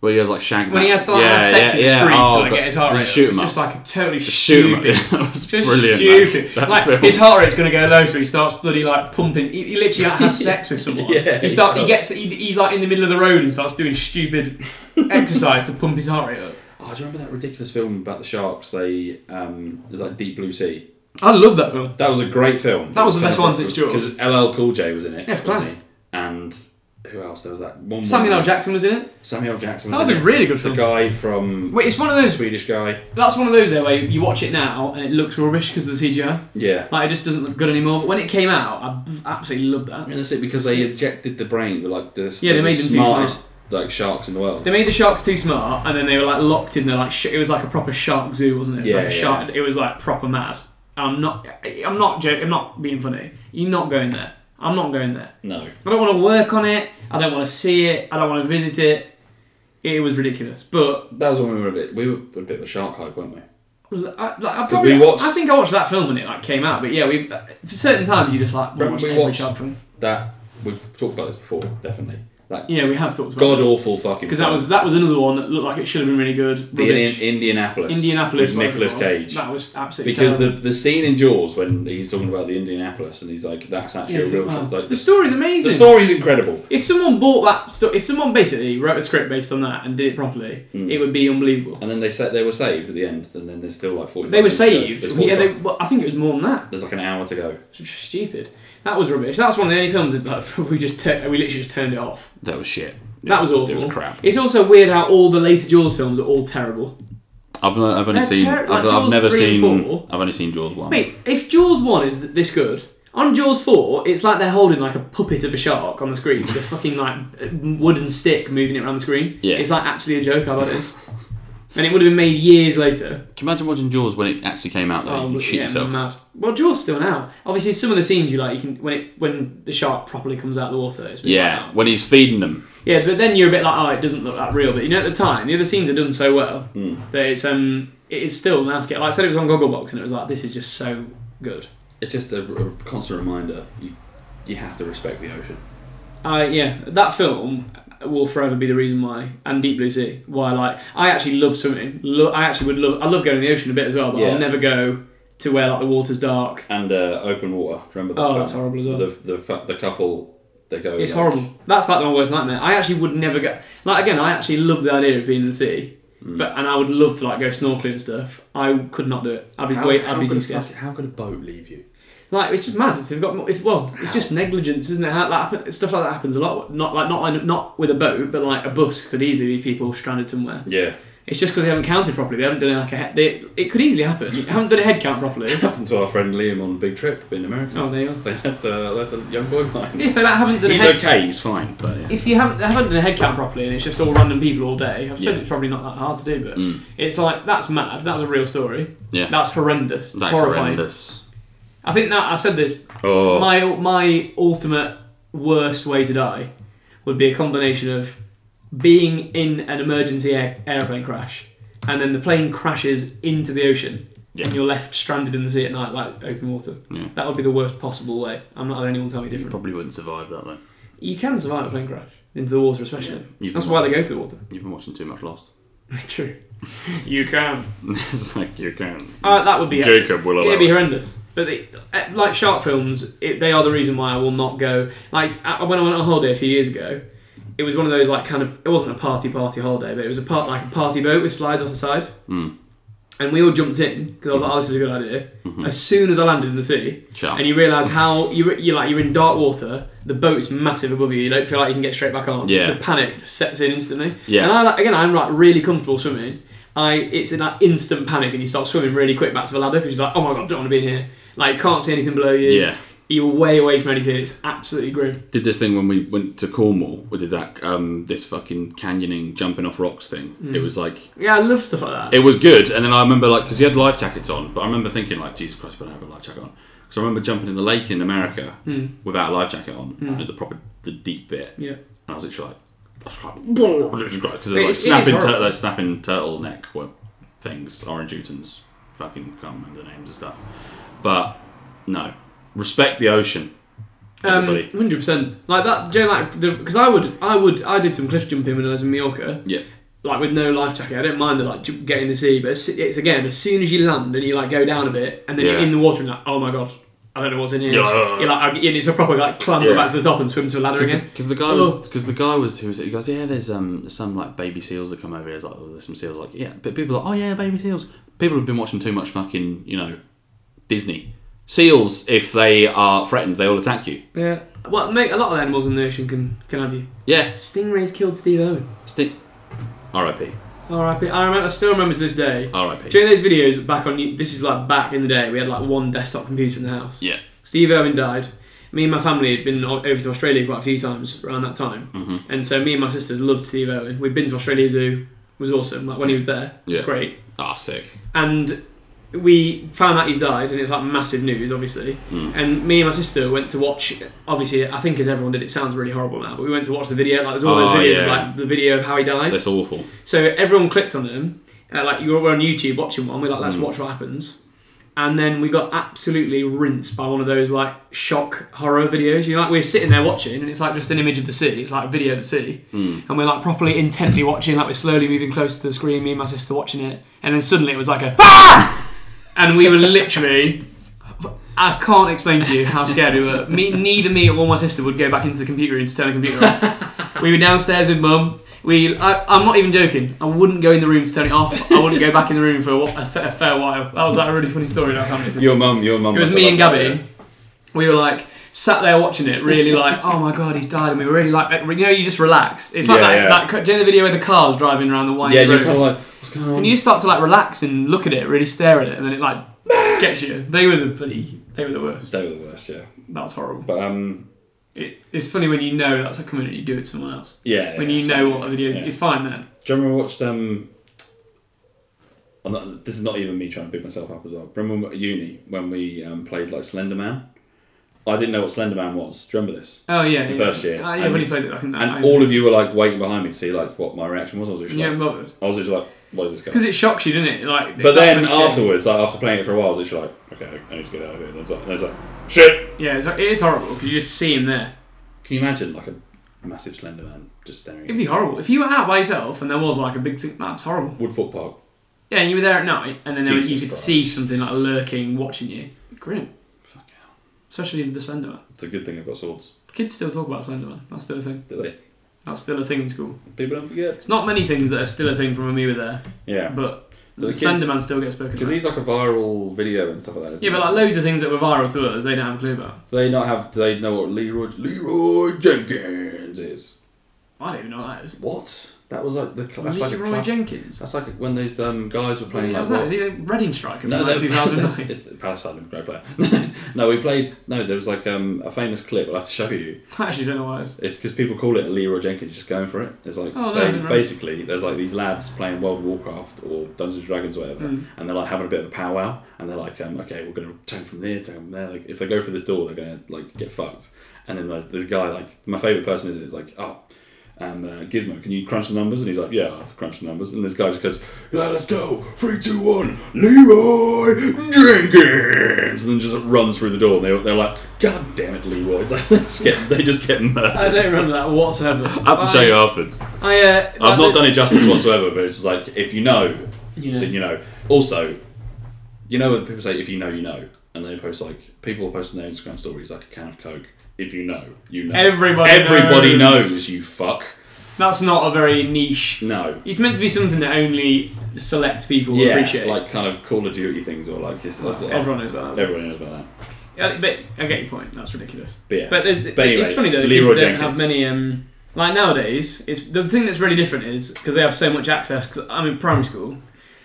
[SPEAKER 4] Where he has like shag.
[SPEAKER 5] When he has to like have sex in the street to like, get his heart rate up.
[SPEAKER 4] Oh, Shoot him
[SPEAKER 5] it's
[SPEAKER 4] up.
[SPEAKER 5] just like a totally
[SPEAKER 4] shoot him.
[SPEAKER 5] stupid.
[SPEAKER 4] up. that was
[SPEAKER 5] Just
[SPEAKER 4] brilliant. man.
[SPEAKER 5] stupid.
[SPEAKER 4] That
[SPEAKER 5] like
[SPEAKER 4] film.
[SPEAKER 5] his heart rate's gonna go low, so he starts bloody like pumping. He, he literally like, has sex with someone.
[SPEAKER 4] Yeah,
[SPEAKER 5] he start.
[SPEAKER 4] he
[SPEAKER 5] He gets. He, he's like in the middle of the road and starts doing stupid exercise to pump his heart rate up.
[SPEAKER 4] I Oh, do you remember that ridiculous film about the sharks? They um, it was like Deep Blue Sea.
[SPEAKER 5] I love that film.
[SPEAKER 4] That was a great film.
[SPEAKER 5] That was the best one since Jaws.
[SPEAKER 4] Because LL Cool J was in it.
[SPEAKER 5] Yes,
[SPEAKER 4] wasn't
[SPEAKER 5] Planet.
[SPEAKER 4] he? And who else? There was that one.
[SPEAKER 5] Samuel
[SPEAKER 4] woman-
[SPEAKER 5] L. Jackson was in it.
[SPEAKER 4] Samuel Jackson.
[SPEAKER 5] That was
[SPEAKER 4] in
[SPEAKER 5] a
[SPEAKER 4] it.
[SPEAKER 5] really good
[SPEAKER 4] The
[SPEAKER 5] film.
[SPEAKER 4] guy from.
[SPEAKER 5] Wait, it's one of those.
[SPEAKER 4] Swedish guy.
[SPEAKER 5] That's one of those though where you watch it now and it looks rubbish because of the CGI.
[SPEAKER 4] Yeah.
[SPEAKER 5] Like it just doesn't look good anymore. But when it came out, I b- absolutely loved
[SPEAKER 4] I
[SPEAKER 5] that.
[SPEAKER 4] mean, that's it because they ejected the brain with like the
[SPEAKER 5] Yeah, they
[SPEAKER 4] the
[SPEAKER 5] made them too
[SPEAKER 4] smartest like sharks in the world.
[SPEAKER 5] They made the sharks too smart, and then they were like locked in. They're like sh- it was like a proper shark zoo, wasn't it? It was
[SPEAKER 4] Yeah,
[SPEAKER 5] like a
[SPEAKER 4] yeah.
[SPEAKER 5] shark. It was like proper mad. I'm not. I'm not. Joking, I'm not being funny. You're not going there. I'm not going there.
[SPEAKER 4] No.
[SPEAKER 5] I don't want to work on it. I don't want to see it. I don't want to visit it. It was ridiculous, but
[SPEAKER 4] That was when we were a bit we were a bit of a shark hype, weren't we?
[SPEAKER 5] I, like, I probably
[SPEAKER 4] we watched-
[SPEAKER 5] I think I watched that film when it like came out. But yeah, we've for certain times you just like
[SPEAKER 4] Remember
[SPEAKER 5] watch
[SPEAKER 4] we
[SPEAKER 5] every
[SPEAKER 4] watched-
[SPEAKER 5] shark film.
[SPEAKER 4] That we've talked about this before, definitely. That
[SPEAKER 5] Yeah, we have talked about
[SPEAKER 4] god
[SPEAKER 5] this.
[SPEAKER 4] awful fucking.
[SPEAKER 5] because that
[SPEAKER 4] film.
[SPEAKER 5] was that was another one that looked like it should have been really good.
[SPEAKER 4] the
[SPEAKER 5] Rubbish.
[SPEAKER 4] Indian, Indianapolis.
[SPEAKER 5] Indianapolis
[SPEAKER 4] with
[SPEAKER 5] whatever it
[SPEAKER 4] Nicolas
[SPEAKER 5] was.
[SPEAKER 4] Cage.
[SPEAKER 5] That was absolutely
[SPEAKER 4] because the
[SPEAKER 5] terrible.
[SPEAKER 4] the scene in Jaws when he's talking about the Indianapolis and he's like, that's actually
[SPEAKER 5] Yeah,
[SPEAKER 4] a
[SPEAKER 5] it's
[SPEAKER 4] real
[SPEAKER 5] like, wow.
[SPEAKER 4] shot. Like,
[SPEAKER 5] the story's amazing.
[SPEAKER 4] the story's incredible.
[SPEAKER 5] if someone bought that, sto- if someone basically wrote a script based on that and did it properly,
[SPEAKER 4] Hmm.
[SPEAKER 5] it would be unbelievable.
[SPEAKER 4] And then they said they were saved at the end, and then there's still like forty.
[SPEAKER 5] They were saved. Yeah, they,
[SPEAKER 4] There's
[SPEAKER 5] well, I think it was more than that.
[SPEAKER 4] like an hour to go.
[SPEAKER 5] It's just stupid. That was rubbish. That's one of the only films that like, we just tur- we literally just turned it off.
[SPEAKER 4] That was shit.
[SPEAKER 5] That was awful.
[SPEAKER 4] It was crap.
[SPEAKER 5] It's also weird how all the later Jaws films are all terrible.
[SPEAKER 4] I've, I've only
[SPEAKER 5] They're seen- Uh, ter- I've- like I've Jaws never 3 and seen- 4.
[SPEAKER 4] I've only seen Jaws one.
[SPEAKER 5] Mate, if Jaws 1 is th- this good, on Jaws 4, it's like they're holding like a puppet of a shark on the screen with a fucking like wooden stick moving it around the screen.
[SPEAKER 7] Yeah.
[SPEAKER 5] It's like actually a joke, I bet it is. And it would have been made years later.
[SPEAKER 7] Can you imagine watching Jaws when it actually came out though?
[SPEAKER 5] Oh,
[SPEAKER 7] you can
[SPEAKER 5] but
[SPEAKER 7] shit
[SPEAKER 5] yeah,
[SPEAKER 7] yourself.
[SPEAKER 5] mad. Well, Jaws still now. Obviously, some of the scenes you like, you can when it when the shark properly comes out of the water. It's been
[SPEAKER 7] Yeah,
[SPEAKER 5] like that.
[SPEAKER 7] when he's feeding them.
[SPEAKER 5] yeah. But then you're a bit like, oh, it doesn't look that real. But you know, at the time, the other scenes are done so well
[SPEAKER 7] Hmm.
[SPEAKER 5] that it's um, it is still now. Like I said, it was on Gogglebox, and it was like, this is just so good.
[SPEAKER 4] It's just a, a constant reminder. You, you have to respect the ocean.
[SPEAKER 5] I Uh, yeah, that film will forever be the reason why, and Deep Blue Sea, why like I actually love swimming. Lo- I actually would love. I love going in the ocean a bit as well, but
[SPEAKER 4] Yeah.
[SPEAKER 5] I'll never go to where like the water's dark.
[SPEAKER 4] And uh, open water. Do you remember that?
[SPEAKER 5] Oh,
[SPEAKER 4] film?
[SPEAKER 5] that's horrible as well.
[SPEAKER 4] The the, fa- the couple they go.
[SPEAKER 5] It's
[SPEAKER 4] like-
[SPEAKER 5] horrible. That's like my worst nightmare. I actually would never go. Like again, I actually love the idea of being in the sea,
[SPEAKER 4] Mm.
[SPEAKER 5] but and I would love to like go snorkeling and stuff. I could not do it. I'd be
[SPEAKER 4] How,
[SPEAKER 5] way,
[SPEAKER 4] how
[SPEAKER 5] I'd be
[SPEAKER 4] could
[SPEAKER 5] too
[SPEAKER 4] a
[SPEAKER 5] scared.
[SPEAKER 4] fuck- how could a boat leave you?
[SPEAKER 5] Like it's just mad. If they've got, if well, it's just negligence, isn't it? How, like, happen- stuff like that happens a lot. Not like not not with a boat, but like a bus could easily leave people stranded somewhere.
[SPEAKER 4] Yeah,
[SPEAKER 5] It's just because they haven't counted properly. They haven't done like a head. They, it could easily happen. They haven't done a head count properly.
[SPEAKER 4] happened to our friend Liam on a big trip in America.
[SPEAKER 5] Oh, there you are.
[SPEAKER 4] They left the left the young boy behind.
[SPEAKER 5] If they like, haven't done a
[SPEAKER 4] He's
[SPEAKER 5] head,
[SPEAKER 4] okay. He's fine. But yeah.
[SPEAKER 5] if you haven't haven't done a head count properly, and it's just all random people all day, I suppose
[SPEAKER 7] Yeah.
[SPEAKER 5] it's probably not that hard to do. But it's like that's mad. That's a real story.
[SPEAKER 7] Yeah.
[SPEAKER 5] That's horrendous.
[SPEAKER 7] That's
[SPEAKER 5] horrifying.
[SPEAKER 7] horrendous.
[SPEAKER 5] I think that I said this.
[SPEAKER 7] Oh,
[SPEAKER 5] My my ultimate worst way to die would be a combination of being in an emergency air, airplane crash, and then the plane crashes into the ocean,
[SPEAKER 7] Yeah.
[SPEAKER 5] and you're left stranded in the sea at night, like open water.
[SPEAKER 7] Yeah.
[SPEAKER 5] That would be the worst possible way. I'm not having anyone tell me
[SPEAKER 7] you
[SPEAKER 5] different.
[SPEAKER 7] probably wouldn't survive that though.
[SPEAKER 5] You can survive a plane crash into the water, especially.
[SPEAKER 7] You've
[SPEAKER 5] That's
[SPEAKER 7] been
[SPEAKER 5] why they go to the water.
[SPEAKER 7] You've been watching too much Lost.
[SPEAKER 5] True. you can.
[SPEAKER 7] it's like you can.
[SPEAKER 5] Uh, that would be
[SPEAKER 7] Jacob will allow
[SPEAKER 5] It'd be
[SPEAKER 7] it.
[SPEAKER 5] horrendous. But they, eh, like shark films, it, they are the reason why I will not go. Like I, when I went on holiday a few years ago, it was one of those like kind of it wasn't a party party holiday, but it was a part like a party boat with slides off the side.
[SPEAKER 7] Hmm.
[SPEAKER 5] And we all jumped in because I was like, "Oh, this is a good idea."
[SPEAKER 7] Mm-hmm.
[SPEAKER 5] As soon as I landed in the sea,
[SPEAKER 7] Shark.
[SPEAKER 5] and you realise how you you like you're in dark water, the boat's massive above you. You don't feel like you can get straight back on.
[SPEAKER 7] Yeah.
[SPEAKER 5] The panic sets in instantly.
[SPEAKER 7] Yeah.
[SPEAKER 5] And I like again, I'm like really comfortable swimming. I it's in that instant panic, and you start swimming really quick back to the ladder because you're like, oh my god, I don't want to be in here. Like, you can't see anything below you.
[SPEAKER 7] Yeah.
[SPEAKER 5] You're way away from anything. It's absolutely grim.
[SPEAKER 7] Did this thing when we went to Cornwall. We did that um this fucking canyoning, jumping off rocks thing.
[SPEAKER 5] Mm.
[SPEAKER 7] It was like
[SPEAKER 5] Yeah, I love stuff like that.
[SPEAKER 7] it was good. And then I remember like because he had life jackets on, but I remember thinking like Jesus Christ, if I don't have a life jacket on. Because I remember jumping in the lake in America without a life jacket on, at the proper the deep bit.
[SPEAKER 5] Mm. yeah.
[SPEAKER 7] And I was literally like, I was like, because there's
[SPEAKER 5] It
[SPEAKER 7] like
[SPEAKER 5] is
[SPEAKER 7] snapping,
[SPEAKER 5] horrible.
[SPEAKER 7] tur- those snapping turtleneck well, things, orange utans, fucking can't remember the names and stuff. But no, respect the ocean,
[SPEAKER 5] Um,
[SPEAKER 7] everybody.
[SPEAKER 5] Hundred percent. Like that, Jay. Like because I would, I would, I did some cliff jumping when I was in Mallorca.
[SPEAKER 7] yeah,
[SPEAKER 5] like with no life jacket. I don't mind the like ju- getting in the sea, but it's, it's again as soon as you land and you like go down a bit, and then you're
[SPEAKER 7] Yeah.
[SPEAKER 5] in the water and like, oh my god, I don't know what's in here.
[SPEAKER 7] Yeah.
[SPEAKER 5] You're like, and it's a proper like clamber
[SPEAKER 4] Yeah.
[SPEAKER 5] back to the top and swim to a ladder again. Oh,
[SPEAKER 7] Because the guy, because the guy was who was it? He goes, yeah, there's um some like baby seals that come over here. It's like, oh, there's some seals. Like, yeah, but people are like, oh yeah, baby seals. People have been watching too much fucking, you know, Disney. Seals, if they are threatened, they all attack you.
[SPEAKER 5] Yeah. Well, mate, a lot of animals in the ocean can can have you.
[SPEAKER 7] Yeah,
[SPEAKER 5] Stingrays killed Steve Owen.
[SPEAKER 7] stick. R.I.P.
[SPEAKER 5] R.I.P. I remember. I still remember to this day.
[SPEAKER 7] R.I.P.
[SPEAKER 5] During those videos back on, this is like back in the day. We had like one desktop computer in the house.
[SPEAKER 7] Yeah.
[SPEAKER 5] Steve Irwin died. Me and my family had been o- over to Australia quite a few times around that time,
[SPEAKER 7] Mhm.
[SPEAKER 5] and so me and my sisters loved Steve Irwin. We'd been to Australia Zoo, it was awesome. Like when he was there, it was
[SPEAKER 7] Yeah.
[SPEAKER 5] great.
[SPEAKER 7] Ah, sick.
[SPEAKER 5] And we found out he's died, and it's like massive news, obviously.
[SPEAKER 7] Mm.
[SPEAKER 5] And me and my sister went to watch. Obviously, I think as everyone did, it sounds really horrible now, but we went to watch the video. Like there's all those
[SPEAKER 7] Oh,
[SPEAKER 5] videos of
[SPEAKER 7] yeah.
[SPEAKER 5] like the video of how he died.
[SPEAKER 7] That's awful.
[SPEAKER 5] So everyone clicked on them. Uh, like you were on YouTube watching one. We're like, let's watch what happens. And then we got absolutely rinsed by one of those like shock horror videos. You know, like we're sitting there watching, and it's like just an image of the sea. It's like a video of the sea, and we're like properly intently watching. Like we're slowly moving close to the screen. Me and my sister watching it, and then suddenly it was like a, and we were literally. I can't explain to you how scared we were. Me, neither me or my sister would go back into the computer room to turn the computer off. We were downstairs with mum. We, I, I'm not even joking. I wouldn't go in the room to turn it off. I wouldn't go back in the room for a, wh- a, fa- a fair while. That was like a really funny story in our family. 'cause
[SPEAKER 4] Your mum, your mum.
[SPEAKER 5] it was
[SPEAKER 4] must
[SPEAKER 5] me
[SPEAKER 4] have
[SPEAKER 5] and
[SPEAKER 4] loved
[SPEAKER 5] Gabby.
[SPEAKER 4] that,
[SPEAKER 5] We were like sat there watching it, really like, oh my god, he's died, and we were really like, you know, you just relax. It's like
[SPEAKER 4] Yeah,
[SPEAKER 5] that,
[SPEAKER 4] yeah.
[SPEAKER 5] that cut- do you know the video where the car's driving around the winding
[SPEAKER 4] Yeah, Yeah,
[SPEAKER 5] road.
[SPEAKER 4] you're kind of like, what's going on?
[SPEAKER 5] and you start to like relax and look at it, really stare at it, and then it like gets you. They were the bloody, they were the worst.
[SPEAKER 4] They were the worst, yeah.
[SPEAKER 5] That was horrible.
[SPEAKER 4] But um,
[SPEAKER 5] It, it's funny when you know that's a coming and you do it to someone else.
[SPEAKER 4] yeah.
[SPEAKER 5] When
[SPEAKER 4] yeah,
[SPEAKER 5] you
[SPEAKER 4] so-
[SPEAKER 5] know what the video is,
[SPEAKER 4] yeah.
[SPEAKER 5] it's fine then.
[SPEAKER 4] Do you remember we watched um? I'm not, this is not even me trying to big myself up as well. Remember at uni when we um, played like Slender Man? I didn't know what Slender Man was. Do you remember this?
[SPEAKER 5] Oh yeah,
[SPEAKER 4] the
[SPEAKER 5] yeah.
[SPEAKER 4] first year.
[SPEAKER 5] Ah, yeah,
[SPEAKER 4] And-
[SPEAKER 5] when he played it, I think that.
[SPEAKER 4] And
[SPEAKER 5] I,
[SPEAKER 4] all of you were like waiting behind me to see like what my reaction was. I was just
[SPEAKER 5] you
[SPEAKER 4] like,
[SPEAKER 5] weren't bothered
[SPEAKER 4] I was just like, what is this guy?
[SPEAKER 5] because it shocks you, doesn't it? Like, that's
[SPEAKER 4] But then
[SPEAKER 5] when it's scary.
[SPEAKER 4] afterwards, like, after playing it for a while, I was just like, okay, I need to get out of here. And I was like, and I was like shit.
[SPEAKER 5] yeah, it's, it is horrible because you just see him there.
[SPEAKER 4] Can you imagine like a massive Slender Man just staring?
[SPEAKER 5] It'd
[SPEAKER 4] at
[SPEAKER 5] be
[SPEAKER 4] you?
[SPEAKER 5] horrible if you were out by yourself and there was like a big thing. That's horrible.
[SPEAKER 4] Woodford Park.
[SPEAKER 5] Yeah, and you were there at night, and then there,
[SPEAKER 4] Jesus
[SPEAKER 5] you could
[SPEAKER 4] Christ.
[SPEAKER 5] see something like lurking, watching you. Grim,
[SPEAKER 4] Fuck hell.
[SPEAKER 5] especially the Slenderman.
[SPEAKER 4] It's a good thing I've got swords.
[SPEAKER 5] Kids still talk about Slenderman. That's still a thing.
[SPEAKER 4] Do they?
[SPEAKER 5] That's still a thing in school.
[SPEAKER 4] People don't forget.
[SPEAKER 5] It's not many things that are still a thing from when we were there,
[SPEAKER 4] Yeah.
[SPEAKER 5] but
[SPEAKER 4] So
[SPEAKER 5] the,
[SPEAKER 4] the kids-
[SPEAKER 5] Slenderman still gets spoken
[SPEAKER 4] Because
[SPEAKER 5] about.
[SPEAKER 4] he's like a viral video and stuff like that. isn't
[SPEAKER 5] Yeah,
[SPEAKER 4] he?
[SPEAKER 5] but like loads of things that were viral to us, they don't have a clue about.
[SPEAKER 4] do they not have? Do they know what Leroy Leroy Jenkins is?
[SPEAKER 5] I don't even know what that is.
[SPEAKER 4] What? That was like the that's like a
[SPEAKER 5] Leroy
[SPEAKER 4] class,
[SPEAKER 5] Jenkins.
[SPEAKER 4] That's like when those um, guys were playing
[SPEAKER 5] Yeah,
[SPEAKER 4] like
[SPEAKER 5] was that?
[SPEAKER 4] what?
[SPEAKER 5] Is he the Reading striker from
[SPEAKER 4] No,
[SPEAKER 5] like
[SPEAKER 4] they-
[SPEAKER 5] 2009?
[SPEAKER 4] it- Palestine, great player. no, we played. No, there was like um, a famous clip. I'll have to show you.
[SPEAKER 5] I actually don't know what it is.
[SPEAKER 4] It's because people call it Leroy Jenkins, just going for it. It's like
[SPEAKER 5] Oh, no, I
[SPEAKER 4] so
[SPEAKER 5] didn't know.
[SPEAKER 4] basically, there's like these lads playing World of Warcraft or Dungeons and Dragons or whatever,
[SPEAKER 5] Mm.
[SPEAKER 4] and they're like having a bit of a powwow, and they're like, um, okay, we're gonna take from there, take from there. Like if they go through this door, they're gonna like get fucked. And then there's this guy, like my favorite person is, is like, oh. Um, uh, Gizmo, can you crunch the numbers? And he's like, Yeah, I have to crunch the numbers. And this guy just goes, yeah, Let's go, three, two, one, Leroy Jenkins, and then just runs through the door. And they, they're like, God damn it, Leroy! They just get, they just get murdered.
[SPEAKER 5] I don't remember that whatsoever.
[SPEAKER 7] I have to show you afterwards.
[SPEAKER 5] I, uh,
[SPEAKER 4] I've not done it justice whatsoever, but it's just like if you know,
[SPEAKER 5] You
[SPEAKER 4] then
[SPEAKER 5] know,
[SPEAKER 4] you know. Also, you know when people say if you know, you know, and they post like people post on their Instagram stories like a can of Coke. If you know, you know.
[SPEAKER 5] Everybody
[SPEAKER 4] Everybody knows.
[SPEAKER 5] knows.
[SPEAKER 4] you fuck.
[SPEAKER 5] that's not a very niche.
[SPEAKER 4] No.
[SPEAKER 5] It's meant to be something that only select people
[SPEAKER 4] Yeah,
[SPEAKER 5] appreciate.
[SPEAKER 4] like kind of Call of Duty things or like it's, that's-
[SPEAKER 5] Everyone knows about that.
[SPEAKER 4] Everyone knows about that.
[SPEAKER 5] Yeah, but I get your point. That's ridiculous.
[SPEAKER 4] But yeah,
[SPEAKER 5] But, there's,
[SPEAKER 4] anyway,
[SPEAKER 5] it's funny though. the
[SPEAKER 4] Leroy
[SPEAKER 5] kids don't
[SPEAKER 4] Jenkins.
[SPEAKER 5] have many. Um, like nowadays, it's the thing that's really different is because they have so much access. Because I'm in primary school,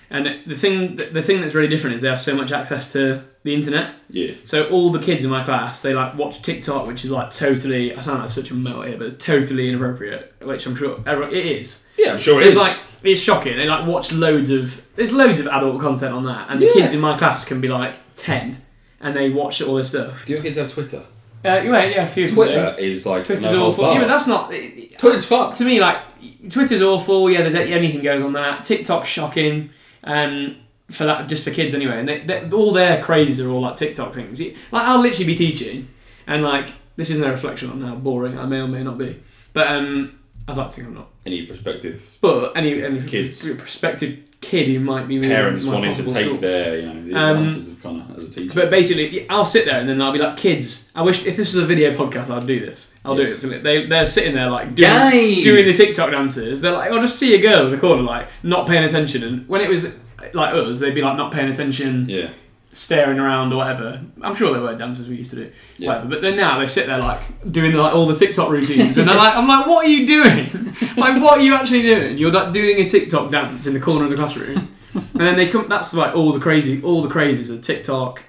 [SPEAKER 5] and the thing the thing that's really different is they have so much access to the internet.
[SPEAKER 4] yeah,
[SPEAKER 5] So all the kids in my class, they like watch TikTok, which is like totally. I sound like such a mo here, but it's totally inappropriate. Which I'm sure everyone, it is.
[SPEAKER 4] yeah, I'm sure it
[SPEAKER 5] it's
[SPEAKER 4] is.
[SPEAKER 5] like it's shocking. They like watch loads of there's loads of adult content on that, and the
[SPEAKER 4] Yeah.
[SPEAKER 5] kids in my class can be like ten, and they watch all this stuff.
[SPEAKER 4] Do your kids have Twitter?
[SPEAKER 5] Uh, yeah, yeah, a few. of them do.
[SPEAKER 4] Twitter is like
[SPEAKER 5] Twitter's
[SPEAKER 4] no
[SPEAKER 5] awful.
[SPEAKER 4] half
[SPEAKER 5] Yeah, but
[SPEAKER 4] bar.
[SPEAKER 5] that's not.
[SPEAKER 4] Twitter's fucked.
[SPEAKER 5] To me, like Twitter's awful. Yeah, there's anything goes on that. TikTok's shocking. Um, for that, just for kids anyway, and they, they, all their crazes are all like TikTok things. You- Like I'll literally be teaching, and like this isn't a reflection on how boring I may or may not be, but um, I'd like to think I'm not.
[SPEAKER 4] Any prospective
[SPEAKER 5] But any any
[SPEAKER 4] Kids.
[SPEAKER 5] prospective kid who might be moving
[SPEAKER 4] parents
[SPEAKER 5] into my
[SPEAKER 4] wanting to
[SPEAKER 5] possible
[SPEAKER 4] take
[SPEAKER 5] school.
[SPEAKER 4] their you know the
[SPEAKER 5] Um,
[SPEAKER 4] advances of of Connor as a teacher.
[SPEAKER 5] But basically, I'll sit there and then I'll be like, kids, I wish if this was a video podcast, I'd do this. I'll
[SPEAKER 4] Yes.
[SPEAKER 5] do it. They, they're sitting there like doing,
[SPEAKER 7] Guys!
[SPEAKER 5] doing the TikTok dances. They're like, I'll just see a girl in the corner, like not paying attention. And when it was like us, they'd be like not paying attention,
[SPEAKER 4] yeah,
[SPEAKER 5] staring around or whatever. I'm sure there were dances we used to do,
[SPEAKER 4] Yeah.
[SPEAKER 5] whatever. But then now they sit there like doing like all the TikTok routines, and they're like, I'm like, what are you doing? like, what are you actually doing? You're like doing a TikTok dance in the corner of the classroom, and then they come. That's like all the crazy, all the crazies of TikTok.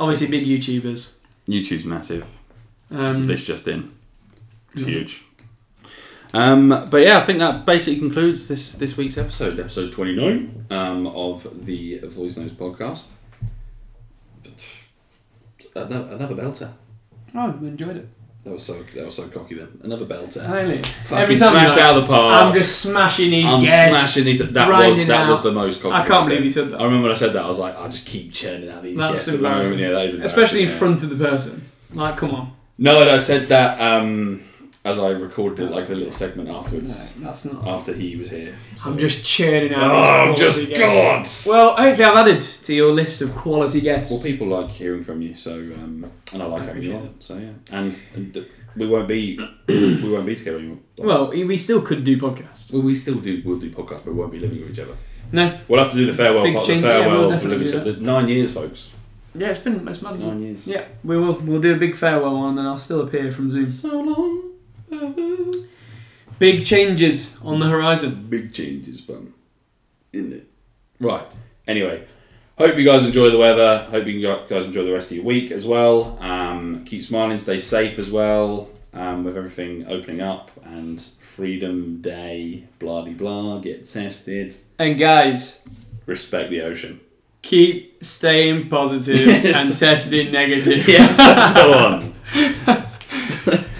[SPEAKER 5] Obviously, big YouTubers.
[SPEAKER 7] YouTube's massive.
[SPEAKER 5] Um,
[SPEAKER 7] This just in. It's huge. Um, but yeah, I think that basically concludes this this week's episode.
[SPEAKER 4] episode episode twenty nine um, of the Voice Notes podcast. Another, another belter.
[SPEAKER 5] oh, enjoyed it.
[SPEAKER 4] That was so that was so cocky then. Another belter.
[SPEAKER 5] Finally,
[SPEAKER 4] Fucking
[SPEAKER 5] every time
[SPEAKER 4] smashed
[SPEAKER 5] you're like,
[SPEAKER 4] out of the park.
[SPEAKER 5] I'm just smashing these
[SPEAKER 4] I'm
[SPEAKER 5] guests.
[SPEAKER 4] smashing these. That was
[SPEAKER 5] grinding
[SPEAKER 4] that was
[SPEAKER 5] out.
[SPEAKER 4] the most. cocky
[SPEAKER 5] I can't
[SPEAKER 4] thing I've
[SPEAKER 5] believe you said that.
[SPEAKER 4] I remember when I said that. I was like, I just keep churning out these
[SPEAKER 5] That's
[SPEAKER 4] guests. at the moment.
[SPEAKER 5] embarrassing.
[SPEAKER 4] Yeah, that is embarrassing,
[SPEAKER 5] Especially in
[SPEAKER 4] yeah.
[SPEAKER 5] front of the person. Like, come on.
[SPEAKER 4] No, and I said that um, as I recorded it, like a little segment afterwards,
[SPEAKER 5] No, that's not.
[SPEAKER 4] after he was here. So-
[SPEAKER 5] I'm just churning out.
[SPEAKER 4] Oh,
[SPEAKER 5] these
[SPEAKER 4] I'm
[SPEAKER 5] quality
[SPEAKER 4] just God.
[SPEAKER 5] guests. Well, hopefully I've added to your list of quality guests.
[SPEAKER 4] Well, people like hearing from you, so um, and I like having you
[SPEAKER 5] appreciate
[SPEAKER 4] on. So yeah, and, and uh, we won't be we won't be together anymore. Like,
[SPEAKER 5] Well, we still could do podcasts.
[SPEAKER 4] well, we still do we'll do podcasts, but we won't be living with each other.
[SPEAKER 5] No,
[SPEAKER 4] We'll have to do the farewell
[SPEAKER 5] Big
[SPEAKER 4] part,
[SPEAKER 5] change,
[SPEAKER 4] the
[SPEAKER 5] yeah,
[SPEAKER 4] farewell
[SPEAKER 5] we'll
[SPEAKER 4] of living
[SPEAKER 5] definitely do
[SPEAKER 4] together. Nine years, folks.
[SPEAKER 5] yeah, it's been it's mad.
[SPEAKER 4] Nine years.
[SPEAKER 5] Yeah, we will. We'll do a big farewell one, and then I'll still appear from Zoom.
[SPEAKER 4] So long. uh,
[SPEAKER 5] Big changes on the horizon.
[SPEAKER 4] Big changes, fun, isn't it? Right. Anyway, hope you guys enjoy the weather. Hope you guys enjoy the rest of your week as well. Um, keep smiling. Stay safe as well. Um, with everything opening up and Freedom Day, blah de blah. Get tested.
[SPEAKER 5] And guys,
[SPEAKER 4] Respect the ocean.
[SPEAKER 5] keep staying positive
[SPEAKER 4] Yes.
[SPEAKER 5] and testing negative.
[SPEAKER 4] Yes, that's the one.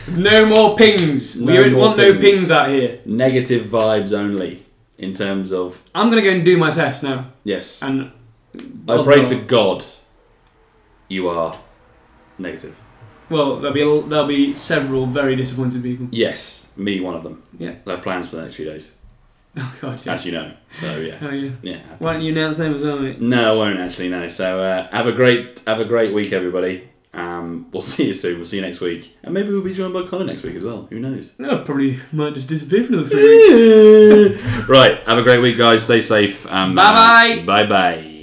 [SPEAKER 5] No more pings. we
[SPEAKER 4] No
[SPEAKER 5] don't
[SPEAKER 4] more
[SPEAKER 5] want no
[SPEAKER 4] pings.
[SPEAKER 5] pings out here.
[SPEAKER 4] Negative vibes only. In terms of
[SPEAKER 5] I'm gonna go and do my test now.
[SPEAKER 4] yes,
[SPEAKER 5] And
[SPEAKER 4] I pray to God. You are negative.
[SPEAKER 5] well, there'll be a, there'll be several very disappointed people.
[SPEAKER 4] Yes, me one of them.
[SPEAKER 5] Yeah.
[SPEAKER 4] I have plans for the next few days,
[SPEAKER 5] Oh god, yeah.
[SPEAKER 4] as you know. So yeah,
[SPEAKER 5] Oh yeah.
[SPEAKER 4] yeah. have
[SPEAKER 5] Why don't you announce
[SPEAKER 4] plans.
[SPEAKER 5] them as well, mate?
[SPEAKER 4] No, I won't actually. No. So uh, have a great have a great week, everybody. Um, we'll see you soon. We'll see you next week, and maybe we'll be joined by Connor next week as well. Who knows?
[SPEAKER 5] No, probably might just disappear for another three weeks.
[SPEAKER 4] right. Have a great week, guys. Stay safe. Um,
[SPEAKER 5] Bye-bye.
[SPEAKER 4] Bye bye.